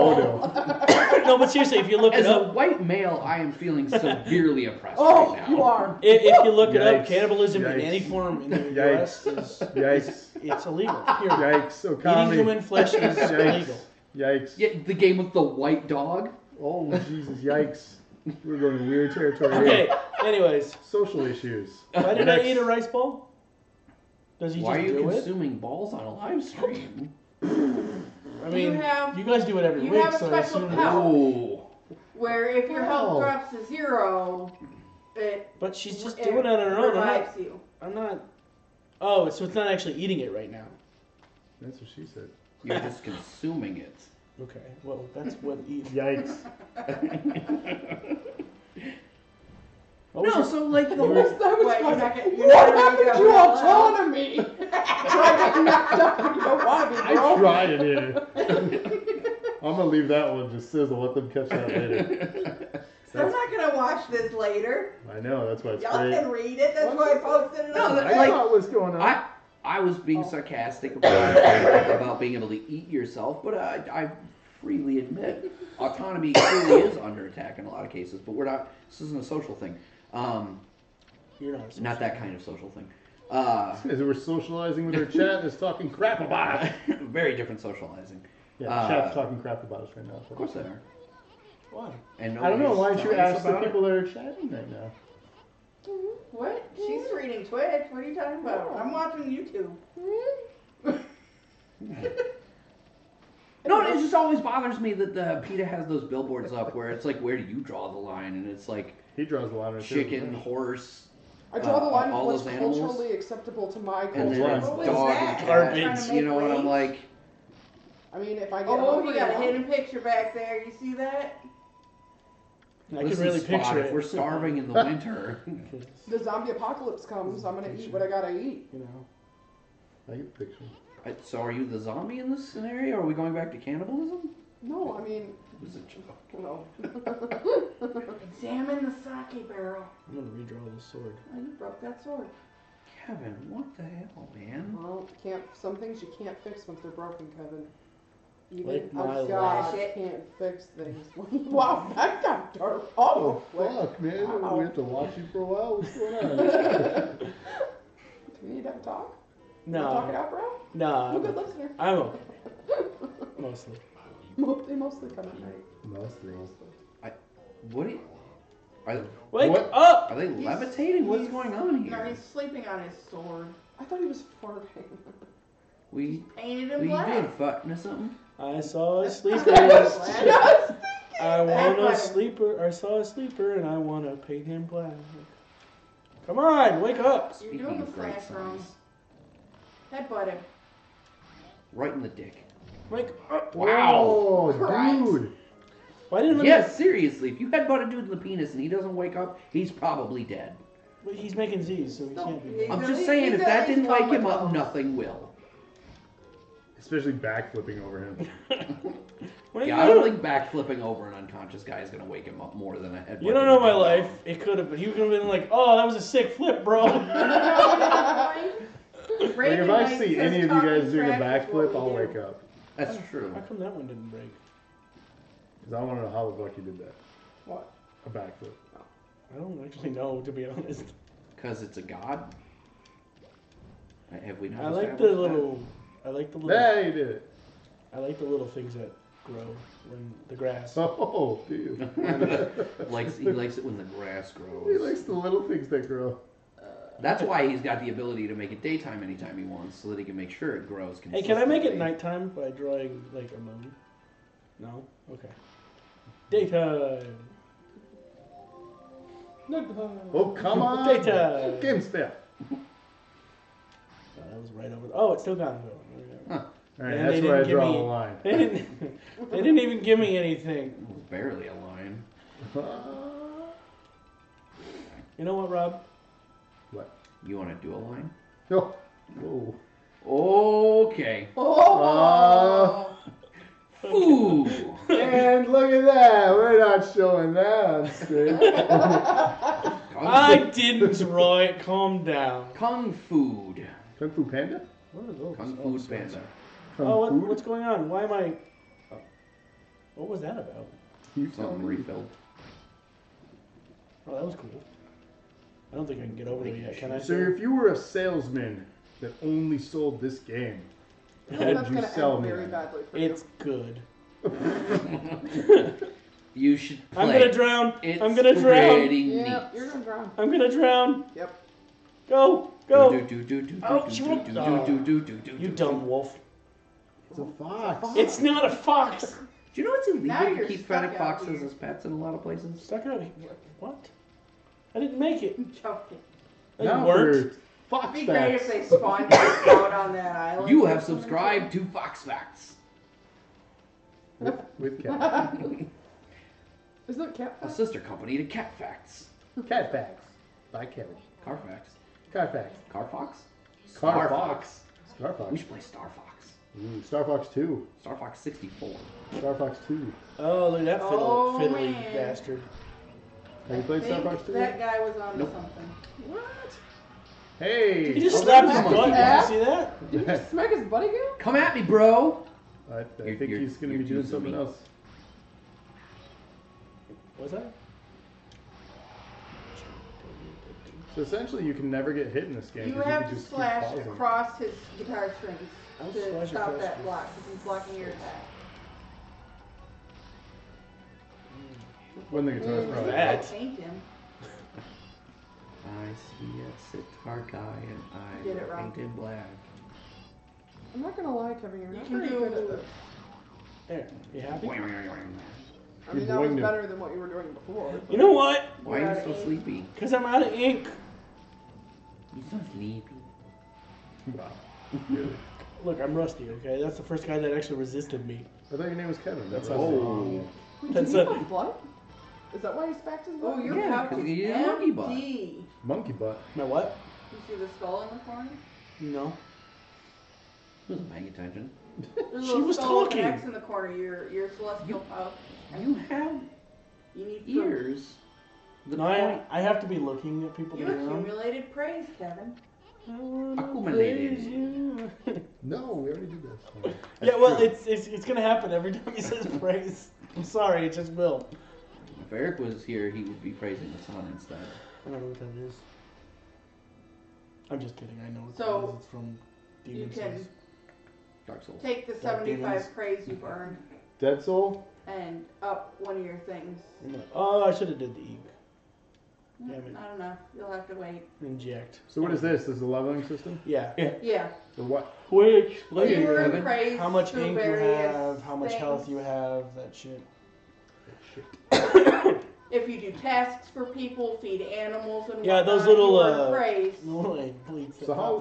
Speaker 6: Oh,
Speaker 3: no, but seriously, if you look it
Speaker 2: As a
Speaker 3: up,
Speaker 2: white male, I am feeling severely oppressed
Speaker 5: Oh,
Speaker 2: right now.
Speaker 5: you are.
Speaker 3: i- if you look it up,
Speaker 6: Yikes.
Speaker 3: cannibalism in
Speaker 6: Yikes.
Speaker 3: any form in the
Speaker 6: Yikes.
Speaker 3: U.S. is
Speaker 6: Yikes.
Speaker 3: it's illegal. Period.
Speaker 6: Yikes.
Speaker 3: Eating
Speaker 6: Okami.
Speaker 3: human flesh is
Speaker 6: Yikes.
Speaker 3: illegal.
Speaker 6: Yikes.
Speaker 2: Yeah, the game with the white dog.
Speaker 6: Oh, Jesus. Yikes. We're going to weird territory. here.
Speaker 3: Okay. Anyways,
Speaker 6: Social issues.
Speaker 3: why did
Speaker 6: Next.
Speaker 3: I eat a rice ball? Does he
Speaker 2: Why are
Speaker 3: just
Speaker 2: you
Speaker 3: do it?
Speaker 2: consuming balls on a live stream?
Speaker 3: I mean,
Speaker 4: You
Speaker 3: you,
Speaker 4: have-
Speaker 3: guys do it every
Speaker 4: you
Speaker 3: week,
Speaker 4: have a
Speaker 3: so I
Speaker 4: special
Speaker 3: assume.
Speaker 4: power.
Speaker 2: Oh,
Speaker 4: Where if your
Speaker 6: Oh.
Speaker 4: health drops to zero, it
Speaker 3: But she's just
Speaker 4: it
Speaker 3: doing it on her own. I'm not,
Speaker 4: revives you.
Speaker 3: I'm not. Oh, so it's not actually eating it right now.
Speaker 6: That's what she said.
Speaker 2: you're just consuming it.
Speaker 3: Okay. Well, that's what eat.
Speaker 1: Yikes.
Speaker 3: What was
Speaker 2: no,
Speaker 3: it?
Speaker 2: so like the
Speaker 5: That was,
Speaker 2: whole.
Speaker 5: that was
Speaker 4: Wait a
Speaker 5: funny.
Speaker 4: second, you
Speaker 5: What
Speaker 4: never
Speaker 5: happened
Speaker 4: got
Speaker 5: to
Speaker 4: one
Speaker 5: autonomy? Try getting knocked up when you don't want to be,
Speaker 6: I
Speaker 5: bro.
Speaker 6: tried it in. I'm going to leave that one to sizzle. Let them catch that later.
Speaker 4: So I'm not gonna watch this later.
Speaker 6: I know. That's why it's
Speaker 4: Y'all
Speaker 6: great.
Speaker 4: can read it. That's why I posted it.
Speaker 2: No,
Speaker 4: on
Speaker 2: that-
Speaker 6: I
Speaker 4: Facebook.
Speaker 2: like-
Speaker 6: thought what's going on.
Speaker 2: I I was being sarcastic about about being able to eat yourself, but I, I freely admit autonomy clearly is under attack in a lot of cases. But we're not. This isn't a social thing. Um,
Speaker 3: You're not.
Speaker 2: not that kind of social thing. Uh,
Speaker 6: As we're socializing with our chat and it's talking crap about us.
Speaker 2: very different socializing.
Speaker 6: Yeah,
Speaker 2: Uh,
Speaker 6: chat's talking crap about us right now.
Speaker 2: Of course they are.
Speaker 3: Why?
Speaker 2: And
Speaker 6: I don't know. Why don't you
Speaker 2: nobody's
Speaker 6: ask the
Speaker 2: telling us
Speaker 6: people that are chatting right now?
Speaker 4: What? She's reading Twitch. What are you talking
Speaker 5: Hmm?
Speaker 4: about? I'm watching YouTube.
Speaker 2: about it? No, it just always bothers me that the PETA has those billboards up where it's like, where do you draw the line? And it's like
Speaker 1: He draws the line right there.
Speaker 2: chicken, horse,
Speaker 5: I draw the
Speaker 2: Uh,
Speaker 5: line
Speaker 2: all
Speaker 5: of what's
Speaker 2: those animals?
Speaker 5: culturally acceptable to my
Speaker 2: and then
Speaker 5: culture.
Speaker 2: it's
Speaker 1: What
Speaker 4: was
Speaker 2: dog
Speaker 4: that?
Speaker 2: and
Speaker 3: Garbage.
Speaker 2: cat. You know what I'm like?
Speaker 5: I mean, if I get
Speaker 4: Oh, you
Speaker 5: hungry,
Speaker 4: got
Speaker 5: I'll-
Speaker 4: a hidden picture back there. You see that?
Speaker 3: I can
Speaker 2: listen,
Speaker 3: really
Speaker 2: Spock,
Speaker 3: picture
Speaker 2: If
Speaker 3: it.
Speaker 2: we're starving in the winter,
Speaker 5: the zombie apocalypse comes, I'm gonna eat what I gotta eat.
Speaker 3: you know,
Speaker 1: I get the picture.
Speaker 2: I- so are you the zombie in this scenario? Are we going back to cannibalism?
Speaker 5: No, I mean,
Speaker 2: It was a joke.
Speaker 5: you know,
Speaker 4: Examine the sake barrel.
Speaker 3: I'm gonna redraw the sword.
Speaker 4: Oh, you broke that sword.
Speaker 2: Kevin, what the hell, man?
Speaker 5: well, can't some things you can't fix once they're broken, Kevin.
Speaker 3: Like
Speaker 5: Even a
Speaker 3: my
Speaker 5: god
Speaker 4: life.
Speaker 5: can't fix things. wow, that got dark. Oh,
Speaker 1: fuck, man.
Speaker 5: Wow.
Speaker 1: We have to watch you for a while. What's going on?
Speaker 5: do we need to have a talk? Wanna talk it
Speaker 3: No, Uh,
Speaker 5: out, bro.
Speaker 3: no,
Speaker 5: I'm a good
Speaker 3: I'm,
Speaker 5: listener.
Speaker 3: I'm okay. Mostly.
Speaker 5: Mo- They mostly come at night.
Speaker 1: Mostly.
Speaker 5: Mostly.
Speaker 2: What are, you, are,
Speaker 3: Wake
Speaker 1: What?
Speaker 3: up!
Speaker 2: are they
Speaker 4: He's-
Speaker 2: levitating? What's
Speaker 4: he's-
Speaker 2: going on
Speaker 4: No,
Speaker 2: here?
Speaker 4: he's sleeping on his sword.
Speaker 5: I thought he was farting.
Speaker 2: We
Speaker 4: Painted
Speaker 2: we doing
Speaker 4: in black.
Speaker 2: fucking something?
Speaker 3: I saw a
Speaker 5: I
Speaker 3: sleeper.
Speaker 5: was just
Speaker 3: I want a
Speaker 4: Black.
Speaker 3: sleeper. I saw a sleeper, and I want to paint him black. Come on, wake up!
Speaker 4: You're doing the flash wrong. Headbutt him.
Speaker 2: right in the dick.
Speaker 3: Wake up!
Speaker 1: Wow,
Speaker 4: Christ.
Speaker 1: dude.
Speaker 3: Why didn't?
Speaker 2: Yeah, seriously. If you headbutt a dude in the penis and he doesn't wake up, he's probably dead.
Speaker 3: But he's making Z's, so he
Speaker 4: No,
Speaker 3: can't be.
Speaker 4: he-
Speaker 2: I'm
Speaker 3: black.
Speaker 4: He's
Speaker 2: just
Speaker 4: at
Speaker 2: saying,
Speaker 4: least-
Speaker 2: if
Speaker 4: he's
Speaker 2: that
Speaker 4: at
Speaker 2: didn't
Speaker 4: least
Speaker 2: wake him up,
Speaker 4: comatose.
Speaker 2: nothing will.
Speaker 1: Especially backflipping over him.
Speaker 3: Wake
Speaker 2: Yeah, I don't
Speaker 3: up!
Speaker 2: think backflipping over an unconscious guy is gonna wake him up more than a headbutt.
Speaker 3: You don't know my life. It could have, but you could have been like, "Oh, that was a sick flip, bro."
Speaker 1: Like,
Speaker 4: Raven
Speaker 1: if
Speaker 4: Knight
Speaker 1: I see
Speaker 4: says
Speaker 1: any of you guys
Speaker 4: talking
Speaker 1: doing a
Speaker 4: trash is what
Speaker 1: backflip,
Speaker 4: we
Speaker 1: I'll
Speaker 4: do.
Speaker 1: wake up.
Speaker 2: That's true.
Speaker 3: How come that one didn't break?
Speaker 1: Because I want to know how the fuck you did that.
Speaker 5: What?
Speaker 1: A backflip.
Speaker 3: I don't actually know, to be honest.
Speaker 2: Because it's a god. Uh, Have we not?
Speaker 3: I like the
Speaker 2: established that?
Speaker 3: little, I like the little,
Speaker 1: Yeah, you did it.
Speaker 3: I like the little things that grow when the grass.
Speaker 1: Oh, dude.
Speaker 2: likes he likes it when the grass
Speaker 1: he
Speaker 2: grows.
Speaker 1: likes the little things that grow.
Speaker 2: That's why he's got the ability to make it daytime anytime he wants, so that he can make sure it grows.
Speaker 3: Hey, can I make it
Speaker 2: consistently.
Speaker 3: nighttime by drawing like a moon? No. Okay. Daytime. Oh,
Speaker 5: No.
Speaker 1: Oh, come on.
Speaker 3: Data.
Speaker 1: Game spell.
Speaker 3: Oh, that was right over. Oh, it's still gone. There we go.
Speaker 1: All right,
Speaker 3: And they
Speaker 1: that's where I
Speaker 3: didn't give
Speaker 1: draw
Speaker 3: me-
Speaker 1: the line.
Speaker 3: They didn't. they didn't even give me anything.
Speaker 2: It was barely a line.
Speaker 1: Oh,
Speaker 3: You know what, Rob?
Speaker 2: You want to do a line?
Speaker 1: No. Whoa.
Speaker 2: Okay.
Speaker 1: Oh.
Speaker 2: Ooh.
Speaker 1: and look at that. We're not showing that on screen.
Speaker 2: Kung,
Speaker 3: I didn't draw it. Calm down.
Speaker 2: Kung food.
Speaker 1: Kung Fu Panda?
Speaker 3: What are those?
Speaker 2: Kung
Speaker 3: Oh,
Speaker 2: Fu
Speaker 3: it's
Speaker 2: Panda.
Speaker 3: not-
Speaker 1: Kung
Speaker 3: oh, what,
Speaker 1: Fu?
Speaker 3: what's going on? Why am I? oh. What was that about?
Speaker 1: You tell
Speaker 2: Something
Speaker 1: me.
Speaker 2: refilled.
Speaker 3: Oh, that was cool. I don't think I can get over there yet. Can I?
Speaker 1: So if you were a salesman that only sold this game,
Speaker 5: Well,
Speaker 1: how'd
Speaker 5: that's
Speaker 1: you
Speaker 5: gonna
Speaker 1: sell
Speaker 5: end
Speaker 1: me?
Speaker 5: very
Speaker 1: that?
Speaker 5: badly for
Speaker 3: It's good.
Speaker 2: You should play.
Speaker 3: I'm gonna drown.
Speaker 2: It's
Speaker 3: I'm gonna drown.
Speaker 2: pretty
Speaker 5: you.
Speaker 2: neat.
Speaker 5: Yeah, you're gonna drown.
Speaker 3: I'm gonna drown.
Speaker 5: Yep.
Speaker 3: Go, go.
Speaker 2: Do, do, do, do, do,
Speaker 3: Oh,
Speaker 2: do,
Speaker 3: she
Speaker 2: do,
Speaker 3: won't-
Speaker 2: do,
Speaker 3: Oh.
Speaker 2: do, do, do, do,
Speaker 3: You
Speaker 2: do.
Speaker 3: dumb wolf.
Speaker 1: It's a fox.
Speaker 3: It's not a fox.
Speaker 2: Do you know it's
Speaker 4: Now
Speaker 2: illegal to
Speaker 4: you're
Speaker 2: keep
Speaker 4: stuck
Speaker 2: fennec
Speaker 4: out
Speaker 2: foxes
Speaker 4: here.
Speaker 2: as pets in a lot of places?
Speaker 3: Stuck out. here. What? I didn't make it.
Speaker 4: Jumping.
Speaker 3: It
Speaker 1: Now
Speaker 3: worked.
Speaker 1: for Fox
Speaker 4: It'd be great if
Speaker 1: facts.
Speaker 4: they spawned us out on that island.
Speaker 2: You have subscribed to Fox Facts.
Speaker 1: With, with cat.
Speaker 5: Isn't it cat?
Speaker 2: A sister company to Cat Facts.
Speaker 1: cat facts. By Kevin.
Speaker 2: Carfax.
Speaker 1: Cat facts.
Speaker 2: Carfox?
Speaker 1: Car
Speaker 2: Star
Speaker 1: Fox. Star
Speaker 2: We
Speaker 1: Fox.
Speaker 2: should play Star Fox.
Speaker 1: Ooh, Star Fox 2.
Speaker 2: Star Fox 64.
Speaker 1: Star Fox 2.
Speaker 3: Oh, look at that fiddle,
Speaker 4: Oh,
Speaker 3: fiddly
Speaker 4: man.
Speaker 3: bastard.
Speaker 1: Have you played Star
Speaker 4: Think
Speaker 1: Fox 2?
Speaker 4: that guy was onto
Speaker 2: Nope.
Speaker 4: something.
Speaker 5: What?
Speaker 1: Hey!
Speaker 3: He just
Speaker 2: Oh,
Speaker 3: slapped
Speaker 2: that
Speaker 3: his
Speaker 2: was
Speaker 3: butt.
Speaker 2: monkey.
Speaker 3: Did you see that?
Speaker 5: Did you just smack his butt again?
Speaker 2: Come at me, bro!
Speaker 1: I, I
Speaker 2: You're-
Speaker 1: think
Speaker 2: you're-
Speaker 1: he's going to
Speaker 2: you're
Speaker 1: be doing
Speaker 2: teasing
Speaker 1: something
Speaker 2: me.
Speaker 1: else.
Speaker 3: Was that?
Speaker 1: So essentially, you can never get hit in this game.
Speaker 4: You
Speaker 1: 'cause
Speaker 4: have
Speaker 1: can
Speaker 4: to
Speaker 1: just keep
Speaker 4: slash
Speaker 1: pausing.
Speaker 4: across his guitar strings
Speaker 3: I'll
Speaker 4: to
Speaker 3: slash
Speaker 4: stop
Speaker 3: across
Speaker 4: that
Speaker 3: his-
Speaker 4: block because he's blocking your attack.
Speaker 1: When the guitar's
Speaker 5: Mm.
Speaker 1: probably
Speaker 3: That.
Speaker 4: Paint him.
Speaker 2: I see a sitar guy and I
Speaker 4: Did it wrong.
Speaker 2: painted black.
Speaker 5: I'm not gonna lie, Kevin. You're
Speaker 4: You
Speaker 5: not
Speaker 4: can
Speaker 5: very good at
Speaker 4: do
Speaker 5: this.
Speaker 3: There. You happy?
Speaker 5: I mean,
Speaker 1: You're
Speaker 5: that was
Speaker 1: going to-
Speaker 5: better than what you were doing before.
Speaker 3: You know what?
Speaker 2: Why are you so sleepy?
Speaker 3: Because I'm out of ink.
Speaker 2: You so sleepy.
Speaker 1: Wow. Really?
Speaker 3: Look, I'm rusty, okay? That's the first guy that actually resisted me.
Speaker 1: I thought your name was Kevin. That's
Speaker 2: Oh,
Speaker 5: Wait,
Speaker 3: That's
Speaker 5: did he
Speaker 3: a-
Speaker 5: have blood? Is that why his back is blood?
Speaker 4: Oh, your
Speaker 2: Yeah,
Speaker 4: pouch
Speaker 2: 'cause
Speaker 4: is
Speaker 2: you
Speaker 4: empty.
Speaker 2: didn't want any butt.
Speaker 4: You
Speaker 1: monkey butt.
Speaker 3: My what?
Speaker 4: see the skull in the corner?
Speaker 3: No.
Speaker 2: he wasn't paying attention.
Speaker 4: There's a
Speaker 3: She
Speaker 4: little
Speaker 3: was
Speaker 4: skull with an
Speaker 3: talking.
Speaker 4: X in the corner. Your your celestial pouch.
Speaker 2: You have
Speaker 4: You need food.
Speaker 2: ears. The
Speaker 3: No, I, I have to be looking at people
Speaker 4: You
Speaker 3: to know.
Speaker 4: accumulated praise, Kevin.
Speaker 3: I wanna
Speaker 2: Accumulated.
Speaker 3: praise you.
Speaker 1: No, we already did that.
Speaker 3: yeah, well, it's, it's it's gonna happen every time he says praise. I'm sorry, it just will.
Speaker 2: If Eric was here, he would be praising the sun instead.
Speaker 3: I don't know what that is. I'm just kidding. I know what
Speaker 4: So,
Speaker 3: that is. It's from
Speaker 4: You
Speaker 3: Demon
Speaker 4: can
Speaker 3: Souls.
Speaker 2: Dark Souls.
Speaker 4: take the
Speaker 3: Dark
Speaker 4: 75
Speaker 3: demons.
Speaker 4: praise you've earned
Speaker 1: Dead Soul?
Speaker 4: and up one of your things.
Speaker 3: I'm like, Oh, I should have did the ink.
Speaker 4: I
Speaker 3: Damn it.
Speaker 4: don't know. You'll have to wait.
Speaker 3: Inject.
Speaker 1: So what is this? This is a leveling system?
Speaker 3: Yeah.
Speaker 4: Yeah.
Speaker 1: Or what?
Speaker 3: Which,
Speaker 2: Look
Speaker 4: you
Speaker 2: at
Speaker 4: were
Speaker 2: Kevin.
Speaker 4: praised
Speaker 3: how much
Speaker 4: through
Speaker 3: ink you
Speaker 4: various
Speaker 3: have, how much health you
Speaker 4: things.
Speaker 3: have, that shit.
Speaker 4: If you do tasks for people, feed animals, and
Speaker 3: Yeah, those
Speaker 4: whatnot,
Speaker 3: little,
Speaker 4: you earn
Speaker 3: uh,
Speaker 4: praise.
Speaker 3: No, it bleeds
Speaker 1: So
Speaker 3: it
Speaker 1: how-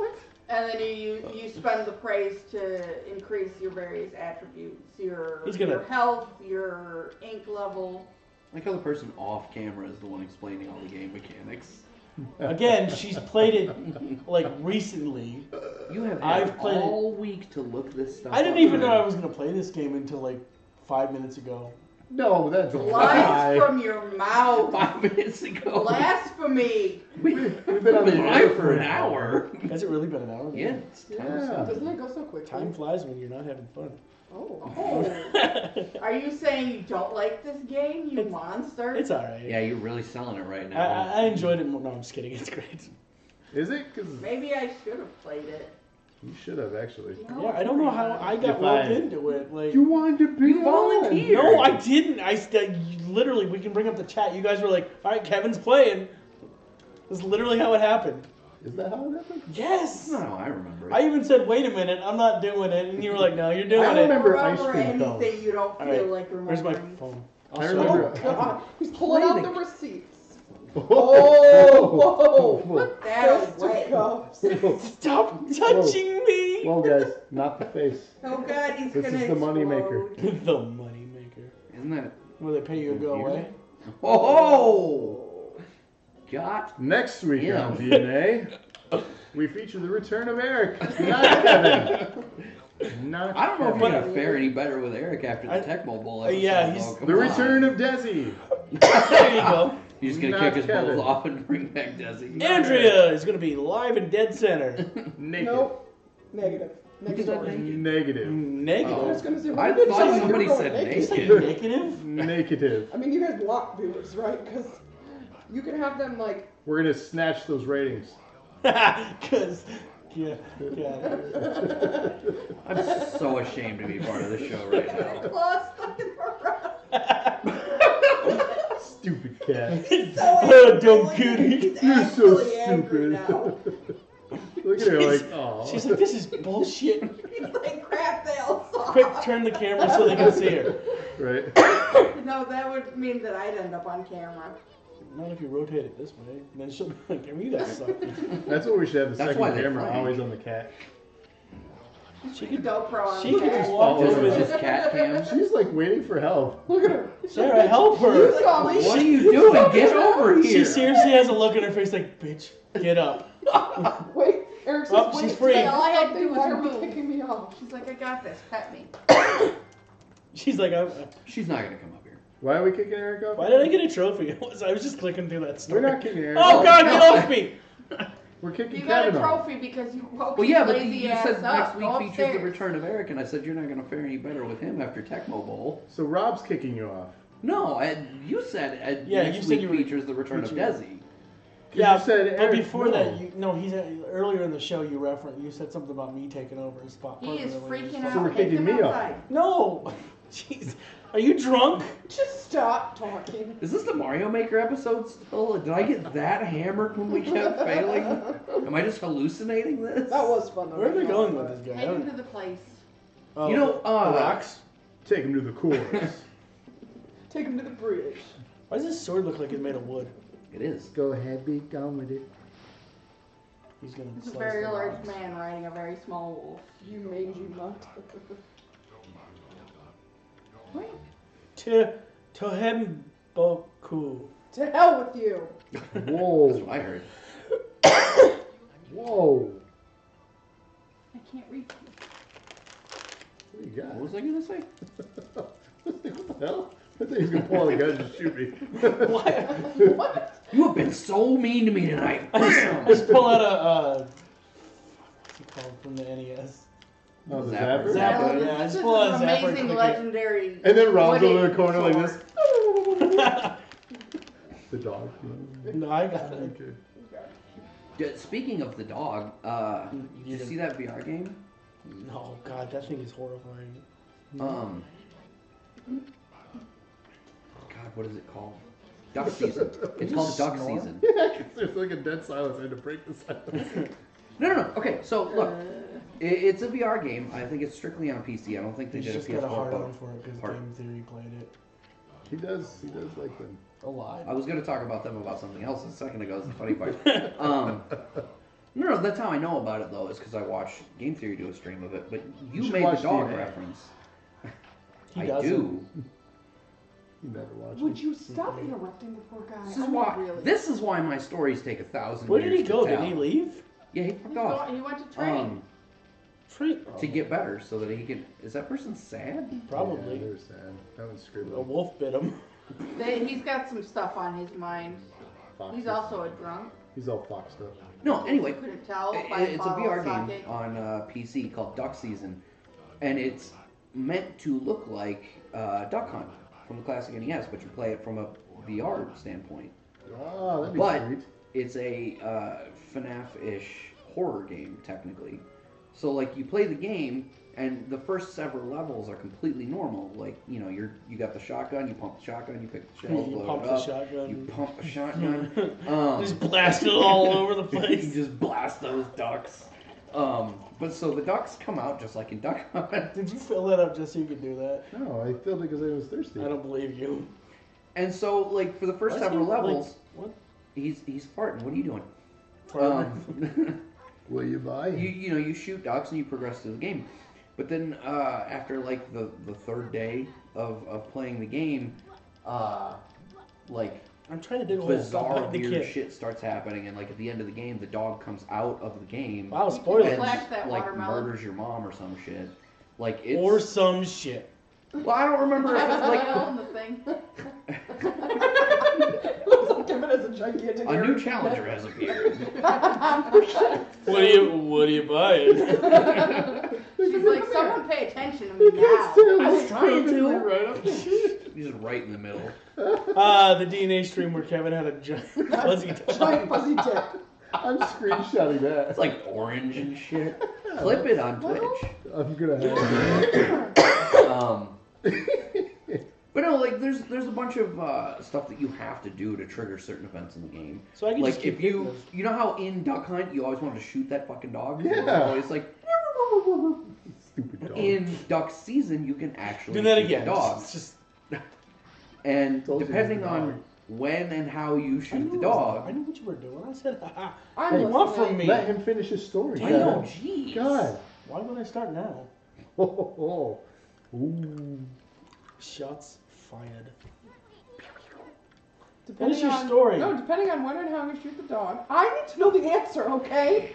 Speaker 3: up.
Speaker 4: And then you, you you spend the praise to increase your various attributes, your
Speaker 3: He's gonna-
Speaker 4: your health, your ink level.
Speaker 2: Like how the person off camera is the one explaining all the game mechanics.
Speaker 3: Again, she's played it like recently.
Speaker 2: You have had
Speaker 3: I've played-
Speaker 2: all week to look this stuff.
Speaker 3: I didn't
Speaker 2: up,
Speaker 3: even know
Speaker 2: man.
Speaker 3: I was gonna play this game until like five minutes ago.
Speaker 1: No, that's a
Speaker 4: Lies
Speaker 1: lie.
Speaker 4: from your mouth.
Speaker 2: five minutes ago.
Speaker 4: Blasphemy.
Speaker 2: we,
Speaker 1: We've
Speaker 2: have
Speaker 1: been on the
Speaker 2: been live
Speaker 1: air
Speaker 2: for an hour.
Speaker 3: Has it really been an hour?
Speaker 2: yeah, it's time
Speaker 1: Yeah.
Speaker 2: to
Speaker 5: Doesn't
Speaker 2: stop.
Speaker 5: it go so quickly?
Speaker 3: Time flies when you're not having fun.
Speaker 5: Oh.
Speaker 4: Oh, are you saying you don't like this game, you
Speaker 3: It's-
Speaker 4: monster?
Speaker 3: It's alright.
Speaker 2: Yeah, you're really selling it right
Speaker 3: I, I,
Speaker 2: now.
Speaker 3: I enjoyed it. More. No, I'm just kidding. It's great.
Speaker 1: Is it? Because
Speaker 4: Maybe I should have played it.
Speaker 1: you should have, actually.
Speaker 3: Yeah, I don't know how I got
Speaker 1: If
Speaker 3: locked
Speaker 1: I-
Speaker 3: into it. Like,
Speaker 1: You wanted to be
Speaker 2: You volunteered.
Speaker 3: no, I didn't. I st- literally, we can bring up the chat. You guys were like, "All right, Kevin's playing." That's literally how it happened.
Speaker 1: Is that how it happened?
Speaker 3: Yes.
Speaker 2: no, I remember.
Speaker 3: I even said, "Wait a minute, I'm not doing it," and you were like, "No, you're
Speaker 1: I
Speaker 3: doing
Speaker 4: Don't
Speaker 3: it."
Speaker 1: remember ice
Speaker 4: remember
Speaker 1: cream
Speaker 4: anything
Speaker 1: cones.
Speaker 4: you don't
Speaker 3: All
Speaker 4: feel
Speaker 3: right,
Speaker 4: like
Speaker 3: Where's
Speaker 4: remembering.
Speaker 3: my phone? I'll
Speaker 2: Oh,
Speaker 1: I
Speaker 3: show you.
Speaker 1: remember.
Speaker 5: God. He's pulling
Speaker 2: Play
Speaker 5: out
Speaker 2: the-
Speaker 5: the receipts.
Speaker 1: Oh, whoa.
Speaker 4: That
Speaker 5: Fist
Speaker 4: away.
Speaker 5: cuffs.
Speaker 3: Stop touching me.
Speaker 1: Well, guys, not the face.
Speaker 4: Oh God, he's
Speaker 1: This
Speaker 4: gonna
Speaker 1: is the money maker.
Speaker 4: explode.
Speaker 3: the moneymaker.
Speaker 2: Isn't that?
Speaker 3: Where they pay you to go away.
Speaker 2: Oh, got
Speaker 1: Next week on
Speaker 2: Yeah.
Speaker 1: DNA, we feature the return of Eric, not Kevin. Not
Speaker 2: I don't know if
Speaker 1: Kevin.
Speaker 2: we're gonna fare any better with Eric after the
Speaker 3: I-
Speaker 2: Tecmo Bowl.
Speaker 3: Uh, yeah,
Speaker 2: episode,
Speaker 3: he's-
Speaker 2: though. Come
Speaker 1: The
Speaker 2: on.
Speaker 1: return of Desi.
Speaker 3: There you go.
Speaker 2: He's gonna
Speaker 1: Not
Speaker 2: kick his
Speaker 1: Kevin.
Speaker 2: balls off and bring back Desi.
Speaker 3: Andrea is gonna be live in Dead Center.
Speaker 1: Naked.
Speaker 5: Nope. Negative. Next
Speaker 2: Look at that
Speaker 5: story.
Speaker 2: thing.
Speaker 1: Negative.
Speaker 5: I
Speaker 3: Negative.
Speaker 5: was gonna say,
Speaker 2: I
Speaker 5: why did
Speaker 2: thought
Speaker 5: someone
Speaker 2: somebody
Speaker 5: go
Speaker 2: said
Speaker 5: naked?
Speaker 3: You say
Speaker 2: Negative.
Speaker 3: negative?
Speaker 1: Negative.
Speaker 5: I mean, you guys want viewers, right? Because you can have them like
Speaker 1: We're gonna snatch those ratings.
Speaker 3: Because yeah, yeah.
Speaker 2: I'm so ashamed to be part of this show right now.
Speaker 4: Claw stuck in her rug.
Speaker 1: Stupid cat.
Speaker 3: Oh, dumb
Speaker 4: He's
Speaker 3: goody.
Speaker 1: You're so
Speaker 4: actually angry
Speaker 1: stupid.
Speaker 4: now.
Speaker 1: Look at her like,
Speaker 3: She's-
Speaker 1: oh.
Speaker 3: She's like, this is bullshit.
Speaker 4: He's like, crap, they all saw.
Speaker 3: Quick, turn the camera so they can see her.
Speaker 1: Right.
Speaker 4: No, that would mean that I'd end up on camera.
Speaker 3: Not if you rotate it this way. Then she'll be like, "Damn, you guys suck."
Speaker 1: That's what we should have the
Speaker 2: That's
Speaker 1: second
Speaker 2: why they're
Speaker 1: camera
Speaker 2: funny.
Speaker 1: always on the cat.
Speaker 3: She
Speaker 4: You
Speaker 3: could.
Speaker 4: GoPro on
Speaker 3: She
Speaker 4: the
Speaker 3: could
Speaker 4: back.
Speaker 3: just walk
Speaker 2: This
Speaker 1: Follow
Speaker 3: over
Speaker 2: was
Speaker 1: her.
Speaker 3: this.
Speaker 2: just cat cams.
Speaker 1: She's like waiting for help.
Speaker 5: look at her.
Speaker 3: Sarah, help
Speaker 5: You
Speaker 3: her.
Speaker 5: saw me.
Speaker 2: What are you doing? Get over
Speaker 3: She
Speaker 2: here.
Speaker 3: seriously has a look in her face like, "Bitch, get up."
Speaker 5: Wait, Eric's
Speaker 3: Oh,
Speaker 5: just
Speaker 3: she's
Speaker 5: waiting
Speaker 3: free.
Speaker 5: to say
Speaker 4: All I had to do
Speaker 5: something.
Speaker 4: was
Speaker 5: Why are
Speaker 4: remove.
Speaker 5: you kicking me off?
Speaker 4: She's like, I got this. Pet me.
Speaker 3: She's like, I'm,
Speaker 2: She's not gonna come up here.
Speaker 1: Why are we kicking Eric off?
Speaker 3: "Why did I get a trophy?" It was- I was just clicking through that
Speaker 1: We're
Speaker 3: story.
Speaker 1: not kicking Eric
Speaker 3: Oh
Speaker 1: off.
Speaker 3: God, get off me!
Speaker 1: We're kicking
Speaker 4: You got a
Speaker 1: Kevin off.
Speaker 4: trophy because you woke
Speaker 2: Well, yeah,
Speaker 4: his
Speaker 2: but
Speaker 4: lazy
Speaker 2: you
Speaker 4: ass
Speaker 2: said
Speaker 4: up.
Speaker 2: next week
Speaker 4: Go
Speaker 2: features the
Speaker 4: upstairs.
Speaker 2: return of Eric, and I said you're not gonna fare any better with him after Tecmo Bowl.
Speaker 1: So Rob's kicking you off.
Speaker 2: No, I, you said uh,
Speaker 3: Yeah,
Speaker 2: next
Speaker 3: you said
Speaker 2: week
Speaker 3: you were-
Speaker 2: features the return of
Speaker 3: featuring-
Speaker 2: Desi.
Speaker 1: You said
Speaker 3: but
Speaker 1: Eric,
Speaker 3: before
Speaker 1: no.
Speaker 3: that, you no, he's earlier in the show. You referenced, you said something about me taking over his spot.
Speaker 4: He is
Speaker 3: permanently.
Speaker 4: freaking
Speaker 1: So
Speaker 4: out.
Speaker 1: we're
Speaker 4: Take
Speaker 1: kicking
Speaker 4: him
Speaker 1: me off.
Speaker 4: outside.
Speaker 3: No, jeez, are you drunk?
Speaker 5: Just stop talking.
Speaker 2: Is this the Mario Maker episode still? Did I get that hammered when we kept failing? Am I just hallucinating this?
Speaker 5: That was fun. though.
Speaker 3: Where are they
Speaker 5: That was
Speaker 3: going
Speaker 5: fun.
Speaker 3: with this guy? I
Speaker 4: Take him
Speaker 3: don't-
Speaker 4: to the place.
Speaker 3: Oh,
Speaker 2: you know, uh,
Speaker 1: The rocks? Take him to the cores.
Speaker 5: Take him to the bridge.
Speaker 3: Why does his sword look like it's made of wood?
Speaker 2: It is.
Speaker 7: Go ahead, be done with it.
Speaker 3: He's gonna.
Speaker 4: It's a
Speaker 3: slice
Speaker 4: very
Speaker 3: the
Speaker 4: large
Speaker 3: rocks.
Speaker 4: man riding a very small wolf.
Speaker 5: You mangy mutt.
Speaker 4: Wait,
Speaker 3: To Tohemboku.
Speaker 5: to hell with you!
Speaker 2: That's
Speaker 7: Whoa,
Speaker 2: what I heard.
Speaker 7: whoa.
Speaker 4: I can't read.
Speaker 1: what do you got?
Speaker 2: What was I gonna say?
Speaker 1: what the hell? I think he's gonna pull out a gun and just shoot me.
Speaker 3: Why?
Speaker 5: what?
Speaker 2: You have been so mean to me tonight.
Speaker 3: I just, I just pull out a. Uh, what's it called from the E NES?
Speaker 1: Oh, the
Speaker 2: Zapper.
Speaker 1: zapper?
Speaker 3: Zapper.
Speaker 4: Now,
Speaker 3: yeah,
Speaker 4: this-
Speaker 3: I just
Speaker 4: this
Speaker 3: pull
Speaker 4: is
Speaker 3: out
Speaker 4: an
Speaker 3: a zapper and
Speaker 4: amazing
Speaker 3: click it.
Speaker 4: legendary.
Speaker 1: And then Rob's
Speaker 4: wooden
Speaker 1: over the corner like this. The dog.
Speaker 3: no, I got it.
Speaker 1: Okay.
Speaker 2: D- Speaking of the dog, uh,
Speaker 3: You
Speaker 2: did you
Speaker 3: didn't-
Speaker 2: see that VR game?
Speaker 3: No, God, that thing is horrifying. Mm-hmm.
Speaker 2: Um, God, what is it called? Duck season. It's called duck
Speaker 3: snore?
Speaker 2: season.
Speaker 1: There's like a dead silence. I had to break the silence.
Speaker 2: No, no, no. Okay, so look, i it's a VR game. I think it's strictly on PC. I don't think they
Speaker 3: He's
Speaker 2: did a
Speaker 3: just got a
Speaker 2: PS4
Speaker 3: hard
Speaker 2: port.
Speaker 3: on for it because
Speaker 2: part.
Speaker 3: Game Theory played it
Speaker 1: he does. He does like them.
Speaker 3: a lot.
Speaker 2: I was going to talk about them about something else a second ago. It's the funny part. um, no, no, that's how I know about it though, is because I watched Game Theory do a stream of it. But you,
Speaker 1: You should
Speaker 2: made
Speaker 1: watch
Speaker 2: the dog
Speaker 1: DNA.
Speaker 2: reference.
Speaker 3: He
Speaker 2: I
Speaker 3: doesn't.
Speaker 2: do.
Speaker 1: You never watch.
Speaker 5: Would
Speaker 1: it.
Speaker 5: you stop interrupting the poor guy?
Speaker 2: This is
Speaker 5: I'm
Speaker 2: why.
Speaker 5: not really.
Speaker 2: This is why my stories take a thousand.
Speaker 3: Where did
Speaker 2: years
Speaker 3: he go?
Speaker 2: to
Speaker 3: Did
Speaker 2: tell.
Speaker 3: he leave?
Speaker 2: Yeah, he
Speaker 4: He's
Speaker 2: fucked off.
Speaker 4: going, he went to train.
Speaker 2: Um,
Speaker 3: Free-
Speaker 2: to get better, so that he can. Is that person sad?
Speaker 1: Yeah,
Speaker 3: Probably.
Speaker 1: they're sad. That one's screwed
Speaker 3: a
Speaker 1: up.
Speaker 3: wolf bit him.
Speaker 4: They, he's got some stuff on his mind.
Speaker 1: Fox
Speaker 4: He's
Speaker 1: is-
Speaker 4: also a drunk.
Speaker 1: He's all foxed up.
Speaker 2: No. Anyway,
Speaker 4: You couldn't tell
Speaker 2: It-
Speaker 4: Oh, by the
Speaker 2: it's a
Speaker 4: bottle
Speaker 2: VR
Speaker 4: of
Speaker 2: game
Speaker 4: sake.
Speaker 2: on uh, PC called Duck Season, and it's meant to look like uh, Duck Hunt from the classic NES, but you play it from a VR standpoint.
Speaker 1: Oh, that'd be
Speaker 2: But-
Speaker 1: sweet.
Speaker 2: It's a uh, FNAF-ish horror game technically. So like you play the game, and the first several levels are completely normal. Like you know you're you got the shotgun, you pump the shotgun, you pick the shells,
Speaker 3: you
Speaker 2: load
Speaker 3: pump
Speaker 2: it
Speaker 3: the
Speaker 2: up,
Speaker 3: shotgun.
Speaker 2: you pump the shotgun. Um,
Speaker 3: just blast it all over the
Speaker 2: you
Speaker 3: place.
Speaker 2: just blast those ducks. Um, but so the ducks come out just like in Duck Hunt.
Speaker 3: Did you fill that up just so you could do that?
Speaker 1: No, I filled it because I was thirsty.
Speaker 3: I don't believe you.
Speaker 2: And so, like for the first
Speaker 3: Why is
Speaker 2: several
Speaker 3: he, like,
Speaker 2: levels, Um,
Speaker 3: what?
Speaker 2: he's he's farting. What are you doing?
Speaker 3: Farting?
Speaker 2: Um,
Speaker 1: Will you buy?
Speaker 2: you you know you shoot ducks and you progress through the game. But then uh, after like the, the third day of, of playing the game, uh, like
Speaker 3: I'm trying Oh, to dig a hole. Stop
Speaker 2: bizarre
Speaker 3: biting the
Speaker 2: weird
Speaker 3: kid.
Speaker 2: shit starts happening, and like at the end of the game, the dog comes out of the game.
Speaker 3: Wow,
Speaker 2: and
Speaker 4: Flash
Speaker 3: spoilers.
Speaker 4: that
Speaker 2: like
Speaker 4: watermelon.
Speaker 2: murders your mom or some shit. Like it's
Speaker 3: Or some shit.
Speaker 2: Well, I don't remember if it's like
Speaker 4: on the thing.
Speaker 5: Give it as a gigantic.
Speaker 2: a new challenger has appeared.
Speaker 3: What do you what do you buy?
Speaker 4: She's like, someone pay attention to me now.
Speaker 3: I was trying to.
Speaker 1: right up.
Speaker 2: He's just right in the middle.
Speaker 3: Ah, the DNA stream where Kevin had a giant fuzzy dog.
Speaker 5: giant fuzzy dick.
Speaker 1: I'm screenshotting that.
Speaker 2: It's like orange and shit. Clip it on Twitch.
Speaker 1: I'm gonna have.
Speaker 2: Um, but no, like there's there's a bunch of uh, stuff that you have to do to trigger certain events in the game.
Speaker 3: So I can
Speaker 2: Like
Speaker 3: just keep
Speaker 2: if you you know how in Duck Hunt you always wanted to shoot that fucking dog. You were
Speaker 1: Yeah.
Speaker 2: Always like
Speaker 1: Stupid dog.
Speaker 2: in Duck Season you can actually
Speaker 3: do that
Speaker 2: shoot the
Speaker 3: again.
Speaker 2: dog.
Speaker 3: It's just
Speaker 2: And
Speaker 1: Told you it was
Speaker 2: depending
Speaker 1: the
Speaker 2: on
Speaker 1: dog.
Speaker 2: when and how you shoot
Speaker 3: I
Speaker 2: the
Speaker 3: know- I
Speaker 2: dog,
Speaker 3: know what you were doing. I said, "Ha, ha.
Speaker 5: I'm
Speaker 3: What do you want
Speaker 5: listening.
Speaker 3: from me?
Speaker 1: Let him finish his story.
Speaker 3: I
Speaker 2: I
Speaker 1: Kevin.
Speaker 2: know, jeez.
Speaker 1: God.
Speaker 3: Why would I start now?
Speaker 1: Oh, Ooh.
Speaker 3: Shots fired.
Speaker 5: Depending
Speaker 3: Finish your
Speaker 5: on-
Speaker 3: story.
Speaker 5: No, depending on when and how you shoot the dog, I need to know the answer, okay?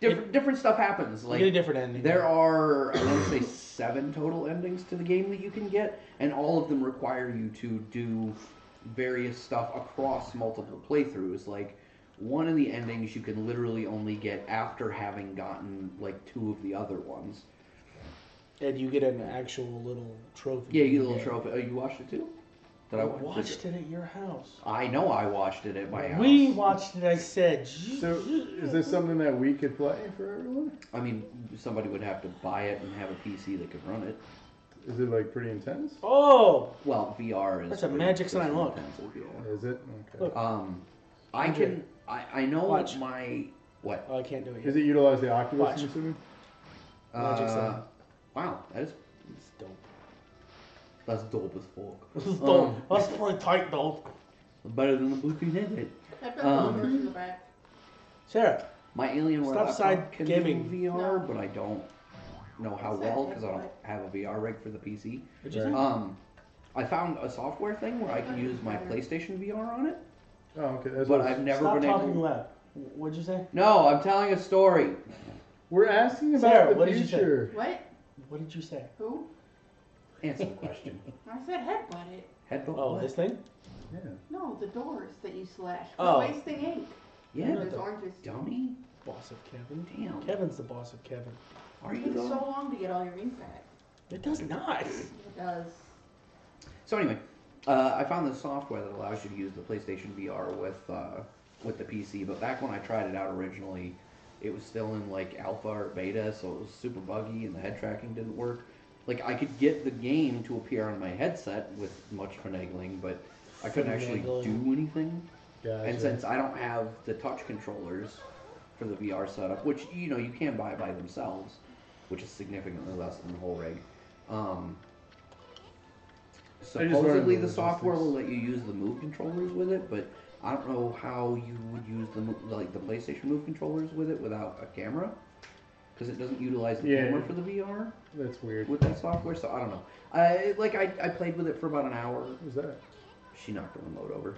Speaker 2: Different different stuff happens.
Speaker 3: You get a
Speaker 2: Like
Speaker 3: different ending.
Speaker 2: There are, I want to say, seven total endings to the game that you can get, and all of them require you to do various stuff across multiple playthroughs. Like, one of the endings you can literally only get after having gotten, like, two of the other ones.
Speaker 3: and you get an actual little trophy.
Speaker 2: Yeah, you get a little trophy. Oh, you watched it too? Did
Speaker 3: I
Speaker 2: I watch
Speaker 3: watched it at your house.
Speaker 2: I know I watched it at my house.
Speaker 3: We watched it. I said, "You-
Speaker 1: So, is this something that we could play for everyone?
Speaker 2: I mean, somebody would have to buy it and have a PC that could run it.
Speaker 1: Is it like pretty intense?
Speaker 3: "Oh,
Speaker 2: Well, VR is.
Speaker 3: That's a
Speaker 2: pretty-
Speaker 3: Magic Sign
Speaker 2: pretty
Speaker 3: look.
Speaker 2: intensive, yeah.
Speaker 1: Is it? Okay.
Speaker 3: Look.
Speaker 2: Um, I
Speaker 3: Okay.
Speaker 2: can. I, I know
Speaker 3: Watch.
Speaker 2: my what
Speaker 3: oh I can't do it."
Speaker 1: Does
Speaker 3: Yet.
Speaker 1: it utilize the Oculus? I'm
Speaker 3: Watch.
Speaker 1: assuming?
Speaker 2: uh,
Speaker 3: Magic Sign.
Speaker 2: Wow, that is
Speaker 3: It's dope.
Speaker 2: Um, that's dope as fuck.
Speaker 3: This is dope.
Speaker 2: Um,
Speaker 3: That's pretty tight, though.
Speaker 2: Better than the blue connected.
Speaker 4: I've got
Speaker 2: Um,
Speaker 4: the horse in the back.
Speaker 3: Sarah,
Speaker 2: My Alienware
Speaker 3: Stop
Speaker 2: laptop
Speaker 3: side
Speaker 2: can
Speaker 3: gaming.
Speaker 2: do VR,
Speaker 4: No.
Speaker 2: but I don't know how
Speaker 4: Side
Speaker 2: well because I
Speaker 4: gaming,
Speaker 2: don't have a VR rig for the PC.
Speaker 3: what'd you
Speaker 1: Right.
Speaker 3: say?
Speaker 2: Um, I found a software thing where I can use my
Speaker 4: Okay.
Speaker 2: PlayStation VR on it,
Speaker 1: Oh, okay. That's
Speaker 2: but
Speaker 1: what-
Speaker 2: I've never
Speaker 3: Stop
Speaker 2: been
Speaker 3: talking
Speaker 2: able.
Speaker 3: loud. What'd you say?
Speaker 2: No, I'm telling a story.
Speaker 1: We're asking about
Speaker 3: Sarah,
Speaker 1: the
Speaker 3: what did you say?
Speaker 1: future.
Speaker 4: What?
Speaker 3: What did you say?
Speaker 4: Who?
Speaker 2: Answer the question.
Speaker 4: I said headbutt it.
Speaker 2: Headbutt.
Speaker 3: Oh,
Speaker 2: what?
Speaker 3: this thing?
Speaker 4: No, the doors that you slash.
Speaker 3: Oh.
Speaker 4: The wasting ink.
Speaker 2: Yeah,
Speaker 4: There's oranges.
Speaker 2: dummy.
Speaker 3: Boss of Kevin.
Speaker 2: Damn.
Speaker 3: Kevin's the boss of Kevin.
Speaker 2: Are
Speaker 4: It
Speaker 2: you
Speaker 4: takes
Speaker 2: though?
Speaker 4: so long to get all your ink back.
Speaker 3: It does not.
Speaker 4: It does.
Speaker 2: So anyway, uh, I found this software that allows you to use the PlayStation VR with uh, with the PC. But back when I tried it out originally, it was still in like alpha or beta, so it was super buggy and the head tracking didn't work. Like I could get the game to appear on my headset with much finagling, but I couldn't actually
Speaker 3: Finagling.
Speaker 2: do anything.
Speaker 1: Yeah.
Speaker 2: And since I don't have the touch controllers for the VR setup, which you know you can buy by themselves, which is significantly less than the whole rig. Um,
Speaker 1: I just learned
Speaker 2: supposedly
Speaker 1: the
Speaker 2: the software will
Speaker 1: logistics.
Speaker 2: let you use the Move controllers with it, but I don't know how you would use the Mo- like the PlayStation Move controllers with it without a camera, because it doesn't utilize the
Speaker 1: Yeah.
Speaker 2: camera for the VR
Speaker 1: that's weird.
Speaker 2: with that software. So I don't know. I like I, I played with it for about an hour
Speaker 1: What was that?
Speaker 2: she knocked the remote over.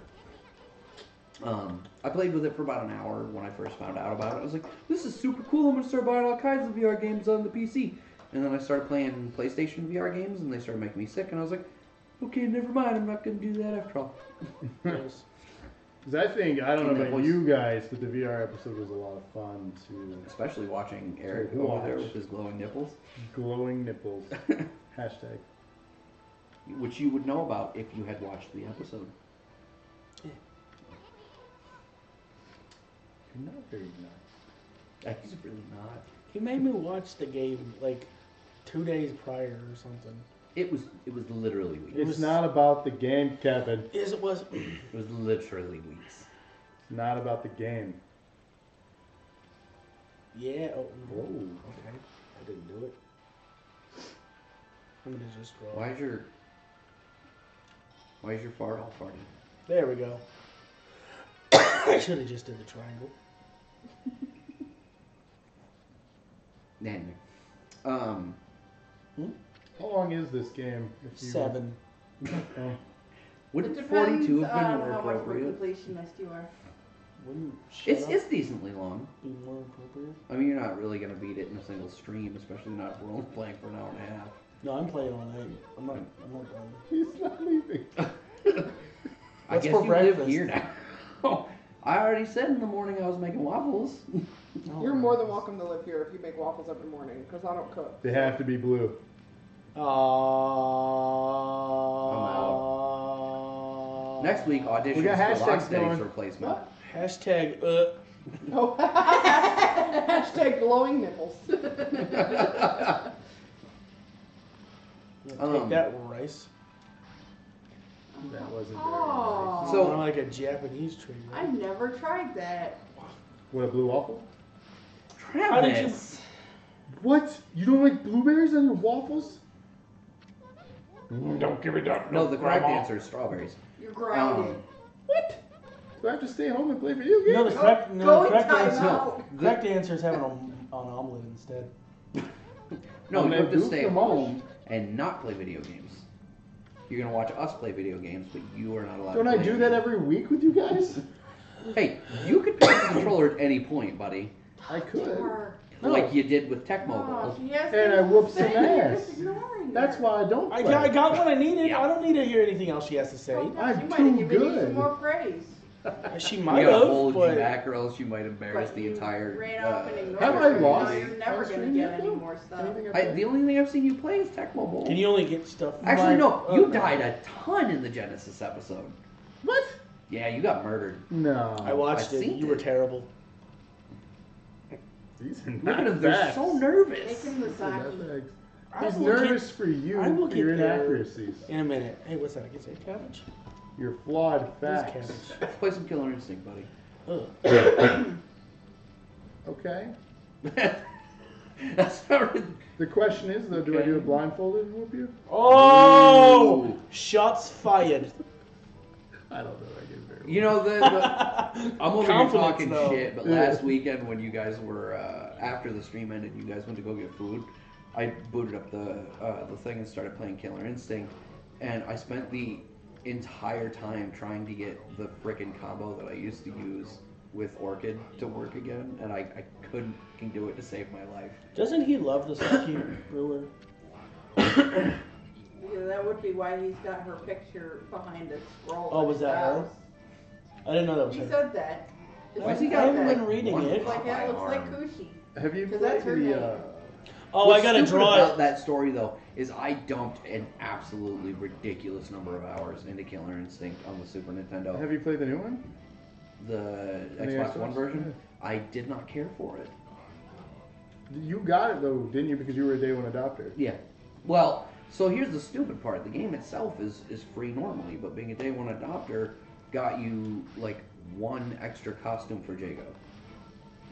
Speaker 2: Um, I played with it for about an hour when I first found out about it. I was like, this is super cool. I'm going to start buying all kinds of VR games on the PC. And then I started playing PlayStation VR games and they started making me sick. And I was like, okay, never mind. I'm not going to do that after all.
Speaker 3: Yes.
Speaker 1: Because I think I don't know
Speaker 2: And that
Speaker 1: about
Speaker 2: voice-
Speaker 1: you guys, but the VR episode was a lot of fun too.
Speaker 2: Especially watching Eric
Speaker 1: Dude,
Speaker 2: over there
Speaker 1: watch.
Speaker 2: with his glowing nipples,
Speaker 1: Glowing nipples. Hashtag.
Speaker 2: which you would know about if you had watched the episode.
Speaker 1: You're not very nice.
Speaker 2: He's really not.
Speaker 3: He made me watch the game like two days prior or something.
Speaker 2: It was it was literally weeks.
Speaker 1: It's
Speaker 3: was-
Speaker 1: not about the game, Kevin.
Speaker 3: Yes, it was.
Speaker 2: It was literally weeks.
Speaker 1: It's not about the game.
Speaker 3: yeah. Oh, no.
Speaker 1: Whoa.
Speaker 3: Okay. I didn't do it. I'm gonna just draw.
Speaker 2: Why is your why is your fart all farty?
Speaker 3: There we go. I should have just did the triangle.
Speaker 2: Anyway, um,
Speaker 1: How long is this game? If you-
Speaker 3: Seven.
Speaker 1: Oh,
Speaker 2: would
Speaker 4: it depends
Speaker 2: 42 have been
Speaker 4: on
Speaker 2: more
Speaker 4: how much of a
Speaker 2: appropriate?
Speaker 4: completionist you are.
Speaker 3: Wouldn't shut
Speaker 2: It's,
Speaker 3: up
Speaker 2: it's decently long.
Speaker 3: be more appropriate?
Speaker 2: I mean, you're not really going to beat it in a single stream, especially not if we're only playing for an hour and a half.
Speaker 3: No, I'm playing all night. I'm not. I'm not done.
Speaker 1: he's not leaving.
Speaker 2: I
Speaker 3: That's
Speaker 2: guess
Speaker 3: for
Speaker 2: you live
Speaker 3: breakfast.
Speaker 2: here now. I already said in the morning I was making waffles.
Speaker 5: You're more than
Speaker 3: Oh,
Speaker 5: welcome to live here if you make waffles every morning, because I don't cook.
Speaker 1: They have to be blue.
Speaker 3: Uh,
Speaker 2: Next week, auditions
Speaker 1: We got
Speaker 2: for
Speaker 1: hashtags
Speaker 2: Locksteady's
Speaker 1: going.
Speaker 2: replacement.
Speaker 3: Hashtag. Uh,
Speaker 5: No. Hashtag glowing nipples.
Speaker 3: yeah, take
Speaker 2: Um,
Speaker 3: that rice.
Speaker 1: That wasn't very nice.
Speaker 4: Oh.
Speaker 2: So-
Speaker 3: More like a Japanese tree.
Speaker 4: I
Speaker 3: Right?
Speaker 4: never tried that.
Speaker 1: What a blue waffle?
Speaker 3: How did you-
Speaker 2: Travis!
Speaker 1: What? You don't like blueberries on your waffles?
Speaker 6: Mm, Don't give it up.
Speaker 2: No, the correct answer is strawberries.
Speaker 4: You're grounded.
Speaker 2: Um,
Speaker 1: What? Do I have to stay home and play video games?
Speaker 3: No, the correct, no,
Speaker 4: Go
Speaker 3: the
Speaker 4: in
Speaker 3: correct
Speaker 4: timeout.
Speaker 3: answer.
Speaker 2: No,
Speaker 3: The
Speaker 2: the,
Speaker 3: correct answer is having an, an omelet instead.
Speaker 1: I'm
Speaker 2: no you have
Speaker 1: gonna
Speaker 2: to stay
Speaker 1: goof them all.
Speaker 2: home and not play video games. You're going to watch us play video games, but you are not allowed
Speaker 1: Don't
Speaker 2: to
Speaker 1: I
Speaker 2: play
Speaker 1: do
Speaker 2: any.
Speaker 1: that every week with you guys?
Speaker 2: Hey, you could pick the controller at any point, buddy.
Speaker 1: I could.
Speaker 4: Or-
Speaker 1: No.
Speaker 2: Like you did with Tech
Speaker 4: Oh,
Speaker 2: Mobile.
Speaker 4: she has
Speaker 1: And I
Speaker 4: things to
Speaker 1: whooped
Speaker 4: say,
Speaker 1: some
Speaker 4: you're
Speaker 1: ass.
Speaker 4: just ignoring
Speaker 1: That's
Speaker 4: her.
Speaker 1: why I don't
Speaker 3: I,
Speaker 1: play.
Speaker 3: I got what I needed.
Speaker 2: Yeah.
Speaker 3: I don't need to hear anything else she has to say.
Speaker 4: Oh,
Speaker 1: I'm
Speaker 4: she might
Speaker 1: too
Speaker 4: have given you
Speaker 1: good.
Speaker 4: some more praise.
Speaker 3: She
Speaker 2: We
Speaker 3: might
Speaker 2: gotta
Speaker 3: have,
Speaker 2: hold you
Speaker 3: but
Speaker 2: back, or else you might embarrass
Speaker 4: But
Speaker 2: the
Speaker 4: you
Speaker 2: entire.
Speaker 4: Ran
Speaker 2: uh,
Speaker 4: off and ignored
Speaker 1: Have
Speaker 4: her,
Speaker 1: I
Speaker 4: so
Speaker 1: lost?
Speaker 4: You're never
Speaker 1: Lost
Speaker 4: gonna
Speaker 1: any
Speaker 4: get
Speaker 1: of
Speaker 4: any
Speaker 1: them?
Speaker 4: more stuff.
Speaker 1: Anything
Speaker 2: I,
Speaker 1: played?
Speaker 2: the only thing I've seen you play is Tech Mobile.
Speaker 3: can you only get stuff? from
Speaker 2: Actually,
Speaker 3: my-
Speaker 2: no.
Speaker 3: oh,
Speaker 2: You died a ton in the Genesis episode.
Speaker 1: What?
Speaker 2: Yeah, you got murdered.
Speaker 1: No.
Speaker 3: I watched
Speaker 2: I've
Speaker 3: it.
Speaker 2: seen
Speaker 3: You were
Speaker 2: it.
Speaker 3: terrible.
Speaker 1: These are
Speaker 2: Look
Speaker 1: not
Speaker 2: at them; they're
Speaker 1: facts.
Speaker 2: so nervous.
Speaker 4: Take him the
Speaker 1: These are
Speaker 4: sake.
Speaker 1: not facts.
Speaker 3: I
Speaker 1: He's
Speaker 3: will get-
Speaker 1: nervous for you
Speaker 3: I will
Speaker 1: for
Speaker 3: get
Speaker 1: your
Speaker 3: there.
Speaker 1: inaccuracies.
Speaker 3: in a minute. Hey, what's that? I can say cabbage.
Speaker 1: Your flawed
Speaker 3: That
Speaker 1: facts.
Speaker 3: was
Speaker 2: Let's play some Killer Instinct, buddy.
Speaker 3: Ugh.
Speaker 1: Okay.
Speaker 2: That's not rid-
Speaker 1: The question is though, do I do it
Speaker 2: Okay.
Speaker 1: blindfolded and whoop you?
Speaker 3: Oh!
Speaker 2: Ooh.
Speaker 3: Shots fired.
Speaker 1: I don't know. I get very.
Speaker 2: You know, the, the,
Speaker 3: I'm
Speaker 2: I'm over here
Speaker 3: Confidence,
Speaker 2: talking
Speaker 3: though.
Speaker 2: shit, but
Speaker 1: Yeah.
Speaker 2: last weekend when you guys were, uh, after the stream ended, you guys went to go get food, I booted up the, uh, the thing and started playing Killer Instinct, and I spent the entire time trying to get the frickin' combo that I used to use with Orchid to work again, and I, I couldn't fucking do it to save my life.
Speaker 3: Doesn't he love this lucky brewer?
Speaker 4: Yeah, that would be why he's got her picture behind a scroll.
Speaker 3: Oh, was that her?
Speaker 4: Yes.
Speaker 3: I didn't know that was
Speaker 4: He
Speaker 3: her.
Speaker 4: said that. It's
Speaker 2: Why has
Speaker 4: like
Speaker 2: he got
Speaker 4: that.
Speaker 3: I haven't been
Speaker 2: like,
Speaker 3: reading
Speaker 2: one
Speaker 3: it.
Speaker 4: Like that
Speaker 2: Popeye
Speaker 4: looks like
Speaker 2: arm?
Speaker 4: Kushi.
Speaker 1: Have you
Speaker 4: 'Cause
Speaker 1: played
Speaker 4: that's her name.
Speaker 1: the? Uh,
Speaker 3: Oh,
Speaker 2: What's
Speaker 3: I gotta
Speaker 2: stupid
Speaker 3: draw
Speaker 2: about
Speaker 3: it.
Speaker 2: that story though is I dumped an absolutely ridiculous number of hours into Killer Instinct on the Super Nintendo.
Speaker 1: have you played the new one?
Speaker 2: the
Speaker 1: The
Speaker 2: Xbox
Speaker 1: Xbox,
Speaker 2: One version. I did not care for it.
Speaker 1: You got it though, didn't you? Because you were a day one adopter.
Speaker 2: Yeah. Well, so here's the stupid part. The game itself is is free normally, but being a day one adopter got you like one extra costume for Jago.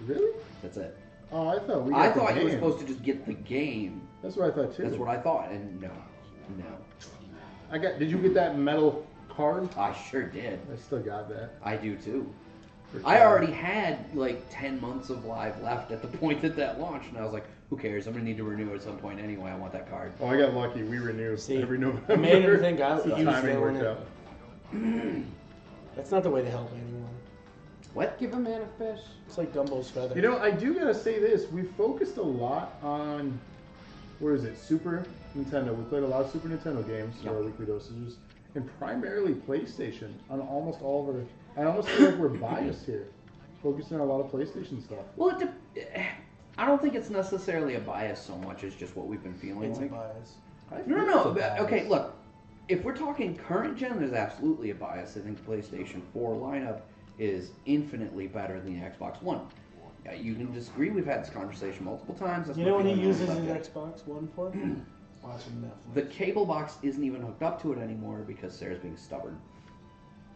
Speaker 1: Really?
Speaker 2: That's it.
Speaker 1: Oh, I thought we. Got
Speaker 2: I
Speaker 1: the
Speaker 2: thought you were
Speaker 1: game.
Speaker 2: supposed to just get the game.
Speaker 1: That's what I thought too.
Speaker 2: That's what I thought, and no, no,
Speaker 1: I got. Did you get that metal card?
Speaker 2: I sure did.
Speaker 1: I still got that.
Speaker 2: I do too.
Speaker 1: For
Speaker 2: I
Speaker 1: sure.
Speaker 2: already had like 10 months of live left at the point that that launched, and I was like, who cares? I'm going to need to renew at some point anyway. I want that card.
Speaker 1: Oh, I got lucky. We renew
Speaker 3: See,
Speaker 1: every November.
Speaker 3: I made him think I was
Speaker 1: the timing worked out.
Speaker 3: That's not the way to help anyone.
Speaker 2: What?
Speaker 5: Give a man a fish.
Speaker 3: It's like Dumbo's feather.
Speaker 1: You know, I do gotta say this. We focused a lot on what is it, Super Nintendo. We played a lot of Super Nintendo games for our weekly dosages, and primarily PlayStation on almost all of our. I almost feel like we're biased here, focusing on a lot of PlayStation stuff.
Speaker 2: Well, it de- I don't think it's necessarily a bias so much as just what we've been feeling.
Speaker 3: it's a
Speaker 2: like.
Speaker 3: bias.
Speaker 1: I
Speaker 2: No, no,
Speaker 1: think
Speaker 2: no.
Speaker 1: it's a
Speaker 2: but- Okay,
Speaker 1: bias.
Speaker 2: look. If we're talking current gen, there's absolutely a bias. I think the PlayStation 4 lineup is infinitely better than the Xbox One. Uh, You can disagree. We've had this conversation multiple times. That's
Speaker 3: You
Speaker 2: my
Speaker 3: know what he
Speaker 2: feeling on the
Speaker 3: uses his
Speaker 2: subject.
Speaker 3: Xbox One for? Watching Netflix.
Speaker 2: The cable box isn't even hooked up to it anymore because Sarah's being stubborn.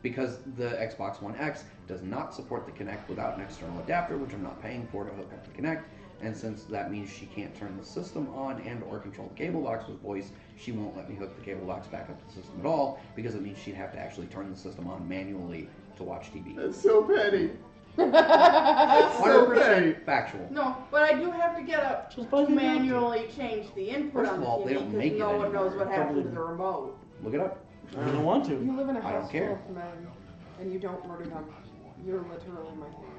Speaker 2: Because the Xbox One X does not support the Kinect without an external adapter, which I'm not paying for to hook up the Kinect. And since that means she can't turn the system on and or control the cable box with voice, she won't let me hook the cable box back up to the system at all because it means she'd have to actually turn the system on manually to watch TV.
Speaker 1: That's so petty. so
Speaker 2: 100% factual.
Speaker 4: No, but I do have to get up
Speaker 3: Just buy
Speaker 4: to
Speaker 3: the adapter.
Speaker 4: manually change the input
Speaker 2: First
Speaker 4: on
Speaker 2: of
Speaker 4: the
Speaker 2: all, they
Speaker 4: TV
Speaker 2: don't make it
Speaker 4: because no one
Speaker 2: anymore.
Speaker 4: knows what happened to
Speaker 3: Probably-
Speaker 4: the remote.
Speaker 2: Look it up.
Speaker 3: I don't want to.
Speaker 5: You live in a
Speaker 2: I don't
Speaker 5: house
Speaker 2: care.
Speaker 5: full of men, and you don't murder them. You're literally my hero.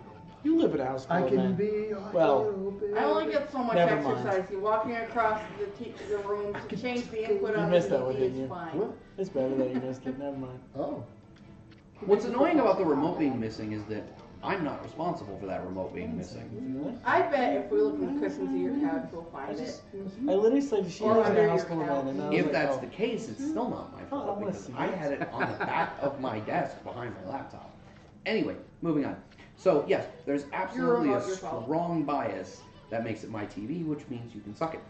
Speaker 3: You live in a house full
Speaker 1: I
Speaker 3: of
Speaker 1: can
Speaker 3: men.
Speaker 1: be. a
Speaker 3: Well,
Speaker 1: little bit-
Speaker 4: I only get so much
Speaker 3: Never mind.
Speaker 4: exercise. You're walking across the, t- the room to change the input
Speaker 3: You
Speaker 4: on
Speaker 3: missed
Speaker 4: the
Speaker 3: that one,
Speaker 4: TV
Speaker 3: didn't you?
Speaker 4: is fine.
Speaker 1: What?
Speaker 3: It's better that you missed it. Never mind.
Speaker 1: Oh,
Speaker 2: What's annoying about the remote being missing is that I'm not responsible for that remote being missing.
Speaker 4: I bet if we look in the cushions of your couch, we'll
Speaker 3: I
Speaker 4: find it.
Speaker 3: just, I literally said she
Speaker 4: Or
Speaker 3: lives in
Speaker 4: under
Speaker 3: a house
Speaker 4: your
Speaker 3: full of men, and I was
Speaker 2: If
Speaker 3: like,
Speaker 2: that's
Speaker 3: oh.
Speaker 2: the case, it's still not my
Speaker 3: Oh, I
Speaker 2: fault
Speaker 3: wanna
Speaker 2: because
Speaker 3: see
Speaker 2: I
Speaker 3: it.
Speaker 2: had it on the back of my desk behind my laptop. Anyway, moving on. So yes, there's absolutely a
Speaker 4: remote, your fault.
Speaker 2: strong bias that makes it my TV, which means you can suck it.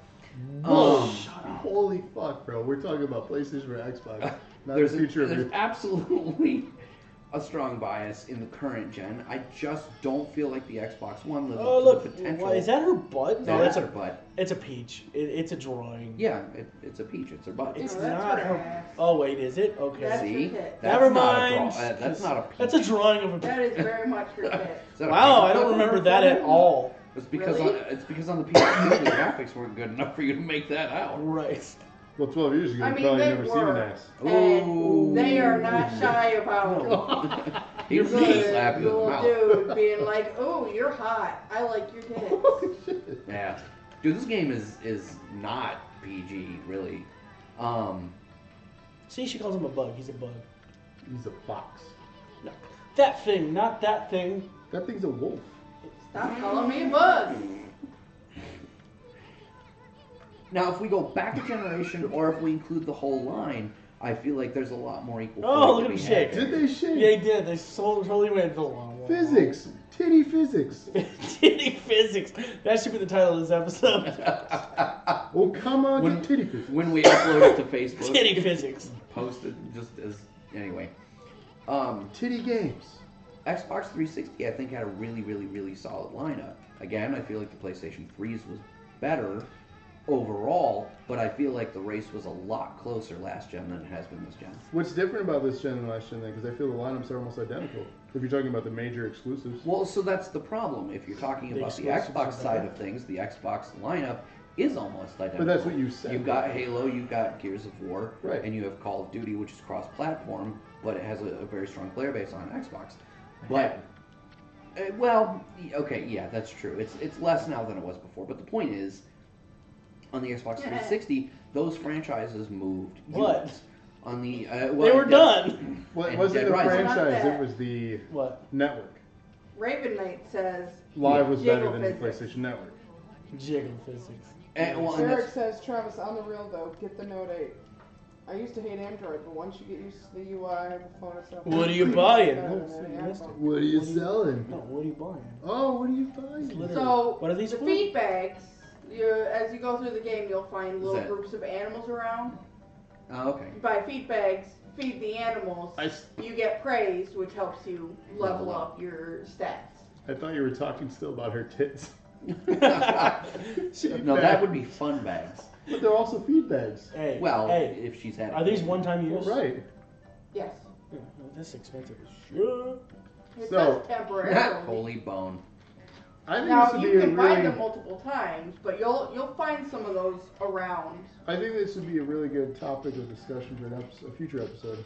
Speaker 3: Oh,
Speaker 2: Um,
Speaker 3: shut up.
Speaker 1: holy fuck, bro! We're talking about PlayStation or Xbox, not the
Speaker 2: there's,
Speaker 1: future of
Speaker 2: there's
Speaker 1: your
Speaker 2: absolutely a strong bias in the current gen. I just don't feel like the Xbox One lives
Speaker 3: Oh
Speaker 2: up to the
Speaker 3: look,
Speaker 2: potential.
Speaker 3: why, is that her butt?
Speaker 2: No, that's her butt.
Speaker 3: it's a peach. It, it's a drawing.
Speaker 2: Yeah, it, it's a peach. It's her butt.
Speaker 3: It's
Speaker 4: No, that's
Speaker 3: not
Speaker 4: what I
Speaker 3: her.
Speaker 4: asked.
Speaker 3: Oh wait, is it? Okay.
Speaker 4: That's
Speaker 2: See,
Speaker 4: her tit.
Speaker 2: that's
Speaker 3: Never
Speaker 2: not
Speaker 3: mind.
Speaker 2: A draw, uh, that's not a peach.
Speaker 3: That's a drawing of a.
Speaker 4: That is very much her fit.
Speaker 2: Is that a
Speaker 3: wow,
Speaker 2: peach
Speaker 3: I
Speaker 2: butt?
Speaker 3: don't remember that at all.
Speaker 2: It's because
Speaker 4: Really?
Speaker 2: on, it's because on the PS2 the graphics weren't good enough for you to make that out.
Speaker 3: Right.
Speaker 1: Well, 12 years ago,
Speaker 4: I
Speaker 1: you
Speaker 4: mean,
Speaker 1: probably
Speaker 4: they
Speaker 1: never seen an
Speaker 4: were.
Speaker 1: ass.
Speaker 4: And they are not
Speaker 2: Ooh.
Speaker 4: shy about
Speaker 2: he was
Speaker 4: Good
Speaker 2: really slapping in the
Speaker 4: little
Speaker 2: mouth.
Speaker 4: dude being like, "Oh, you're hot. I like your tits."
Speaker 2: Yeah, dude, this game is is not PG really. Um,
Speaker 3: See, she calls him a bug. He's a bug.
Speaker 1: He's a fox.
Speaker 3: That thing, not that thing.
Speaker 1: That thing's a wolf.
Speaker 4: Stop calling me a bug.
Speaker 2: now, if we go back a generation, or if we include the whole line, I feel like there's a lot more equal.
Speaker 3: Oh,
Speaker 2: footing
Speaker 3: look
Speaker 2: to
Speaker 3: at
Speaker 2: be had
Speaker 3: him shake.
Speaker 2: there.
Speaker 1: Did they
Speaker 3: Yeah,
Speaker 1: shake?
Speaker 3: he did. They so, totally went the long way.
Speaker 1: Physics. Titty physics.
Speaker 3: Titty physics. That should be the title of this episode.
Speaker 1: Oh, come on,
Speaker 2: When-
Speaker 1: titty physics.
Speaker 2: When we upload it to Facebook,
Speaker 3: Titty physics.
Speaker 2: post it just as anyway. Um,
Speaker 1: Titty games.
Speaker 2: Xbox 360, I think, had a really, really, really solid lineup. Again, I feel like the PlayStation 3's was better overall, but I feel like the race was a lot closer last gen than it has been this gen.
Speaker 1: What's different about this gen and last gen then? Because I feel the lineups are almost identical. If you're talking about the major exclusives,
Speaker 2: Well, so that's the problem. If you're talking
Speaker 3: The
Speaker 2: about the
Speaker 3: exclusives
Speaker 2: Xbox
Speaker 3: are
Speaker 2: side
Speaker 3: better.
Speaker 2: of things, the Xbox lineup is almost identical.
Speaker 1: but that's what you said.
Speaker 2: You've got Halo, you've got Gears of War,
Speaker 1: Right.
Speaker 2: and you have Call of Duty, which is cross-platform, but it has a, a very strong player base on Xbox. But uh, well, y- okay, yeah, that's true. It's it's less now than it was before. But the point is, on the Xbox 360, those franchises moved.
Speaker 3: What?
Speaker 2: units. on the uh, well,
Speaker 3: They
Speaker 2: yes.
Speaker 3: were done.
Speaker 1: Well, it
Speaker 2: and
Speaker 1: wasn't
Speaker 2: Dead
Speaker 1: the
Speaker 2: Rising.
Speaker 1: franchise;
Speaker 4: Not
Speaker 1: it was the
Speaker 3: What?
Speaker 1: network.
Speaker 4: Raven Knight says,
Speaker 1: Live was
Speaker 4: Yeah.
Speaker 1: better than the
Speaker 4: Jiggle physics.
Speaker 1: PlayStation Network.
Speaker 3: Jiggle physics.
Speaker 2: And, well, and that's,
Speaker 5: Eric says, Travis, on the real though, get the Note 8. I used to hate Android, but once you get used to the UI, the phone itself.
Speaker 3: What are you buying?
Speaker 5: Better than
Speaker 3: Oh,
Speaker 5: any
Speaker 3: see, you missed
Speaker 5: iPhone.
Speaker 1: What are
Speaker 3: you What do you-
Speaker 1: selling?
Speaker 3: No, what are you buying?
Speaker 1: Oh, what are you buying?
Speaker 3: Literally.
Speaker 4: so
Speaker 3: what are these
Speaker 4: the
Speaker 3: for?
Speaker 4: feed bags. You, as you go through the game, you'll find little
Speaker 2: that-
Speaker 4: groups of animals around.
Speaker 2: oh, okay.
Speaker 4: You buy feed bags, feed the animals.
Speaker 3: I s-
Speaker 4: You get praise, which helps you
Speaker 2: Level
Speaker 4: level
Speaker 2: up.
Speaker 4: up your stats.
Speaker 1: I thought you were talking still about her tits.
Speaker 2: no, that would be fun bags.
Speaker 1: But they're also feed bags.
Speaker 3: hey,
Speaker 2: Well,
Speaker 3: hey,
Speaker 2: if she's had.
Speaker 3: are these one-time
Speaker 1: Well,
Speaker 3: use?
Speaker 1: right.
Speaker 4: Yes.
Speaker 3: Yeah, well, that's expensive as shit.
Speaker 4: It
Speaker 1: So-
Speaker 4: says temporary.
Speaker 2: Holy bone.
Speaker 1: I think
Speaker 4: Now
Speaker 1: this would
Speaker 4: you
Speaker 1: be a
Speaker 4: can
Speaker 1: really.
Speaker 4: buy them multiple times, but you'll you'll find some of those around.
Speaker 1: I think this would be a really good topic of discussion for an episode, a future episode.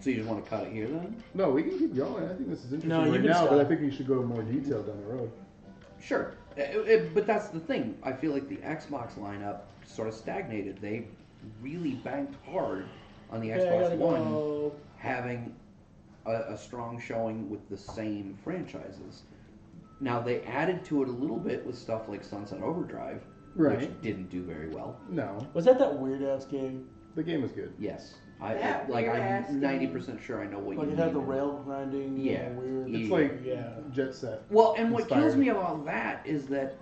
Speaker 2: So you just want to cut it here then?
Speaker 1: No, we can keep going. I think this is interesting
Speaker 3: No, you
Speaker 1: right
Speaker 3: can
Speaker 1: now, but I
Speaker 3: stop.
Speaker 1: think we should go in more detail down the road.
Speaker 2: Sure. Uh, uh, but that's the thing. I feel like the Xbox lineup sort of stagnated. They really banked hard on the
Speaker 3: Hey, I
Speaker 2: Xbox
Speaker 3: gotta
Speaker 2: One
Speaker 3: go.
Speaker 2: having a, a strong showing with the same franchises. Now they added to it a little bit with stuff like Sunset Overdrive,
Speaker 1: Right.
Speaker 2: which didn't do very well.
Speaker 1: No,
Speaker 3: Was that that weird ass game?
Speaker 1: the game is good.
Speaker 2: Yes, I
Speaker 4: That
Speaker 2: like.
Speaker 4: weird-ass
Speaker 2: I'm
Speaker 4: game.
Speaker 2: ninety percent sure I know what
Speaker 3: Like
Speaker 2: you
Speaker 3: it had the
Speaker 2: mean.
Speaker 3: rail grinding. and
Speaker 2: Yeah.
Speaker 3: the weird.
Speaker 2: Yeah.
Speaker 1: It's like
Speaker 3: Yeah.
Speaker 1: Jet Set.
Speaker 2: Well, and what kills
Speaker 1: inspired.
Speaker 2: me about that is that,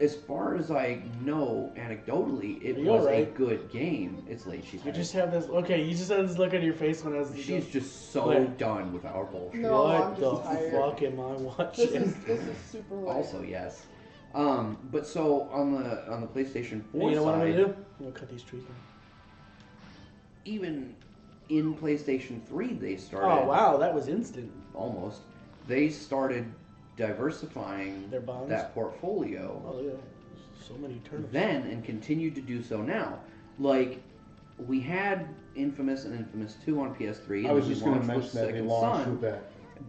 Speaker 2: as far as I know anecdotally, it
Speaker 3: You're
Speaker 2: was a
Speaker 3: right.
Speaker 2: good game. It's late. She's
Speaker 3: You
Speaker 2: just
Speaker 3: just have this. Okay, you just had this look on your face when I was.
Speaker 2: she's just so
Speaker 3: Like-
Speaker 2: done with our bullshit.
Speaker 5: No,
Speaker 3: what
Speaker 5: I'm just
Speaker 3: the
Speaker 5: tired.
Speaker 3: fuck am I
Speaker 5: This
Speaker 3: watching?
Speaker 5: is, this is super late.
Speaker 2: Also, yes. Um, but so on the on the PlayStation
Speaker 3: Hey,
Speaker 2: Four
Speaker 3: you know what I'm
Speaker 2: side,
Speaker 3: gonna do? I'm gonna cut these trees. down.
Speaker 2: even in PlayStation Three, they started
Speaker 3: Oh wow, that was instant.
Speaker 2: almost. They started diversifying
Speaker 3: Their bonds.
Speaker 2: that portfolio.
Speaker 3: Oh look at that. So many turnips.
Speaker 2: then and continued to do so now. Like we had Infamous and Infamous Two on PS3. and
Speaker 1: I was
Speaker 2: then we
Speaker 1: just going to
Speaker 2: launched with
Speaker 1: mention that they
Speaker 2: Second
Speaker 1: launched
Speaker 2: Son,
Speaker 1: with that.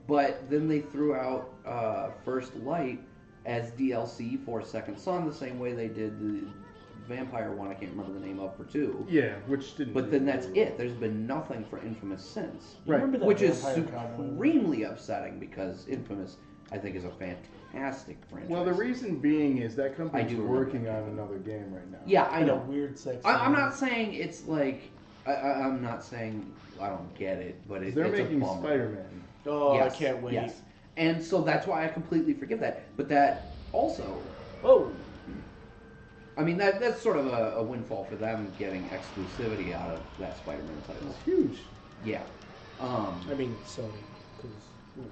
Speaker 2: but then they threw out uh, First Light as DLC for Second Son, the same way they did the Vampire one. I can't remember the name of for two.
Speaker 1: Yeah, which didn't.
Speaker 2: But
Speaker 1: do
Speaker 2: then that's
Speaker 1: very well.
Speaker 2: it. There's been nothing for Infamous since,
Speaker 3: You
Speaker 1: right,
Speaker 3: Remember that
Speaker 2: which is
Speaker 3: Vampire Cowboy?
Speaker 2: supremely upsetting because Infamous, I think, is a fantastic franchise.
Speaker 1: Well, the reason being is that
Speaker 2: I
Speaker 1: company's
Speaker 2: do remember
Speaker 1: working on another game right now.
Speaker 2: yeah, I
Speaker 3: Had a
Speaker 2: know.
Speaker 3: Weird sex.
Speaker 2: I, I'm
Speaker 3: game.
Speaker 2: not saying it's like I, I, I'm not saying I don't get it, but it,
Speaker 1: They're
Speaker 2: it's
Speaker 1: making
Speaker 2: a bummer.
Speaker 1: Spider-Man.
Speaker 3: Oh,
Speaker 2: Yes,
Speaker 3: I can't wait.
Speaker 2: Yes, and so that's why I completely forgive that. But that also,
Speaker 3: Oh,
Speaker 2: I mean, that that's sort of a, a windfall for them getting exclusivity out of that Spider-Man title.
Speaker 1: It's huge.
Speaker 2: Yeah. Um,
Speaker 3: I mean Sony. 'cause-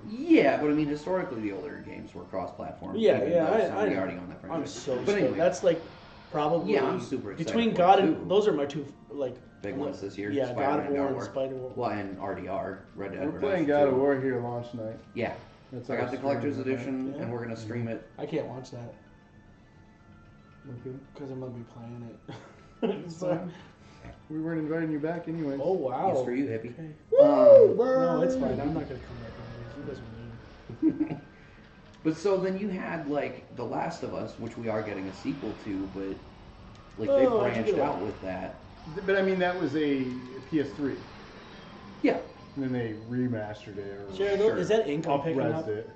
Speaker 2: yeah, but I mean, historically, the older games were cross-platform.
Speaker 3: Yeah,
Speaker 2: even
Speaker 3: yeah,
Speaker 2: though
Speaker 3: I-
Speaker 2: Sony
Speaker 3: I-
Speaker 2: already owned that franchise.
Speaker 3: I'm so.
Speaker 2: But anyway,
Speaker 3: stoked. that's like probably.
Speaker 2: Yeah, I'm super excited
Speaker 3: Between
Speaker 2: for
Speaker 3: God
Speaker 2: it,
Speaker 3: and
Speaker 2: too.
Speaker 3: those are my two like
Speaker 2: big ones this year.
Speaker 3: Yeah, God
Speaker 2: Spider-Man
Speaker 3: of War
Speaker 2: God
Speaker 3: and Spider War.
Speaker 2: Well, and RDR, Red Dead
Speaker 1: We're
Speaker 2: Redemption
Speaker 1: playing God of
Speaker 2: 2.
Speaker 1: War here launch night.
Speaker 2: Yeah,
Speaker 1: That's
Speaker 2: so I
Speaker 1: our
Speaker 2: got the collector's
Speaker 1: stream,
Speaker 2: edition,
Speaker 3: Yeah.
Speaker 2: and we're gonna stream it.
Speaker 3: I can't watch that
Speaker 1: right? Okay.
Speaker 3: because I'm gonna be playing it. so,
Speaker 1: We weren't inviting you back anyway.
Speaker 3: oh wow.
Speaker 2: It's for you, hippie.
Speaker 3: Okay.
Speaker 2: Um,
Speaker 3: No, it's fine. I'm not gonna come back on this. You guys are mean.
Speaker 2: But so then you had like The Last of Us, which we are getting a sequel to, but like they
Speaker 3: Oh, that's a
Speaker 2: branched
Speaker 3: good
Speaker 2: out
Speaker 3: one.
Speaker 2: with that.
Speaker 1: But I mean, that was a PS3.
Speaker 2: Yeah.
Speaker 1: And then they remastered it or
Speaker 3: Jared,
Speaker 2: Sure.
Speaker 3: is that ink I'm picking
Speaker 1: upresed
Speaker 3: up?
Speaker 1: it.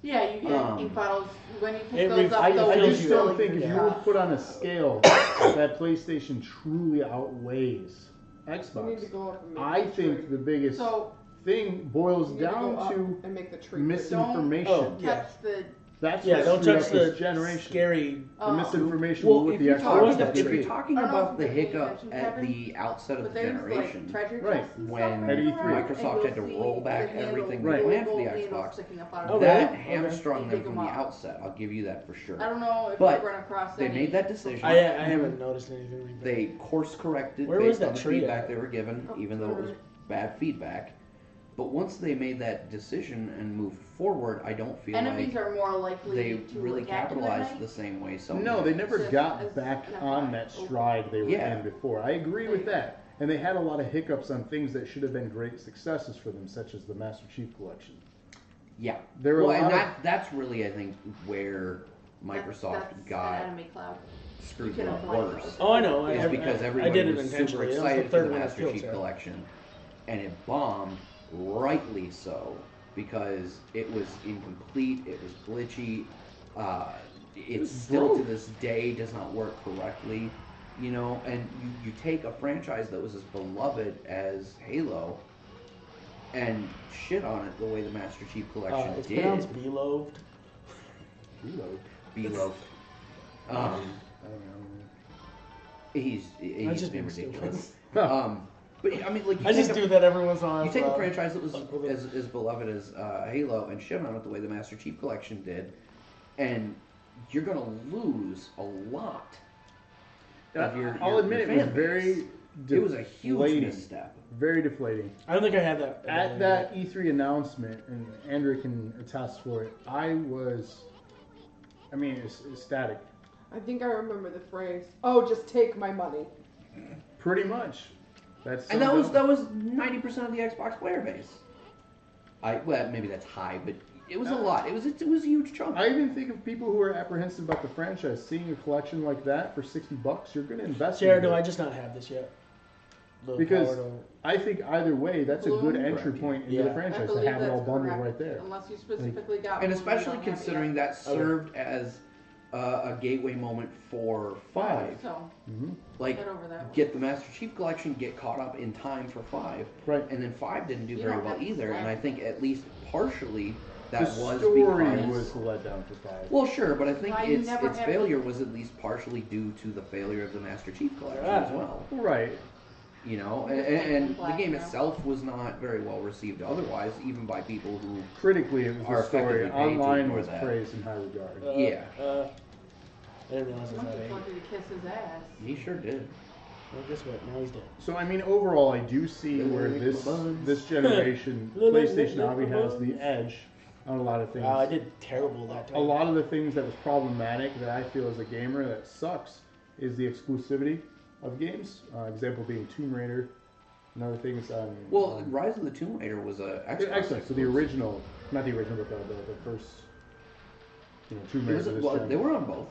Speaker 4: Yeah, you get
Speaker 2: Um,
Speaker 4: ink bottles when you
Speaker 3: it
Speaker 4: pick those
Speaker 3: re- I-
Speaker 4: up. Those
Speaker 1: I
Speaker 3: I
Speaker 1: just
Speaker 3: feel
Speaker 1: don't think if you were
Speaker 4: yeah.
Speaker 1: put on a scale, that PlayStation truly outweighs
Speaker 5: You need to
Speaker 1: Xbox.
Speaker 5: go up and make
Speaker 1: I
Speaker 5: the
Speaker 1: think
Speaker 5: tree.
Speaker 1: the biggest
Speaker 4: So
Speaker 1: thing boils
Speaker 5: You need to go
Speaker 1: down
Speaker 5: up
Speaker 1: to
Speaker 5: and make the tree.
Speaker 1: misinformation.
Speaker 3: Oh.
Speaker 4: touch the
Speaker 1: That's
Speaker 3: Yeah,
Speaker 1: what
Speaker 3: don't
Speaker 1: screwed
Speaker 3: touch
Speaker 1: up this
Speaker 3: the
Speaker 1: generation.
Speaker 3: scary.
Speaker 1: The
Speaker 5: Oh.
Speaker 4: um,
Speaker 1: misinformation
Speaker 2: Well,
Speaker 1: with
Speaker 2: if
Speaker 1: the
Speaker 2: you're,
Speaker 1: actual
Speaker 3: talk-
Speaker 2: talking,
Speaker 3: was Oh, that
Speaker 2: if you're
Speaker 1: WWE.
Speaker 2: talking
Speaker 4: I don't
Speaker 2: about
Speaker 4: know
Speaker 2: the
Speaker 4: if they
Speaker 2: hiccup
Speaker 4: mentioned
Speaker 2: at
Speaker 4: Kevin,
Speaker 2: the outset of
Speaker 4: But
Speaker 2: the
Speaker 4: there's like
Speaker 2: generation,
Speaker 4: treasure
Speaker 1: Right,
Speaker 4: chests and
Speaker 2: when
Speaker 4: stuff
Speaker 1: at
Speaker 4: running
Speaker 1: E3.
Speaker 4: around, and
Speaker 2: Microsoft
Speaker 4: you'll
Speaker 2: had to
Speaker 4: see
Speaker 2: roll back
Speaker 4: the handle-
Speaker 2: everything
Speaker 4: the
Speaker 1: they
Speaker 4: little
Speaker 2: planned for the
Speaker 4: gold handle
Speaker 2: Xbox.
Speaker 4: sticking up out of
Speaker 3: Oh,
Speaker 4: the-
Speaker 2: that
Speaker 3: really?
Speaker 2: hamstrung
Speaker 4: They
Speaker 2: them
Speaker 4: pick
Speaker 2: from the
Speaker 4: 'em up.
Speaker 2: outset. I'll give you that for sure.
Speaker 4: I don't know if
Speaker 2: But
Speaker 4: we run across
Speaker 2: they
Speaker 4: any-
Speaker 2: made that decision.
Speaker 3: I, I haven't noticed anything. like that.
Speaker 2: They course corrected
Speaker 3: Where was
Speaker 2: based
Speaker 3: that
Speaker 2: on the
Speaker 3: tree
Speaker 2: feedback
Speaker 3: at?
Speaker 2: they were given,
Speaker 4: Oh,
Speaker 2: even though it was
Speaker 4: alright.
Speaker 2: bad feedback. But once they made that decision and moved forward, I don't feel
Speaker 4: Enemies
Speaker 2: like
Speaker 4: are more likely
Speaker 2: they
Speaker 4: to
Speaker 2: really
Speaker 4: attack you at
Speaker 2: capitalized
Speaker 4: night.
Speaker 2: the same way. So
Speaker 1: No, they never
Speaker 4: Just as
Speaker 1: got back
Speaker 4: an
Speaker 1: on
Speaker 4: FYI.
Speaker 1: that stride they were
Speaker 2: Yeah.
Speaker 1: in before. I agree with that. And they had a lot of hiccups on things that should have been great successes for them, such as the Master Chief Collection.
Speaker 2: Yeah.
Speaker 1: There were
Speaker 2: well,
Speaker 1: a
Speaker 2: and
Speaker 1: lot of-
Speaker 2: that, that's really, I think, where
Speaker 4: That's-
Speaker 2: Microsoft
Speaker 4: that's an
Speaker 2: got
Speaker 4: enemy cloud.
Speaker 2: screwed
Speaker 4: You can
Speaker 2: up
Speaker 4: avoid
Speaker 2: worse.
Speaker 3: Oh, I know. I,
Speaker 2: Is
Speaker 3: I,
Speaker 2: because
Speaker 3: I-
Speaker 2: everybody
Speaker 3: I did it
Speaker 2: was super
Speaker 3: intentionally. That was
Speaker 2: excited
Speaker 3: the
Speaker 2: for the
Speaker 3: third one that
Speaker 2: Master
Speaker 3: killed
Speaker 2: Chief
Speaker 3: Sarah.
Speaker 2: Collection, and it bombed, rightly so, because it was incomplete, it was glitchy, uh, it still to this day does not work correctly, you know. And you, you take a franchise that was as beloved as Halo, and shit on it the way the Master Chief Collection
Speaker 3: Uh, it's
Speaker 2: did.
Speaker 3: pronounced beloved.
Speaker 1: Reload.
Speaker 2: Beloved. Um,
Speaker 1: I don't
Speaker 2: he's
Speaker 3: I
Speaker 2: he's
Speaker 3: just
Speaker 2: been
Speaker 3: being stupid.
Speaker 2: ridiculous.
Speaker 1: know.
Speaker 2: um, but I mean, like you
Speaker 3: I just
Speaker 2: take a-
Speaker 3: do that every once in a while.
Speaker 2: You
Speaker 3: as
Speaker 2: take a
Speaker 3: well.
Speaker 2: franchise that was
Speaker 3: Like, really-
Speaker 2: as, as beloved as uh, Halo and shit on it the way the Master Chief Collection did, and you're gonna lose a lot. Of your,
Speaker 1: Uh, I'll
Speaker 2: your-
Speaker 1: admit
Speaker 2: your
Speaker 1: it was
Speaker 2: fan
Speaker 1: very.
Speaker 2: base. It was a huge
Speaker 1: deflating.
Speaker 2: misstep.
Speaker 1: Very deflating.
Speaker 3: I don't think I had that.
Speaker 1: At that E3 announcement, and Andrea can attest for it, I was, I mean, it's ecstatic.
Speaker 5: I think I remember the phrase, oh, just take my money.
Speaker 1: Pretty much. That's
Speaker 2: and that
Speaker 1: summed
Speaker 2: was
Speaker 1: up-
Speaker 2: that was ninety percent of the Xbox player base. I well maybe that's high, but it was a lot. It was it was a huge chunk.
Speaker 1: I even think of people who are apprehensive about the franchise. Seeing a collection like that for sixty bucks, you're going to invest.
Speaker 3: Jared,
Speaker 1: in
Speaker 3: do
Speaker 1: it.
Speaker 3: I just not have this yet? The
Speaker 1: Because-
Speaker 3: power to-
Speaker 1: I think either way, that's a good
Speaker 4: Bloom?
Speaker 1: entry point into
Speaker 3: Yeah.
Speaker 1: the
Speaker 3: I
Speaker 4: I
Speaker 1: franchise to
Speaker 4: believe
Speaker 1: have it all
Speaker 4: that's
Speaker 1: bundled
Speaker 4: correct, Um,
Speaker 1: right there.
Speaker 4: Unless you specifically got.
Speaker 2: and
Speaker 4: one
Speaker 2: especially
Speaker 4: don't have it
Speaker 2: considering
Speaker 4: yet.
Speaker 2: that served as uh, a gateway moment for five.
Speaker 4: So
Speaker 1: Mhm.
Speaker 2: Like
Speaker 4: get over that.
Speaker 2: get the Master Chief Collection, get caught up in time for five,
Speaker 1: Right.
Speaker 2: and then five didn't do
Speaker 4: You
Speaker 2: very
Speaker 4: don't
Speaker 2: well
Speaker 4: have to
Speaker 2: either. And I
Speaker 4: say.
Speaker 2: think at least partially that
Speaker 1: the
Speaker 2: was
Speaker 1: story
Speaker 2: because
Speaker 1: was the letdown for five.
Speaker 2: well, sure, but I think
Speaker 4: Why you
Speaker 2: its
Speaker 4: never
Speaker 2: its
Speaker 4: have-
Speaker 2: failure was at least partially due to the failure of the Master Chief Collection as
Speaker 3: Yeah.
Speaker 2: well.
Speaker 1: right.
Speaker 2: You know,
Speaker 4: You
Speaker 2: and,
Speaker 4: just
Speaker 2: and, and
Speaker 4: like the
Speaker 2: the game
Speaker 4: black, no?
Speaker 2: itself was not very well received otherwise, even by people who
Speaker 1: Critically, it was
Speaker 2: Are
Speaker 1: the story.
Speaker 2: effectively paid to
Speaker 1: Online
Speaker 2: ignore
Speaker 1: was
Speaker 2: that.
Speaker 1: praised in high regard.
Speaker 3: Uh,
Speaker 2: yeah.
Speaker 3: Uh, I didn't realize it was that eight.
Speaker 4: Motherfucker to kiss his ass.
Speaker 2: he sure did.
Speaker 3: Well, guess what? Now he's dead.
Speaker 1: So I mean, overall, I do see
Speaker 2: Little
Speaker 1: where
Speaker 2: Nick
Speaker 1: this
Speaker 2: Buns.
Speaker 1: this generation
Speaker 3: Little Nick
Speaker 1: PlayStation obviously has the
Speaker 3: Buns.
Speaker 1: edge on a lot of things.
Speaker 3: Wow, Uh, I did terrible that time.
Speaker 1: a lot of the things that was problematic that I feel as a gamer that sucks is the exclusivity of games. Uh, example being Tomb Raider. Another thing is um,
Speaker 2: Well, Rise of the Tomb Raider was a
Speaker 1: yeah,
Speaker 2: Xbox
Speaker 1: excellent. So the
Speaker 2: exclusive.
Speaker 1: original, not the original, but the, the, the first you know, Tomb
Speaker 2: It
Speaker 1: Raider.
Speaker 2: was-
Speaker 1: this
Speaker 2: well,
Speaker 1: gen.
Speaker 2: they were on both.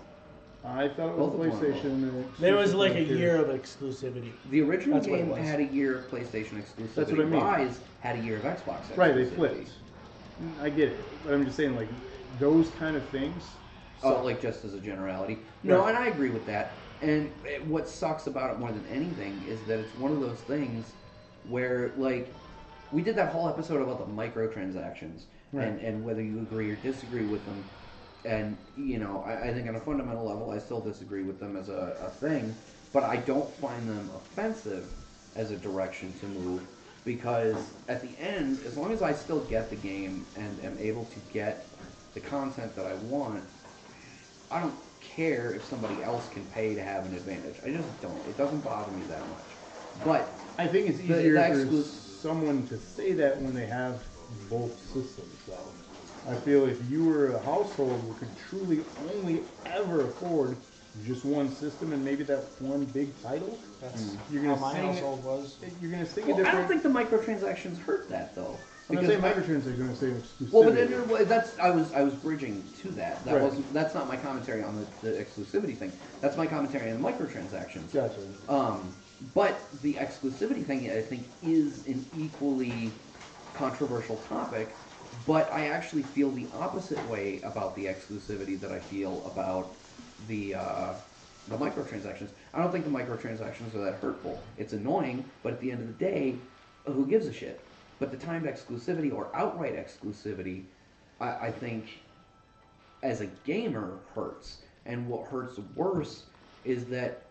Speaker 1: I thought it
Speaker 2: both
Speaker 1: was
Speaker 2: of them were
Speaker 1: PlayStation. and
Speaker 3: there was
Speaker 1: exclusive
Speaker 3: like
Speaker 1: for
Speaker 3: a
Speaker 1: the
Speaker 3: year of exclusivity.
Speaker 2: The original
Speaker 3: That's what it
Speaker 2: game
Speaker 3: was.
Speaker 2: had a year of PlayStation exclusivity.
Speaker 1: That's what I mean.
Speaker 2: Rise had a year of Xbox exclusivity.
Speaker 1: Right, they flipped. I get it, but I'm just saying like those kind of things.
Speaker 2: Oh,
Speaker 1: suck.
Speaker 2: like just as a generality. No,
Speaker 1: Right.
Speaker 2: and I agree with that. And it, what sucks about it more than anything is that it's one of those things where, like, we did that whole episode about the microtransactions
Speaker 1: Right.
Speaker 2: and, and whether you agree or disagree with them. And, you know, I, I think on a fundamental level, I still disagree with them as a, a thing, but I don't find them offensive as a direction to move because at the end, as long as I still get the game and am able to get the content that I want, I don't care if somebody else can pay to have an advantage. I just don't. It doesn't bother me that much. But
Speaker 1: I think it's
Speaker 2: The-
Speaker 1: easier
Speaker 2: the
Speaker 1: for
Speaker 2: exclu-
Speaker 1: someone to say that when they have both systems. Though. I feel if you were a household who could truly only ever afford just one system and maybe that one big title,
Speaker 3: That's
Speaker 2: Mm.
Speaker 1: you're
Speaker 3: how
Speaker 1: gonna
Speaker 3: my
Speaker 1: sing it-
Speaker 3: household was.
Speaker 1: you're gonna sing a
Speaker 2: well, I
Speaker 1: different.
Speaker 2: don't think the microtransactions hurt that though.
Speaker 1: I'm not
Speaker 2: Because
Speaker 1: saying
Speaker 2: I-
Speaker 1: microtransactions are gonna say exclusivity.
Speaker 2: well, but then, well, that's I was I was bridging to that. That
Speaker 1: Right.
Speaker 2: wasn't that's not my commentary on the, the exclusivity thing. That's my commentary on microtransactions.
Speaker 1: gotcha.
Speaker 2: Um, but the exclusivity thing, I think, is an equally controversial topic. But I actually feel the opposite way about the exclusivity that I feel about the uh, the microtransactions. I don't think the microtransactions are that hurtful. It's annoying, but at the end of the day, who gives a shit? But the timed exclusivity or outright exclusivity, I, I think as a gamer hurts. And what hurts worse is that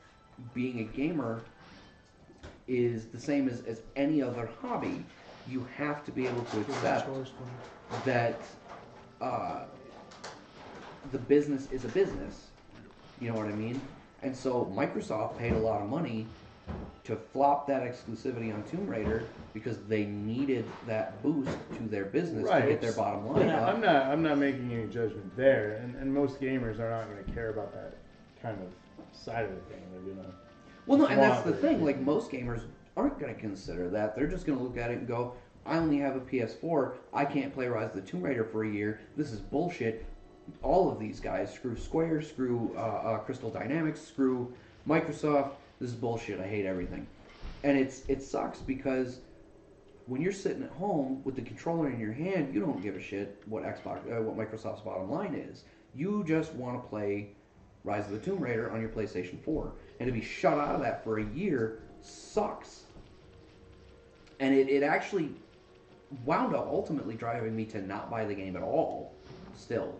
Speaker 2: being a gamer is the same as, as any other hobby. You have to be able to accept that uh, the business is a business. You know what I mean? And so Microsoft paid a lot of money to flop that exclusivity on Tomb Raider because they needed that boost to their business to
Speaker 6: Right.
Speaker 2: get their bottom line
Speaker 3: Yeah,
Speaker 2: up.
Speaker 6: I'm not. I'm not making any judgment there, and, and most gamers are not going to care about that kind of side of the thing. They're gonna.
Speaker 2: Well, no, and that's the
Speaker 6: Lottery.
Speaker 2: thing. Like most gamers aren't going to consider that. They're just going to look at it and go, "I only have a PS4. I can't play Rise of the Tomb Raider for a year. This is bullshit." All of these guys screw Square, screw uh, uh, Crystal Dynamics, screw Microsoft. This is bullshit. I hate everything, and it's it sucks because when you're sitting at home with the controller in your hand, you don't give a shit what Xbox, uh, what Microsoft's bottom line is. You just want to play Rise of the Tomb Raider on your PlayStation 4. And to be shut out of that for a year sucks. And it, it actually wound up ultimately driving me to not buy the game at all, still.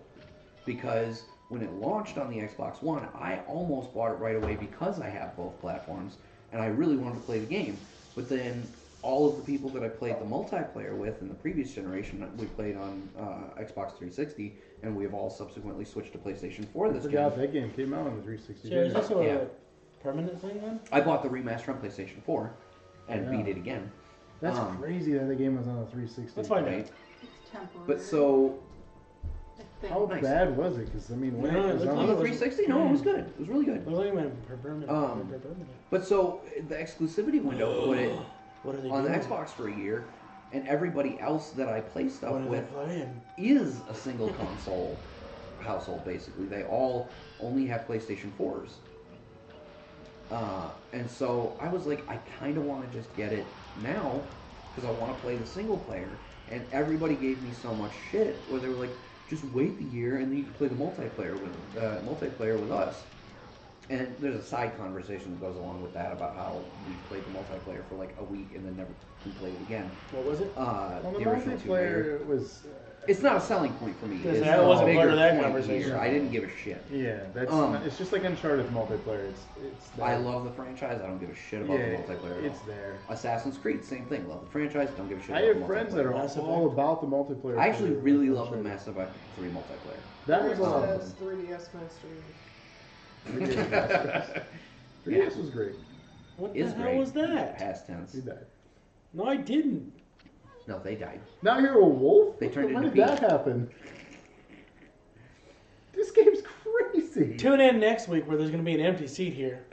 Speaker 2: Because when it launched on the Xbox One, I almost bought it right away because I have both platforms and I really wanted to play the game. But then all of the people that I played the multiplayer with in the previous generation that we played on uh, Xbox 360, and we have all subsequently switched to PlayStation 4
Speaker 6: I
Speaker 2: this
Speaker 6: forgot
Speaker 2: gen.
Speaker 6: that game came out on the 360.
Speaker 3: So is
Speaker 6: didn't it?
Speaker 3: this a
Speaker 2: Yeah.
Speaker 3: permanent thing then?
Speaker 2: I bought the remaster on PlayStation 4 and
Speaker 6: Yeah.
Speaker 2: beat it again.
Speaker 6: That's
Speaker 2: um,
Speaker 6: crazy that the game was on the 360.
Speaker 3: That's fine.
Speaker 2: Right?
Speaker 4: It's temporary.
Speaker 2: But so
Speaker 4: I think.
Speaker 6: How
Speaker 2: Nice.
Speaker 6: bad was it? Because I mean, when
Speaker 3: No,
Speaker 6: it was
Speaker 3: it
Speaker 6: on,
Speaker 2: on
Speaker 3: looked like
Speaker 2: the
Speaker 3: it was-
Speaker 2: 360, no, it was good. It was really good.
Speaker 3: Well, they went per- permanent.
Speaker 2: Um,
Speaker 3: per- permanent.
Speaker 2: But so the exclusivity window put it
Speaker 3: What are they
Speaker 2: on the
Speaker 3: doing?
Speaker 2: Xbox for a year, and everybody else that I play
Speaker 3: What
Speaker 2: stuff
Speaker 3: are
Speaker 2: with
Speaker 3: they playing?
Speaker 2: is a single console household basically. They all only have PlayStation 4s. Uh, and so I was like, I kind of want to just get it now because I want to play the single player. And everybody gave me so much shit where they were like, just wait the year and then you can play the multiplayer with uh, multiplayer with us. And there's a side conversation that goes along with that about how we played the multiplayer for like a week and then never we played it again.
Speaker 3: What was it?
Speaker 2: Uh,
Speaker 6: well, the,
Speaker 2: the original Tomb Raider
Speaker 6: multiplayer was. uh,
Speaker 2: it's not a selling point for me.
Speaker 3: Yeah,
Speaker 2: It's
Speaker 3: that
Speaker 2: a
Speaker 6: wasn't
Speaker 3: part of
Speaker 2: bigger
Speaker 3: that
Speaker 2: point
Speaker 3: conversation.
Speaker 2: here. I didn't give a shit.
Speaker 6: Yeah, that's.
Speaker 2: Um,
Speaker 6: not, it's just like Uncharted multiplayer. It's. It's. There.
Speaker 2: I love the franchise. I don't give a shit
Speaker 6: yeah,
Speaker 2: about the multiplayer. At
Speaker 6: It's
Speaker 2: all.
Speaker 6: there.
Speaker 2: Assassin's Creed, same thing. Love the franchise. Don't give a shit.
Speaker 6: I
Speaker 2: about the
Speaker 6: have friends that
Speaker 2: multiplayer.
Speaker 6: are
Speaker 3: Mass
Speaker 6: all
Speaker 3: Effect.
Speaker 6: about the multiplayer.
Speaker 2: I actually
Speaker 6: for
Speaker 2: really love the
Speaker 6: Uncharted.
Speaker 2: Mass Effect 3 multiplayer.
Speaker 6: That was um, a
Speaker 2: um,
Speaker 6: lot of
Speaker 5: Says 3DS Master.
Speaker 6: fun. 3DS was great.
Speaker 3: What the
Speaker 2: Is
Speaker 3: hell
Speaker 2: great.
Speaker 3: was that?
Speaker 2: Past tense.
Speaker 6: You died.
Speaker 3: No, I didn't.
Speaker 2: No, they died.
Speaker 6: Now you're a wolf.
Speaker 2: They turned
Speaker 6: When
Speaker 2: into
Speaker 6: did that happen? This game's crazy.
Speaker 3: Tune in next week where there's going to be an empty seat here.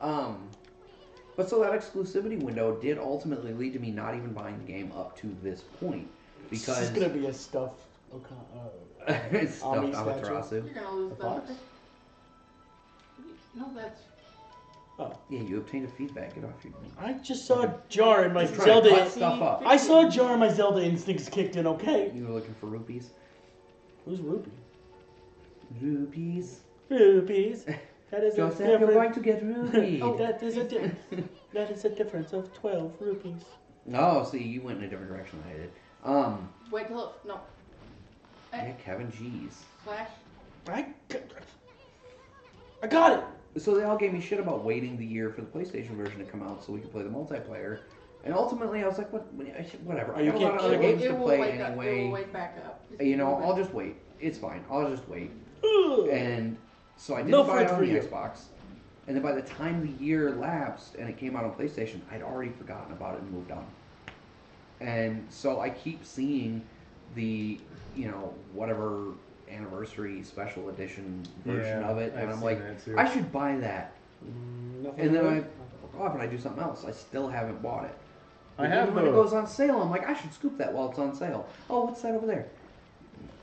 Speaker 2: Um, but so that exclusivity window did ultimately lead to me not even buying the game up to this point
Speaker 3: this
Speaker 2: because
Speaker 3: is going to be a stuffed. Oka- uh,
Speaker 2: it's
Speaker 3: Omni
Speaker 2: stuffed
Speaker 3: statue.
Speaker 2: Amaterasu.
Speaker 4: You're gonna lose
Speaker 6: A
Speaker 4: that.
Speaker 6: box?
Speaker 4: No, that's
Speaker 2: Yeah, you obtained a feedback. Get off your.
Speaker 3: Oh, I just saw a jar in my
Speaker 2: Just trying to cut
Speaker 3: Zelda.
Speaker 2: stuff up.
Speaker 3: I saw a jar in my Zelda instincts kicked in. Okay,
Speaker 2: You were looking for rupees.
Speaker 3: who's Rupee?
Speaker 2: Rupees.
Speaker 3: Rupees. That is a
Speaker 2: Joseph, you're
Speaker 3: difference.
Speaker 2: going to get rupees.
Speaker 3: Oh, that is a di- that is a difference of twelve rupees.
Speaker 2: Oh, see, you went in a different direction than I did. Um,
Speaker 4: wait till it, no
Speaker 2: yeah, Kevin G's.
Speaker 4: flash.
Speaker 3: I, g- I got it.
Speaker 2: So they all gave me shit about waiting the year for the PlayStation version to come out so we could play the multiplayer. And ultimately, I was like, what, whatever.
Speaker 3: Oh,
Speaker 2: I
Speaker 3: you
Speaker 2: got a lot
Speaker 3: can't
Speaker 2: of
Speaker 3: kill
Speaker 2: other
Speaker 3: it.
Speaker 2: games to
Speaker 4: will
Speaker 2: play
Speaker 4: wake up. It will
Speaker 2: anyway. Uh,
Speaker 4: wake back up.
Speaker 2: You know, I'll just wait. It's fine. I'll just wait.
Speaker 3: Ugh.
Speaker 2: And so I didn't
Speaker 3: No
Speaker 2: buy it
Speaker 3: fruit
Speaker 2: on
Speaker 3: for
Speaker 2: the
Speaker 3: you.
Speaker 2: Xbox. And then by the time the year lapsed and it came out on PlayStation, I'd already forgotten about it and moved on. And so I keep seeing the, you know, whatever anniversary special edition version
Speaker 6: Yeah,
Speaker 2: of it, and
Speaker 6: I've
Speaker 2: I'm
Speaker 6: seen
Speaker 2: like,
Speaker 6: that too.
Speaker 2: I should buy that.
Speaker 3: Mm, nothing
Speaker 2: And then
Speaker 3: good.
Speaker 2: I fuck off and I do something else. I still haven't bought it.
Speaker 6: I
Speaker 2: And
Speaker 6: have
Speaker 2: then when
Speaker 6: the
Speaker 2: it goes on sale, I'm like, I should scoop that while it's on sale. Oh, what's that over there?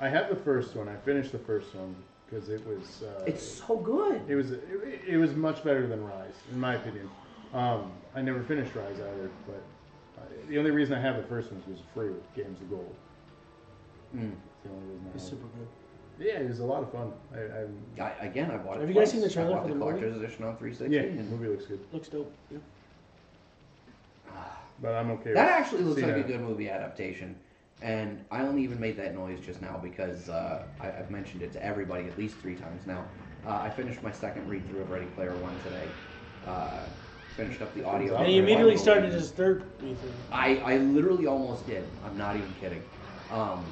Speaker 6: I have the first one. I finished the first one because it was uh,
Speaker 2: It's so good.
Speaker 6: it was it, it was much better than Rise in my opinion. Um, I never finished Rise either, but uh, the only reason I have the first one is 'cause it's free with Games of Gold.
Speaker 2: Mm.
Speaker 6: It's the only reason I
Speaker 3: It's
Speaker 6: have.
Speaker 3: super good.
Speaker 6: it. Yeah, it was a lot of fun. I, I'm,
Speaker 2: I, again, I bought it.
Speaker 3: Have you
Speaker 2: twice.
Speaker 3: guys seen the trailer
Speaker 2: I bought
Speaker 3: for
Speaker 2: the
Speaker 3: the movie?
Speaker 2: collector's edition on 360.
Speaker 6: yeah, the
Speaker 2: and-
Speaker 6: movie looks good,
Speaker 3: Looks dope. Yeah.
Speaker 6: but I'm okay.
Speaker 2: that
Speaker 6: with
Speaker 2: actually looks
Speaker 6: seeing
Speaker 2: like
Speaker 6: that.
Speaker 2: a good movie adaptation. And I only even made that noise just now because uh, I, I've mentioned it to everybody at least three times now. Uh, I finished my second read through of Ready Player One today. Uh, finished up the audio.
Speaker 3: And he immediately started his third read through.
Speaker 2: I, I literally almost did. I'm not even kidding. Um,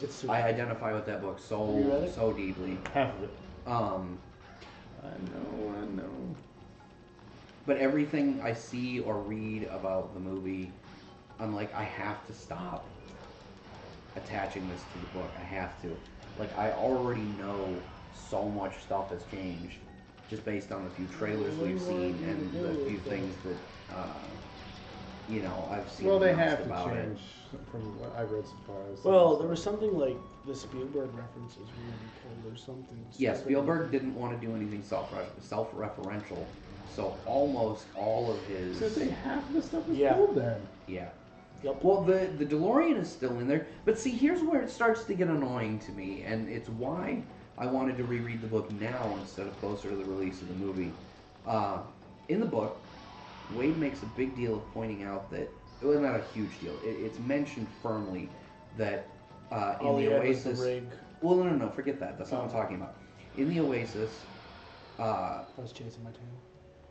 Speaker 3: It's super.
Speaker 2: I identify with that book
Speaker 3: You read
Speaker 2: so
Speaker 3: it?
Speaker 2: so deeply.
Speaker 1: Half of it.
Speaker 2: Um,
Speaker 1: I know, I know.
Speaker 2: but everything I see or read about the movie, I'm like, I have to stop attaching this to the book. I have to. Like, I already know so much stuff has changed just based on the few trailers we've seen and the few things that, uh, you know, I've seen.
Speaker 1: Well, they
Speaker 2: announced
Speaker 1: have to
Speaker 2: about it.
Speaker 1: change from what I read so far. It's-
Speaker 3: Well, there was something like the Spielberg reference is really cool or something.
Speaker 2: Yeah,
Speaker 3: Something-
Speaker 2: Spielberg didn't want to do anything self self referential, so almost all of his
Speaker 1: So they half the stuff is
Speaker 3: Yeah.
Speaker 1: old then.
Speaker 2: yeah.
Speaker 3: Yep.
Speaker 2: Well, the the DeLorean is still in there, but see, here's where it starts to get annoying to me, and it's why I wanted to reread the book now instead of closer to the release of the movie. Uh, in the book, Wade makes a big deal of pointing out that well, not a huge deal. It, it's mentioned firmly that uh, in
Speaker 3: All he
Speaker 2: the
Speaker 3: had was Oh, the
Speaker 2: Oasis.
Speaker 3: rig.
Speaker 2: Well, no, no, no, forget that. That's not what I'm talking about. In the Oasis, uh,
Speaker 3: I was chasing my tail.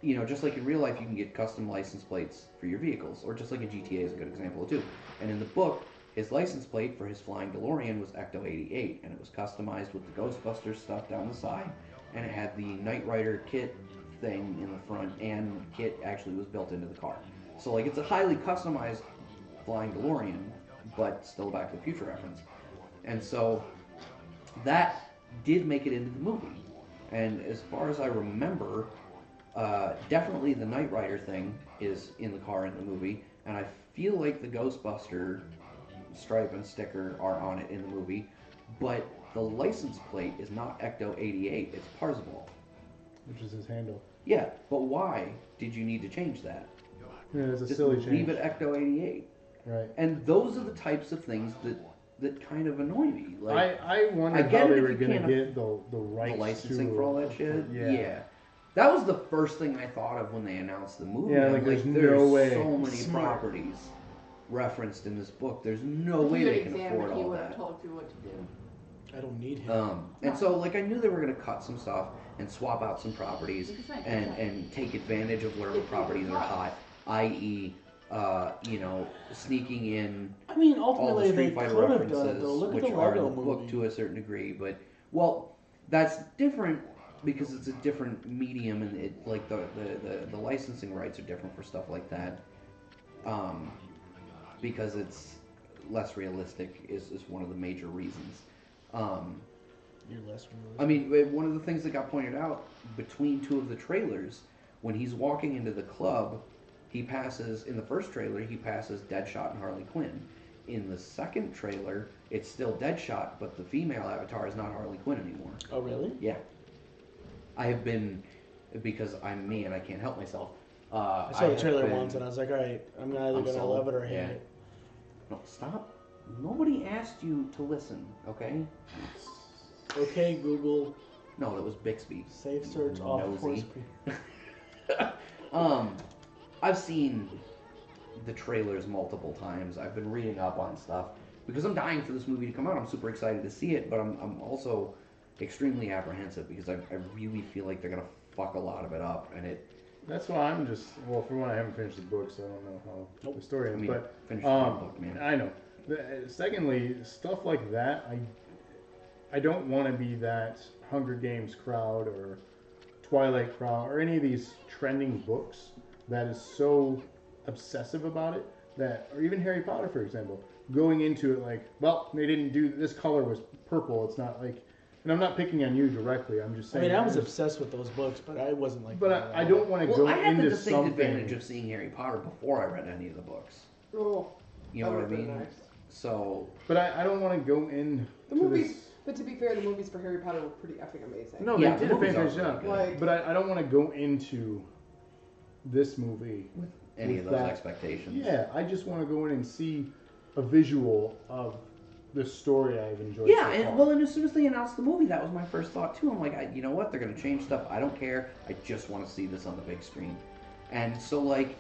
Speaker 2: you know, just like in real life, you can get custom license plates for your vehicles, or just like in GTA is a good example too. And in the book, his license plate for his flying DeLorean was Ecto 88, and it was customized with the Ghostbusters stuff down the side, and it had the Knight Rider kit thing in the front, and the kit actually was built into the car. So like, it's a highly customized flying DeLorean, but still a Back to the Future reference. And so that did make it into the movie. And as far as I remember, uh, definitely the Knight Rider thing is in the car in the movie, and I feel like the Ghostbuster stripe and sticker are on it in the movie, but the license plate is not Ecto 88, it's Parzival.
Speaker 1: Which is his handle.
Speaker 2: Yeah, but why did you need to change that?
Speaker 1: Yeah, it's a
Speaker 2: Just
Speaker 1: silly
Speaker 2: leave
Speaker 1: change.
Speaker 2: it Ecto 88.
Speaker 1: Right.
Speaker 2: And those are the types of things that that kind of annoy me. Like
Speaker 1: I, I wondered
Speaker 2: I get
Speaker 1: how
Speaker 2: it
Speaker 1: they
Speaker 2: if
Speaker 1: were
Speaker 2: you
Speaker 1: going to
Speaker 2: can't
Speaker 1: get the, the rights
Speaker 2: the licensing
Speaker 1: to,
Speaker 2: for all that shit.
Speaker 1: Yeah.
Speaker 2: That was the first thing I thought of when they announced the movie.
Speaker 1: Yeah,
Speaker 2: I'm
Speaker 1: like, there's no
Speaker 2: there's
Speaker 1: way.
Speaker 2: so many
Speaker 3: Smart.
Speaker 2: properties referenced in this book. There's no
Speaker 4: If
Speaker 2: way
Speaker 4: you
Speaker 2: they
Speaker 4: had
Speaker 2: can
Speaker 4: examined,
Speaker 2: afford
Speaker 4: he
Speaker 2: all
Speaker 4: would have
Speaker 2: that.
Speaker 4: told you what to do.
Speaker 3: I don't need him.
Speaker 2: Um, and so, like, I knew they were going to cut some stuff and swap out some properties
Speaker 4: It's like-
Speaker 2: and, and take advantage of whatever properties are hot, i.e., uh, you know, sneaking in
Speaker 3: I mean,
Speaker 2: all the
Speaker 3: ultimately, they
Speaker 2: Street
Speaker 3: could
Speaker 2: Fighter
Speaker 3: have done it
Speaker 2: references,
Speaker 3: though. Look at
Speaker 2: which
Speaker 3: the
Speaker 2: are in
Speaker 3: Lego
Speaker 2: the book
Speaker 3: movie.
Speaker 2: to a certain degree, but well, that's different because it's a different medium, and it like the the, the, the licensing rights are different for stuff like that. Um, because it's less realistic is, is one of the major reasons. Um,
Speaker 3: You're less removed.
Speaker 2: I mean, w- one of the things that got pointed out between two of the trailers, when he's walking into the club, he passes in the first trailer he passes Deadshot and Harley Quinn. In the second trailer, it's still Deadshot, but the female avatar is not Harley Quinn anymore.
Speaker 3: oh really?
Speaker 2: Yeah, I have been because I'm me and I can't help myself. Uh,
Speaker 3: I saw the
Speaker 2: have
Speaker 3: trailer
Speaker 2: been-
Speaker 3: once and I was like, all right, I'm either
Speaker 2: I'm
Speaker 3: gonna
Speaker 2: sold.
Speaker 3: love it or hate
Speaker 2: Yeah.
Speaker 3: it.
Speaker 2: No, stop. Nobody asked you to listen, okay?
Speaker 3: Okay, Google,
Speaker 2: No, that was Bixby.
Speaker 3: safe search off
Speaker 2: Nosy.
Speaker 3: course.
Speaker 2: um, I've seen the trailers multiple times. I've been reading up on stuff because I'm dying for this movie to come out. I'm super excited to see it, but I'm, I'm also extremely apprehensive because I, I really feel like they're gonna fuck a lot of it up. And it,
Speaker 1: That's why I'm just, well, for one, I haven't finished the book, so I don't know how the story
Speaker 2: I
Speaker 1: is.
Speaker 2: mean,
Speaker 1: but
Speaker 2: finish the
Speaker 1: Um,
Speaker 2: book, man.
Speaker 1: I know. The- uh, Secondly, stuff like that, I, I don't want to be that Hunger Games crowd or Twilight crowd or any of these trending books that is so obsessive about it that, or even Harry Potter, for example, going into it like, well, they didn't do this color was purple. It's not like, and I'm not picking on you directly. I'm just
Speaker 3: I
Speaker 1: saying.
Speaker 3: mean, I was
Speaker 1: just-
Speaker 3: obsessed with those books, but I wasn't like.
Speaker 1: But
Speaker 3: that at
Speaker 1: I, I
Speaker 3: all.
Speaker 1: don't want to
Speaker 2: Well,
Speaker 1: go
Speaker 2: I had the
Speaker 1: into
Speaker 2: distinct advantage
Speaker 1: something.
Speaker 2: of seeing Harry Potter before I read any of the books.
Speaker 5: Oh,
Speaker 2: You know
Speaker 5: that
Speaker 2: what I
Speaker 5: would've been
Speaker 2: mean?
Speaker 5: nice.
Speaker 2: So
Speaker 1: But I, I don't want to go in.
Speaker 5: The
Speaker 1: to
Speaker 5: movies,
Speaker 1: this-
Speaker 5: but to be fair, the movies for Harry Potter were pretty effing amazing.
Speaker 1: No,
Speaker 2: yeah,
Speaker 1: Oh, they
Speaker 2: the
Speaker 1: did a
Speaker 2: movies are
Speaker 1: fantastic
Speaker 2: really
Speaker 1: job.
Speaker 2: good.
Speaker 5: Like-
Speaker 1: But I, I don't want to go into this movie.
Speaker 2: any of
Speaker 1: with
Speaker 2: those
Speaker 1: that-
Speaker 2: expectations.
Speaker 1: Yeah, I just want to go in and see a visual of the story I've enjoyed.
Speaker 2: Yeah,
Speaker 1: so far.
Speaker 2: and well, and as soon as they announced the movie, that was my first thought too. I'm like, I, you know what? They're gonna change stuff. I don't care. I just want to see this on the big screen. And so, like,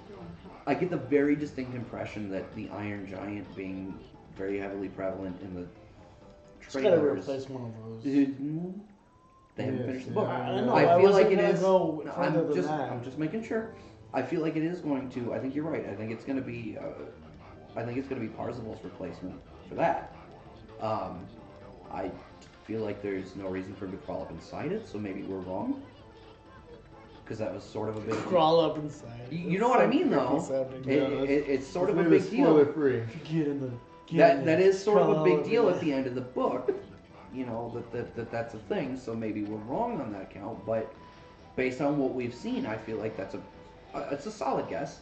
Speaker 2: I get the very distinct impression that the Iron Giant being very heavily prevalent in the
Speaker 3: It's gotta
Speaker 2: trailers.
Speaker 3: replace one of those.
Speaker 2: Mhm. They haven't
Speaker 1: Yes,
Speaker 2: finished the
Speaker 1: yeah.
Speaker 2: book.
Speaker 3: I know.
Speaker 2: I
Speaker 3: I,
Speaker 2: feel
Speaker 3: wasn't
Speaker 2: like it
Speaker 3: gonna
Speaker 2: is-
Speaker 3: Go
Speaker 2: No,
Speaker 3: further
Speaker 2: I'm
Speaker 3: than
Speaker 2: just,
Speaker 3: that.
Speaker 2: I'm just making sure. I feel like it is going to. I think you're right. I think it's going to be. Uh, I think it's going to be Parzival's replacement for that. Um, I feel like there's no reason for him to crawl up inside it, so maybe we're wrong. Because that was sort of a big.
Speaker 3: Crawl up inside.
Speaker 2: You- you
Speaker 3: That's
Speaker 2: know what I
Speaker 3: so
Speaker 2: mean, though.
Speaker 3: creepy sounding.
Speaker 2: It,
Speaker 1: Yeah, that's-
Speaker 2: it- it's sort of a
Speaker 1: Let's leave
Speaker 2: big
Speaker 1: it
Speaker 2: deal.
Speaker 1: Spoiler free.
Speaker 3: Get in the. Get in
Speaker 2: That
Speaker 3: there.
Speaker 2: that is sort of a
Speaker 3: Crawl
Speaker 2: big
Speaker 3: up
Speaker 2: deal
Speaker 3: in
Speaker 2: at the end of the book. You know that that, that that's a thing. So maybe we're wrong on that count, but based on what we've seen, I feel like that's a uh, it's a solid guess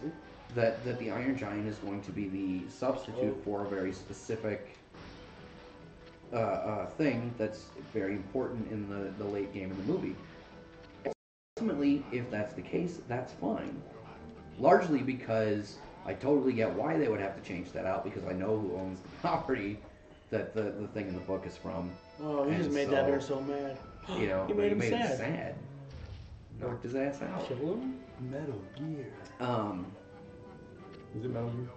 Speaker 2: that that the Iron Giant is going to be the substitute for a very specific uh, uh, thing that's very important in the the late game in the movie. Ultimately, if that's the case, that's fine. Largely because I totally get why they would have to change that out because I know who owns the property that the, the thing in the book is from.
Speaker 3: Oh, he
Speaker 2: And
Speaker 3: just made that
Speaker 2: so-
Speaker 3: bear so mad.
Speaker 2: You know,
Speaker 3: He made him sad.
Speaker 2: sad. Knocked his ass out.
Speaker 3: Kill him?
Speaker 1: Metal Gear.
Speaker 2: Um,
Speaker 1: Is it Metal Gear?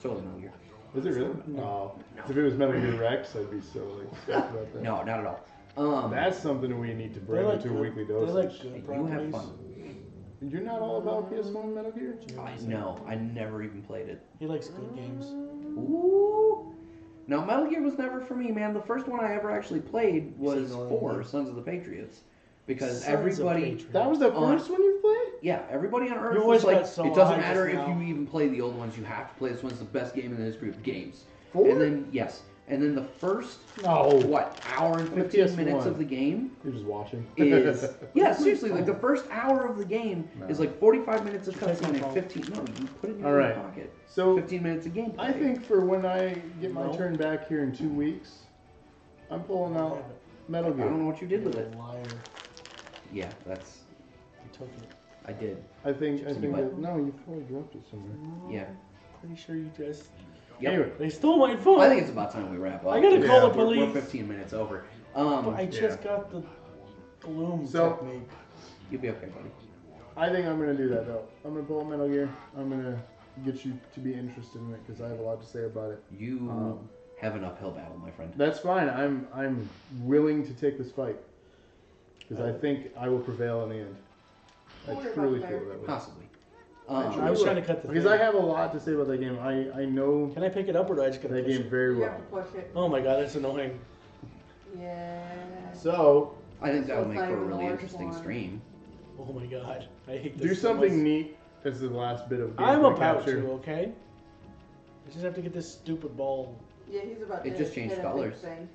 Speaker 2: Solar Metal Gear.
Speaker 1: Is it really? No. If it was Metal Gear Rex, I'd be so like stoked about that.
Speaker 2: No, not at all. Um,
Speaker 1: That's something we need to
Speaker 3: They're
Speaker 1: bring
Speaker 3: like
Speaker 1: into
Speaker 3: good-
Speaker 1: a weekly
Speaker 3: they're
Speaker 1: dosage.
Speaker 3: like good
Speaker 2: you have
Speaker 3: properties.
Speaker 2: fun.
Speaker 1: You're not all about PS1 Metal Gear?
Speaker 2: I know. I never even played it.
Speaker 3: He likes good games.
Speaker 2: Ooh. No, Metal Gear was never for me, man. The first one I ever actually played was
Speaker 3: Sons of
Speaker 2: four
Speaker 3: Patriots.
Speaker 2: Sons of the Patriots, because
Speaker 3: Sons of
Speaker 2: everybody,
Speaker 3: Patriots.
Speaker 1: That was the
Speaker 2: On-
Speaker 1: first one you played?
Speaker 2: yeah, everybody on Earth
Speaker 3: Your
Speaker 2: was
Speaker 3: voice
Speaker 2: like,
Speaker 3: got so
Speaker 2: it doesn't
Speaker 3: high just
Speaker 2: matter if
Speaker 3: now.
Speaker 2: you even play the old ones, you have to play this one. It's the best game in the history of games.
Speaker 1: Four?
Speaker 2: And then yes, and then the first
Speaker 1: no.
Speaker 2: what hour and
Speaker 1: On the
Speaker 2: fifteen
Speaker 1: PS1.
Speaker 2: minutes of the game
Speaker 1: You're just watching.
Speaker 2: is yeah seriously like the first hour of the game is like 45 minutes of
Speaker 3: Check my
Speaker 2: cutscene and
Speaker 3: phone.
Speaker 2: 15 no you put it in your
Speaker 1: All right.
Speaker 2: pocket
Speaker 1: so
Speaker 2: 15 minutes of gameplay
Speaker 1: I think for when I get my
Speaker 3: No.
Speaker 1: turn back here in two weeks, I'm pulling out
Speaker 2: I
Speaker 1: Metal
Speaker 2: don't
Speaker 1: Gear.
Speaker 2: know what you did with
Speaker 3: You're
Speaker 2: it
Speaker 3: a liar.
Speaker 2: yeah that's
Speaker 3: You took it.
Speaker 2: I did
Speaker 1: I think I
Speaker 2: Just
Speaker 1: think
Speaker 2: what?
Speaker 1: that, no, you probably dropped it somewhere.
Speaker 2: yeah
Speaker 3: Pretty sure you just.
Speaker 2: Yep.
Speaker 1: Anyway,
Speaker 3: They stole my phone.
Speaker 2: I think it's about time we wrap up
Speaker 3: I gotta
Speaker 1: call the
Speaker 2: We're- we're,
Speaker 3: police.
Speaker 2: 15 minutes over um
Speaker 3: But I just got the bloom
Speaker 1: So-
Speaker 3: technique.
Speaker 2: you'll be okay buddy
Speaker 1: I think I'm gonna do that though. I'm gonna pull out Metal Gear. I'm gonna get you to be interested in it because I have a lot to say about it.
Speaker 2: you
Speaker 1: Um,
Speaker 2: have an uphill battle my friend
Speaker 1: That's fine. I'm I'm willing to take this fight because
Speaker 2: Uh,
Speaker 1: I think I will prevail in the end. I
Speaker 4: Don't worry
Speaker 1: truly
Speaker 4: about
Speaker 1: feel
Speaker 4: that.
Speaker 1: that way.
Speaker 2: possibly
Speaker 3: I
Speaker 2: um,
Speaker 3: was trying to cut the.
Speaker 1: Because
Speaker 3: thing.
Speaker 1: I have a lot to say about that game. I I know
Speaker 3: Can I pick it up or do I just gotta
Speaker 1: that
Speaker 3: push
Speaker 1: game
Speaker 3: it?
Speaker 1: very
Speaker 4: You
Speaker 1: well.
Speaker 4: have to push it.
Speaker 3: Oh my god, that's annoying.
Speaker 4: Yeah.
Speaker 1: So
Speaker 2: I think that would make
Speaker 4: Suicide
Speaker 2: for a
Speaker 4: in the
Speaker 2: really
Speaker 4: large
Speaker 2: interesting
Speaker 4: one.
Speaker 2: stream
Speaker 3: Oh my god, I hate this.
Speaker 1: do
Speaker 3: so
Speaker 1: something
Speaker 3: much.
Speaker 1: neat as the last bit of game
Speaker 3: I'm about
Speaker 1: capture.
Speaker 3: to, okay? I just have to get this stupid ball.
Speaker 4: Yeah, he's about
Speaker 2: It
Speaker 4: to
Speaker 2: just changed
Speaker 4: hit a big
Speaker 2: colours.
Speaker 4: Thing.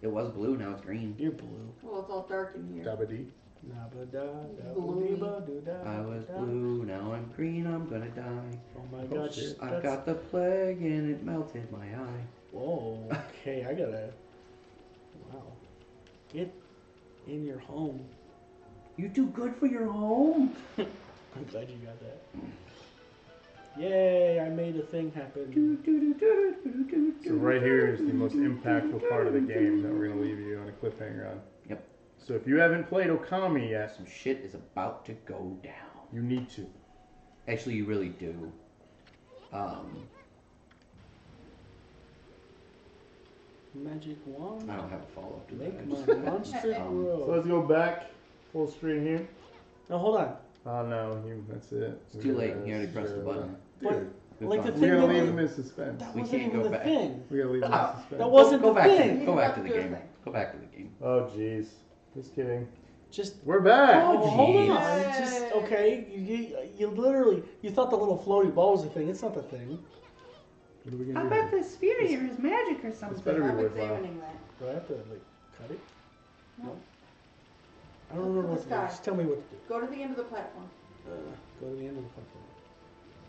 Speaker 2: it was blue now it's green
Speaker 3: You're blue.
Speaker 4: Well, it's all dark in here.
Speaker 1: Dabba-dee.
Speaker 3: Nah, ba da da
Speaker 4: Blue.
Speaker 3: ba dee ba do da
Speaker 2: I was
Speaker 3: da.
Speaker 2: blue, now I'm green, I'm gonna die.
Speaker 3: Oh my god,
Speaker 1: shit.
Speaker 2: I've
Speaker 3: that's-
Speaker 2: got the plague and it melted my eye.
Speaker 3: Whoa, okay, I gotta. Wow. Get in your home.
Speaker 2: You do good for your home.
Speaker 3: I'm glad you got that. Yay, I made a thing happen.
Speaker 1: So right here is the most impactful part of the game that we're gonna leave you on a cliffhanger on.
Speaker 2: Yep.
Speaker 1: So if you haven't played Okami yet,
Speaker 2: Some shit is about to go down.
Speaker 1: you need to.
Speaker 2: Actually, you really do. Um,
Speaker 3: Magic wand?
Speaker 2: I don't have a follow up to that. I
Speaker 3: Make
Speaker 2: just-
Speaker 3: my monster
Speaker 2: Um,
Speaker 1: So
Speaker 3: grow.
Speaker 1: let's go back full screen here.
Speaker 3: Now hold on.
Speaker 1: Oh no, you, that's it.
Speaker 2: It's too late. You already pressed the button.
Speaker 3: But
Speaker 2: We've
Speaker 3: Like
Speaker 2: gone-
Speaker 3: the
Speaker 1: We
Speaker 3: thing
Speaker 1: gotta
Speaker 3: that
Speaker 1: leave
Speaker 3: we-
Speaker 1: him in suspense.
Speaker 3: that
Speaker 2: We
Speaker 3: wasn't
Speaker 2: can't
Speaker 3: even
Speaker 2: go
Speaker 3: the
Speaker 2: back.
Speaker 3: thing.
Speaker 1: We gotta leave him in
Speaker 3: That
Speaker 1: suspense.
Speaker 3: wasn't
Speaker 2: go,
Speaker 3: the
Speaker 2: back To,
Speaker 3: thing.
Speaker 2: the- go back to the
Speaker 4: He's about to
Speaker 2: game.
Speaker 4: do a thing.
Speaker 2: Go back to the game.
Speaker 1: Oh jeez. Just kidding.
Speaker 3: Just
Speaker 1: We're back.
Speaker 3: Oh, hold
Speaker 2: jeez.
Speaker 3: on. It's Just okay. You, you, you literally you thought the little floaty ball was the thing. It's not the thing.
Speaker 1: What are we gonna do?
Speaker 8: the sphere here is magic or
Speaker 1: It's
Speaker 8: something?
Speaker 1: better
Speaker 4: I'm
Speaker 1: be worthwhile.
Speaker 4: examining that.
Speaker 3: Do I have to like cut it?
Speaker 4: No.
Speaker 3: I don't remember what to do.
Speaker 4: Sky.
Speaker 3: Just tell me what to do.
Speaker 4: Go to the end of the platform.
Speaker 3: Uh, go to the end of the platform.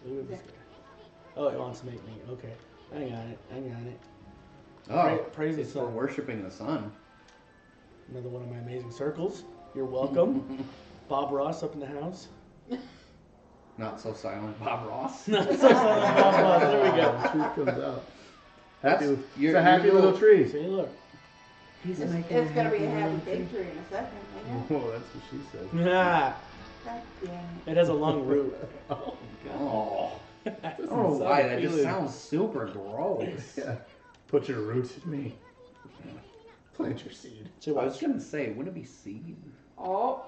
Speaker 3: Look at this
Speaker 4: Yeah.
Speaker 3: guy. Oh, it wants to make me. Okay, I got it. I got it.
Speaker 2: Oh,
Speaker 3: Pra- praise the
Speaker 2: it's for
Speaker 3: sun.
Speaker 2: worshiping the sun.
Speaker 3: Another one of my amazing circles. You're welcome, Bob Ross up in the house.
Speaker 2: Not so silent, Bob Ross.
Speaker 3: Not so silent, Bob Ross. There we go.
Speaker 1: The tree comes out.
Speaker 2: That's
Speaker 1: Happy, it's
Speaker 2: your-
Speaker 1: a happy
Speaker 2: your
Speaker 1: little,
Speaker 2: little-
Speaker 1: tree.
Speaker 3: See, look.
Speaker 8: He's
Speaker 4: It's,
Speaker 8: making
Speaker 4: it's
Speaker 8: a
Speaker 4: gonna be
Speaker 8: happy
Speaker 4: a happy
Speaker 8: little
Speaker 4: big tree in a second. I know.
Speaker 1: Whoa, that's what she said.
Speaker 3: Ah,
Speaker 4: God damn it.
Speaker 3: it has a long root.
Speaker 1: Oh,
Speaker 2: Oh,
Speaker 3: It doesn't
Speaker 2: oh
Speaker 3: sound
Speaker 2: why? That just
Speaker 3: appealing.
Speaker 2: sounds super gross.
Speaker 1: yeah.
Speaker 9: Put your roots in me. Plant your seed.
Speaker 3: So
Speaker 2: I
Speaker 3: what?
Speaker 2: was gonna say, wouldn't it be seed?
Speaker 5: Oh,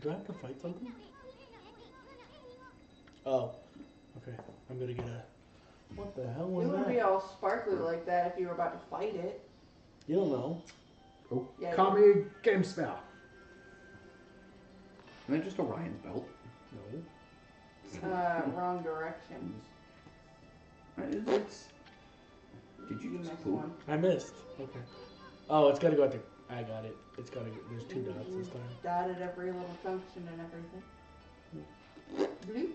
Speaker 3: Do I have to fight something? Oh, okay. I'm gonna get a. What the hell
Speaker 4: It
Speaker 3: was
Speaker 4: wouldn't be
Speaker 3: that?
Speaker 4: all sparkly like that if you were about to fight it.
Speaker 3: You don't know.
Speaker 1: Oh.
Speaker 4: Yeah,
Speaker 1: Kami game spell.
Speaker 2: And then just Orion's belt.
Speaker 3: No.
Speaker 4: Uh, wrong direction.
Speaker 2: Uh, It's, did you just
Speaker 4: Next
Speaker 2: poop?
Speaker 4: one.
Speaker 3: I missed. Okay. Oh, it's gotta go out there. I got it. It's gotta. Go, there's two dots this time.
Speaker 4: Dotted every little function and everything. Bloop,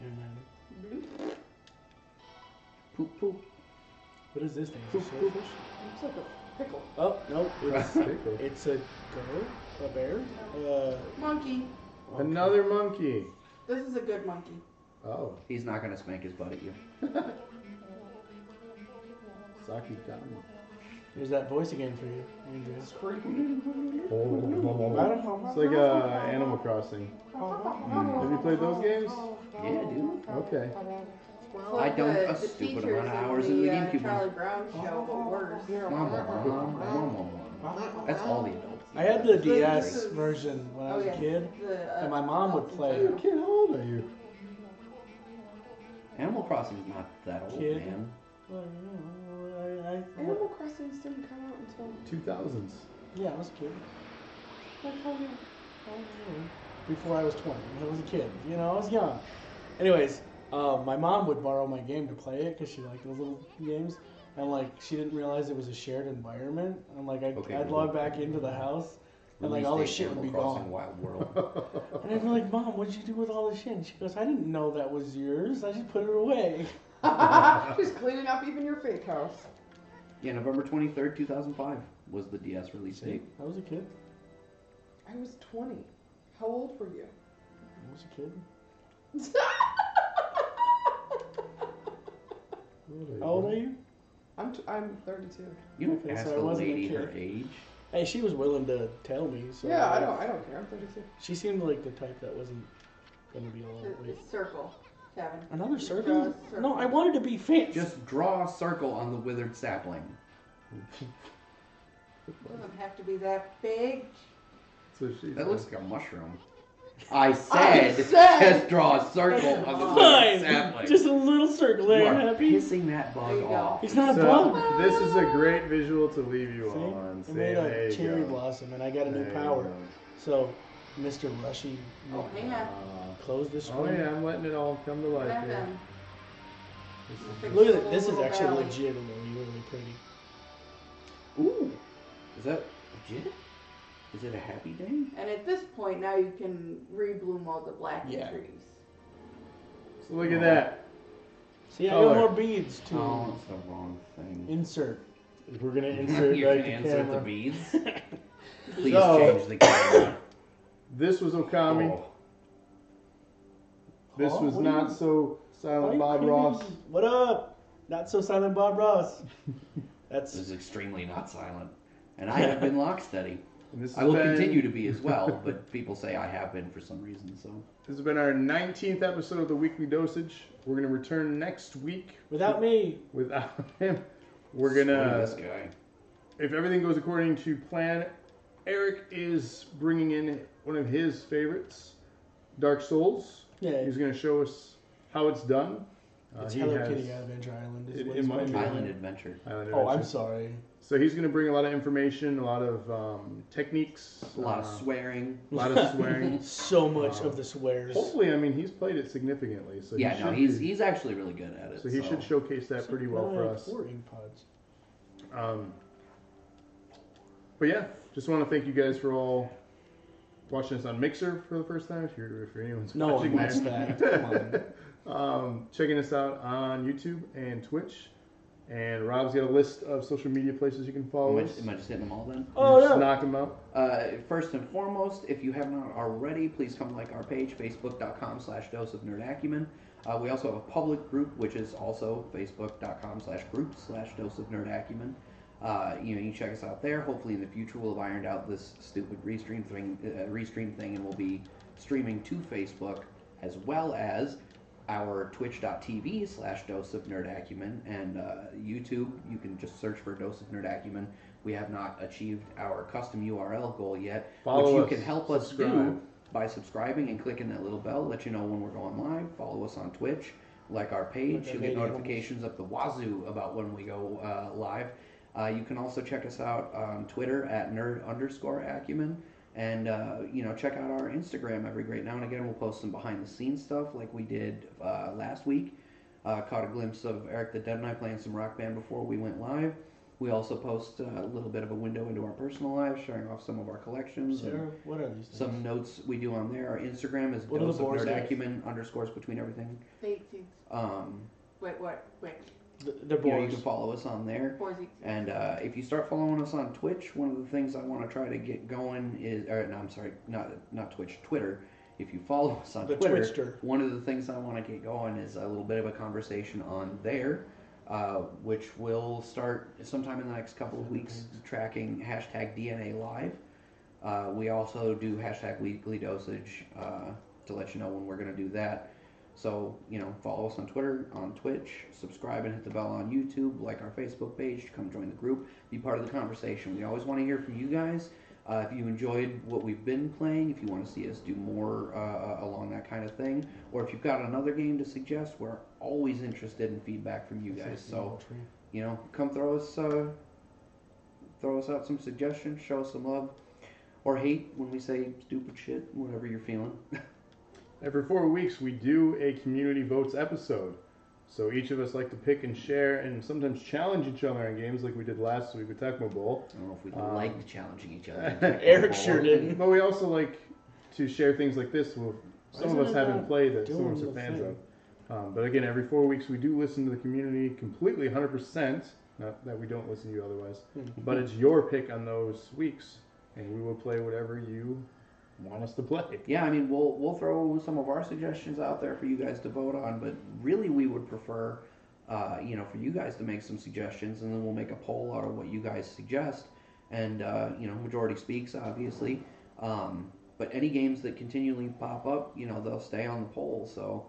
Speaker 3: Never mind.
Speaker 4: bloop.
Speaker 2: Poop poop.
Speaker 3: What is this thing? Is it shellfish?
Speaker 5: looks like a pickle.
Speaker 3: Oh no, it's
Speaker 1: Pickle.
Speaker 3: it's a girl, a bear. Uh,
Speaker 4: Monkey.
Speaker 1: Another monkey.
Speaker 4: This is a good monkey.
Speaker 1: Oh,
Speaker 2: He's not gonna spank his butt at you.
Speaker 1: Saki Kami.
Speaker 3: there's that voice again for you, Andrea.
Speaker 5: It's creepy.
Speaker 1: It's like uh, Animal Crossing. Have you played those games?
Speaker 2: Yeah, dude.
Speaker 1: Okay.
Speaker 4: It's
Speaker 2: I
Speaker 4: like
Speaker 2: dumped
Speaker 4: the,
Speaker 2: a
Speaker 4: the
Speaker 2: stupid
Speaker 4: teachers
Speaker 2: amount of hours
Speaker 4: the,
Speaker 2: into the
Speaker 4: uh,
Speaker 2: GameCube
Speaker 4: Charlie Brown show,
Speaker 3: Oh.
Speaker 4: but worse.
Speaker 2: Wah, wah, wah, wah, wah, wah, wah. That's all the adults.
Speaker 3: I had the
Speaker 4: So this
Speaker 3: DS
Speaker 4: is-
Speaker 3: version when I
Speaker 4: oh,
Speaker 3: was
Speaker 4: yeah.
Speaker 3: a kid.
Speaker 4: The, uh,
Speaker 3: and my mom would
Speaker 4: Elton
Speaker 3: play
Speaker 4: John.
Speaker 3: it.
Speaker 1: Hey, kid, how old are you?
Speaker 2: Animal Crossing is not that old,
Speaker 3: Kid.
Speaker 2: man.
Speaker 3: Well, you know, I- I-
Speaker 5: Animal Crossing didn't come out until
Speaker 1: 2000s.
Speaker 3: yeah, I was a kid.
Speaker 5: like how you-
Speaker 3: Before I was 20, I was a kid. You know, I was young. Anyways, uh, my mom would borrow my game to play it because she liked those little games. And like, she didn't realize it was a shared environment. And like, I'd,
Speaker 2: Okay,
Speaker 3: I'd
Speaker 2: well-
Speaker 3: log back into the house, and like
Speaker 2: Release
Speaker 3: all the
Speaker 2: date,
Speaker 3: shit would
Speaker 2: Animal
Speaker 3: be
Speaker 2: Crossing
Speaker 3: gone.
Speaker 2: Wild World.
Speaker 3: And I'd be like, Mom, what'd you do with all this shit? And she goes, I didn't know that was yours. I just put it away.
Speaker 5: She's cleaning up even your fake house.
Speaker 2: yeah, November 23rd, 2005 was the DS release date.
Speaker 3: I was a kid.
Speaker 5: I was 20. How old were you?
Speaker 3: I was a kid. How old are you?
Speaker 5: I'm t- I'm 32.
Speaker 2: You don't
Speaker 3: Okay,
Speaker 2: ask
Speaker 3: so I
Speaker 2: a
Speaker 3: wasn't a
Speaker 2: lady
Speaker 3: kid.
Speaker 2: her age.
Speaker 3: Hey, she was willing to tell me. So
Speaker 5: yeah, I don't I don't care. I'm 32.
Speaker 3: She seemed like the type that wasn't going to be a little
Speaker 4: The-
Speaker 3: Oh, wait.
Speaker 4: the Circle, Kevin.
Speaker 3: Another
Speaker 4: Just
Speaker 3: circle?
Speaker 4: draw a circle.
Speaker 3: No, I wanted to be fancy.
Speaker 2: Just draw a circle on the withered sapling.
Speaker 4: Doesn't have to be that big.
Speaker 1: So she's
Speaker 2: That looks like a mushroom. I
Speaker 4: I
Speaker 2: said,
Speaker 4: said-
Speaker 2: just draw a circle on the withered sapling.
Speaker 3: Fine. Just a little circle
Speaker 2: you
Speaker 3: there,
Speaker 2: are
Speaker 3: happy.
Speaker 2: pissing that
Speaker 4: There
Speaker 2: bug
Speaker 4: you go.
Speaker 2: off.
Speaker 3: It's not a bug.
Speaker 1: So, this is a great visual to leave you
Speaker 3: See?
Speaker 1: all on.
Speaker 3: I
Speaker 1: See,
Speaker 3: made
Speaker 1: There
Speaker 3: a
Speaker 1: you
Speaker 3: cherry
Speaker 1: go.
Speaker 3: blossom and I got a new
Speaker 1: There you
Speaker 3: power.
Speaker 1: go.
Speaker 3: So, Mr. Rushy,
Speaker 4: Oh, hang on.
Speaker 1: Uh,
Speaker 3: close this
Speaker 1: oh
Speaker 3: screen.
Speaker 1: yeah, I'm letting it all come to life
Speaker 4: Back
Speaker 1: here.
Speaker 4: then.
Speaker 1: This is-
Speaker 4: Fix
Speaker 3: Look at
Speaker 4: the
Speaker 3: it. This is
Speaker 4: little
Speaker 3: actually
Speaker 4: valley.
Speaker 3: legitimately really pretty.
Speaker 2: Ooh, is that legit? Is it a happy day?
Speaker 4: And at this point, now you can rebloom all the blackened
Speaker 3: Yeah.
Speaker 4: trees.
Speaker 1: So look at that.
Speaker 3: See, I got
Speaker 1: Color.
Speaker 3: more beads to
Speaker 2: No, Oh, it's the wrong thing.
Speaker 3: insert.
Speaker 9: We're gonna insert
Speaker 2: You're
Speaker 9: right
Speaker 2: gonna
Speaker 9: the
Speaker 2: insert the
Speaker 9: camera.
Speaker 2: beads. Please
Speaker 1: So-
Speaker 2: change the camera.
Speaker 1: This was Okami.
Speaker 2: Oh,
Speaker 1: This
Speaker 3: Huh?
Speaker 1: was
Speaker 3: Oh, What do you-
Speaker 1: not so
Speaker 3: Why
Speaker 1: Silent
Speaker 3: you
Speaker 1: Bob
Speaker 3: creeping?
Speaker 1: Ross.
Speaker 3: What up? Not so silent Bob Ross.
Speaker 2: this
Speaker 3: That's
Speaker 2: is extremely not silent, and I have been locksteady.
Speaker 1: And this has
Speaker 2: I will
Speaker 1: been-
Speaker 2: continue to be as well, but people say I have been for some reason. So
Speaker 1: This has been our 19th episode of the Weekly Dosage. We're gonna return next week
Speaker 3: without me.
Speaker 1: without him. We're
Speaker 2: Screw
Speaker 1: gonna
Speaker 2: this guy.
Speaker 1: if everything goes according to plan, Eric is bringing in one of his favorites, Dark Souls.
Speaker 3: Yeah,
Speaker 1: He's going to show us how it's done. Uh,
Speaker 3: it's
Speaker 1: he
Speaker 3: Hello
Speaker 1: has-
Speaker 3: Kitty out of Adventure Island. Is
Speaker 1: It-
Speaker 3: what
Speaker 1: it
Speaker 3: it's
Speaker 1: might
Speaker 3: called.
Speaker 1: be.
Speaker 2: Island Adventure.
Speaker 1: Island
Speaker 3: Oh, I'm
Speaker 1: Adventure.
Speaker 3: sorry.
Speaker 1: So he's going to bring a lot of information, a lot of um, techniques,
Speaker 2: A lot of
Speaker 1: uh,
Speaker 2: swearing.
Speaker 1: a lot of swearing.
Speaker 3: So much
Speaker 1: Uh,
Speaker 3: of the swears.
Speaker 1: Hopefully, I mean he's played it significantly, so
Speaker 2: yeah,
Speaker 1: he
Speaker 2: no,
Speaker 1: should
Speaker 2: he's
Speaker 1: be-
Speaker 2: he's actually really good at it.
Speaker 1: so he should showcase that pretty well for
Speaker 3: Like
Speaker 1: us.
Speaker 3: Four ink pods.
Speaker 1: Um, but yeah, just want to thank you guys for all watching us on Mixer for the first time. If you're if anyone's
Speaker 3: No one
Speaker 1: watching
Speaker 3: wants
Speaker 1: there.
Speaker 3: that. Come on.
Speaker 1: um, checking us out on YouTube and Twitch. And Rob's got a list of social media places you can follow
Speaker 2: Am I,
Speaker 1: us.
Speaker 2: am I just hitting them all then?
Speaker 3: Oh
Speaker 1: just
Speaker 3: no!
Speaker 1: knock them out.
Speaker 2: Uh, first and foremost, if you have not already, please come like our page, facebook.com slash dose of nerd acumen. Uh, we also have a public group, which is also facebook.com slash group slash dose of nerd acumen. Uh, you know, you can check us out there. Hopefully, in the future, we'll have ironed out this stupid restream thing, uh, restream thing, and we'll be streaming to Facebook as well as our twitch.tv slash dose of nerd acumen and uh, YouTube. You can just search for dose of nerd acumen. We have not achieved our custom URL goal yet,
Speaker 1: Follow
Speaker 2: which
Speaker 1: us,
Speaker 2: you can help us do
Speaker 1: subscribe.
Speaker 2: by subscribing and clicking that little bell. Let you know when we're going live. Follow us on Twitch. Like our page,
Speaker 3: Like our
Speaker 2: you'll
Speaker 3: page,
Speaker 2: get
Speaker 3: almost.
Speaker 2: notifications up the wazoo about when we go uh, live. Uh, you can also check us out on Twitter at nerd underscore acumen. And, uh, you know, check out our Instagram every great now and again. We'll post some behind the scenes stuff like we did uh, last week. Uh, caught a glimpse of Eric the Dead and I playing some rock band before we went live. We also post uh, a little bit of a window into our personal lives, showing off some of our collections. and
Speaker 3: Sarah, what are these things?
Speaker 2: some notes we do on there. Our Instagram is
Speaker 3: What are the
Speaker 2: dose of
Speaker 3: boards
Speaker 2: nerd
Speaker 3: like?
Speaker 2: acumen underscores between everything.
Speaker 4: Eight seats.
Speaker 2: Um,
Speaker 4: Wait, what? Wait,
Speaker 3: Th- They're
Speaker 2: you, know, you
Speaker 3: boards.
Speaker 2: can follow us on there.
Speaker 4: four seats.
Speaker 2: And uh, if you start following us on Twitch, one of the things I want to try to get going is, or no, I'm sorry, not not Twitch, Twitter. If you follow us on
Speaker 3: The
Speaker 2: Twitter,
Speaker 3: Twitchster.
Speaker 2: one of the things I want to get going is a little bit of a conversation on there, uh, which will start sometime in the next couple of weeks, tracking hashtag DNA Live. Uh, we also do hashtag weekly dosage uh, to let you know when we're going to do that. So, you know, follow us on Twitter, on Twitch, subscribe and hit the bell on YouTube, like our Facebook page, come join the group, be part of the conversation. We always want to hear from you guys. Uh, if you enjoyed what we've been playing, if you want to see us do more uh, along that kind of thing, or if you've got another game to suggest, we're always interested in feedback from you guys. So, you know, come throw us uh, throw us out some suggestions, show us some love, or hate when we say stupid shit, whatever you're feeling.
Speaker 1: Every four weeks, we do a community votes episode. So each of us like to pick and share, and sometimes challenge each other in games, like we did last week with Tecmo Bowl.
Speaker 2: I don't know if we
Speaker 1: Um,
Speaker 2: like challenging each other.
Speaker 3: Eric sure didn't.
Speaker 1: But we also like to share things like this. With some of
Speaker 3: Why isn't
Speaker 1: us
Speaker 3: it
Speaker 1: haven't
Speaker 3: not
Speaker 1: played that some
Speaker 3: doing
Speaker 1: of us are
Speaker 3: the
Speaker 1: fans
Speaker 3: thing?
Speaker 1: of. Um, but again, every four weeks we do listen to the community completely, hundred percent. Not that we don't listen to you otherwise,
Speaker 3: Hmm.
Speaker 1: but it's your pick on those weeks, and we will play whatever you want us to play.
Speaker 2: Yeah, I mean, we'll we'll throw some of our suggestions out there for you guys to vote on, but really we would prefer, uh, you know, for you guys to make some suggestions, and then we'll make a poll out of what you guys suggest, and uh, you know, majority speaks, obviously. Um, but any games that continually pop up, you know, they'll stay on the poll. So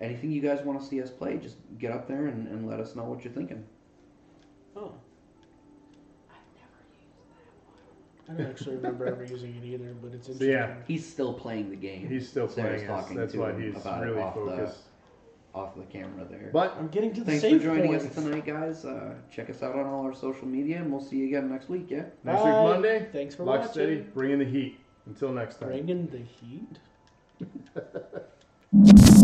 Speaker 2: anything you guys want to see us play, just get up there and, and let us know what you're thinking.
Speaker 3: Oh,
Speaker 4: I've never used that one.
Speaker 3: I don't actually remember ever using it either, but it's
Speaker 1: So,
Speaker 3: interesting.
Speaker 1: yeah.
Speaker 2: He's still playing the game.
Speaker 1: He's still
Speaker 2: Sarah's
Speaker 1: playing us.
Speaker 2: talking
Speaker 1: That's
Speaker 2: to
Speaker 1: why
Speaker 2: him
Speaker 1: he's
Speaker 2: about it
Speaker 1: really
Speaker 2: off the-
Speaker 1: focused.
Speaker 2: off the camera there.
Speaker 1: But
Speaker 3: I'm getting to the
Speaker 2: Thanks for
Speaker 3: save
Speaker 2: joining
Speaker 3: point.
Speaker 2: us tonight, guys. Uh, check us out on all our social media, and we'll see you again next week. Yeah.
Speaker 1: next
Speaker 3: Bye.
Speaker 1: week Monday,
Speaker 3: Thanks for
Speaker 1: lock
Speaker 3: watching.
Speaker 1: steady, bring in the heat. Until next time.
Speaker 3: Bring in the heat.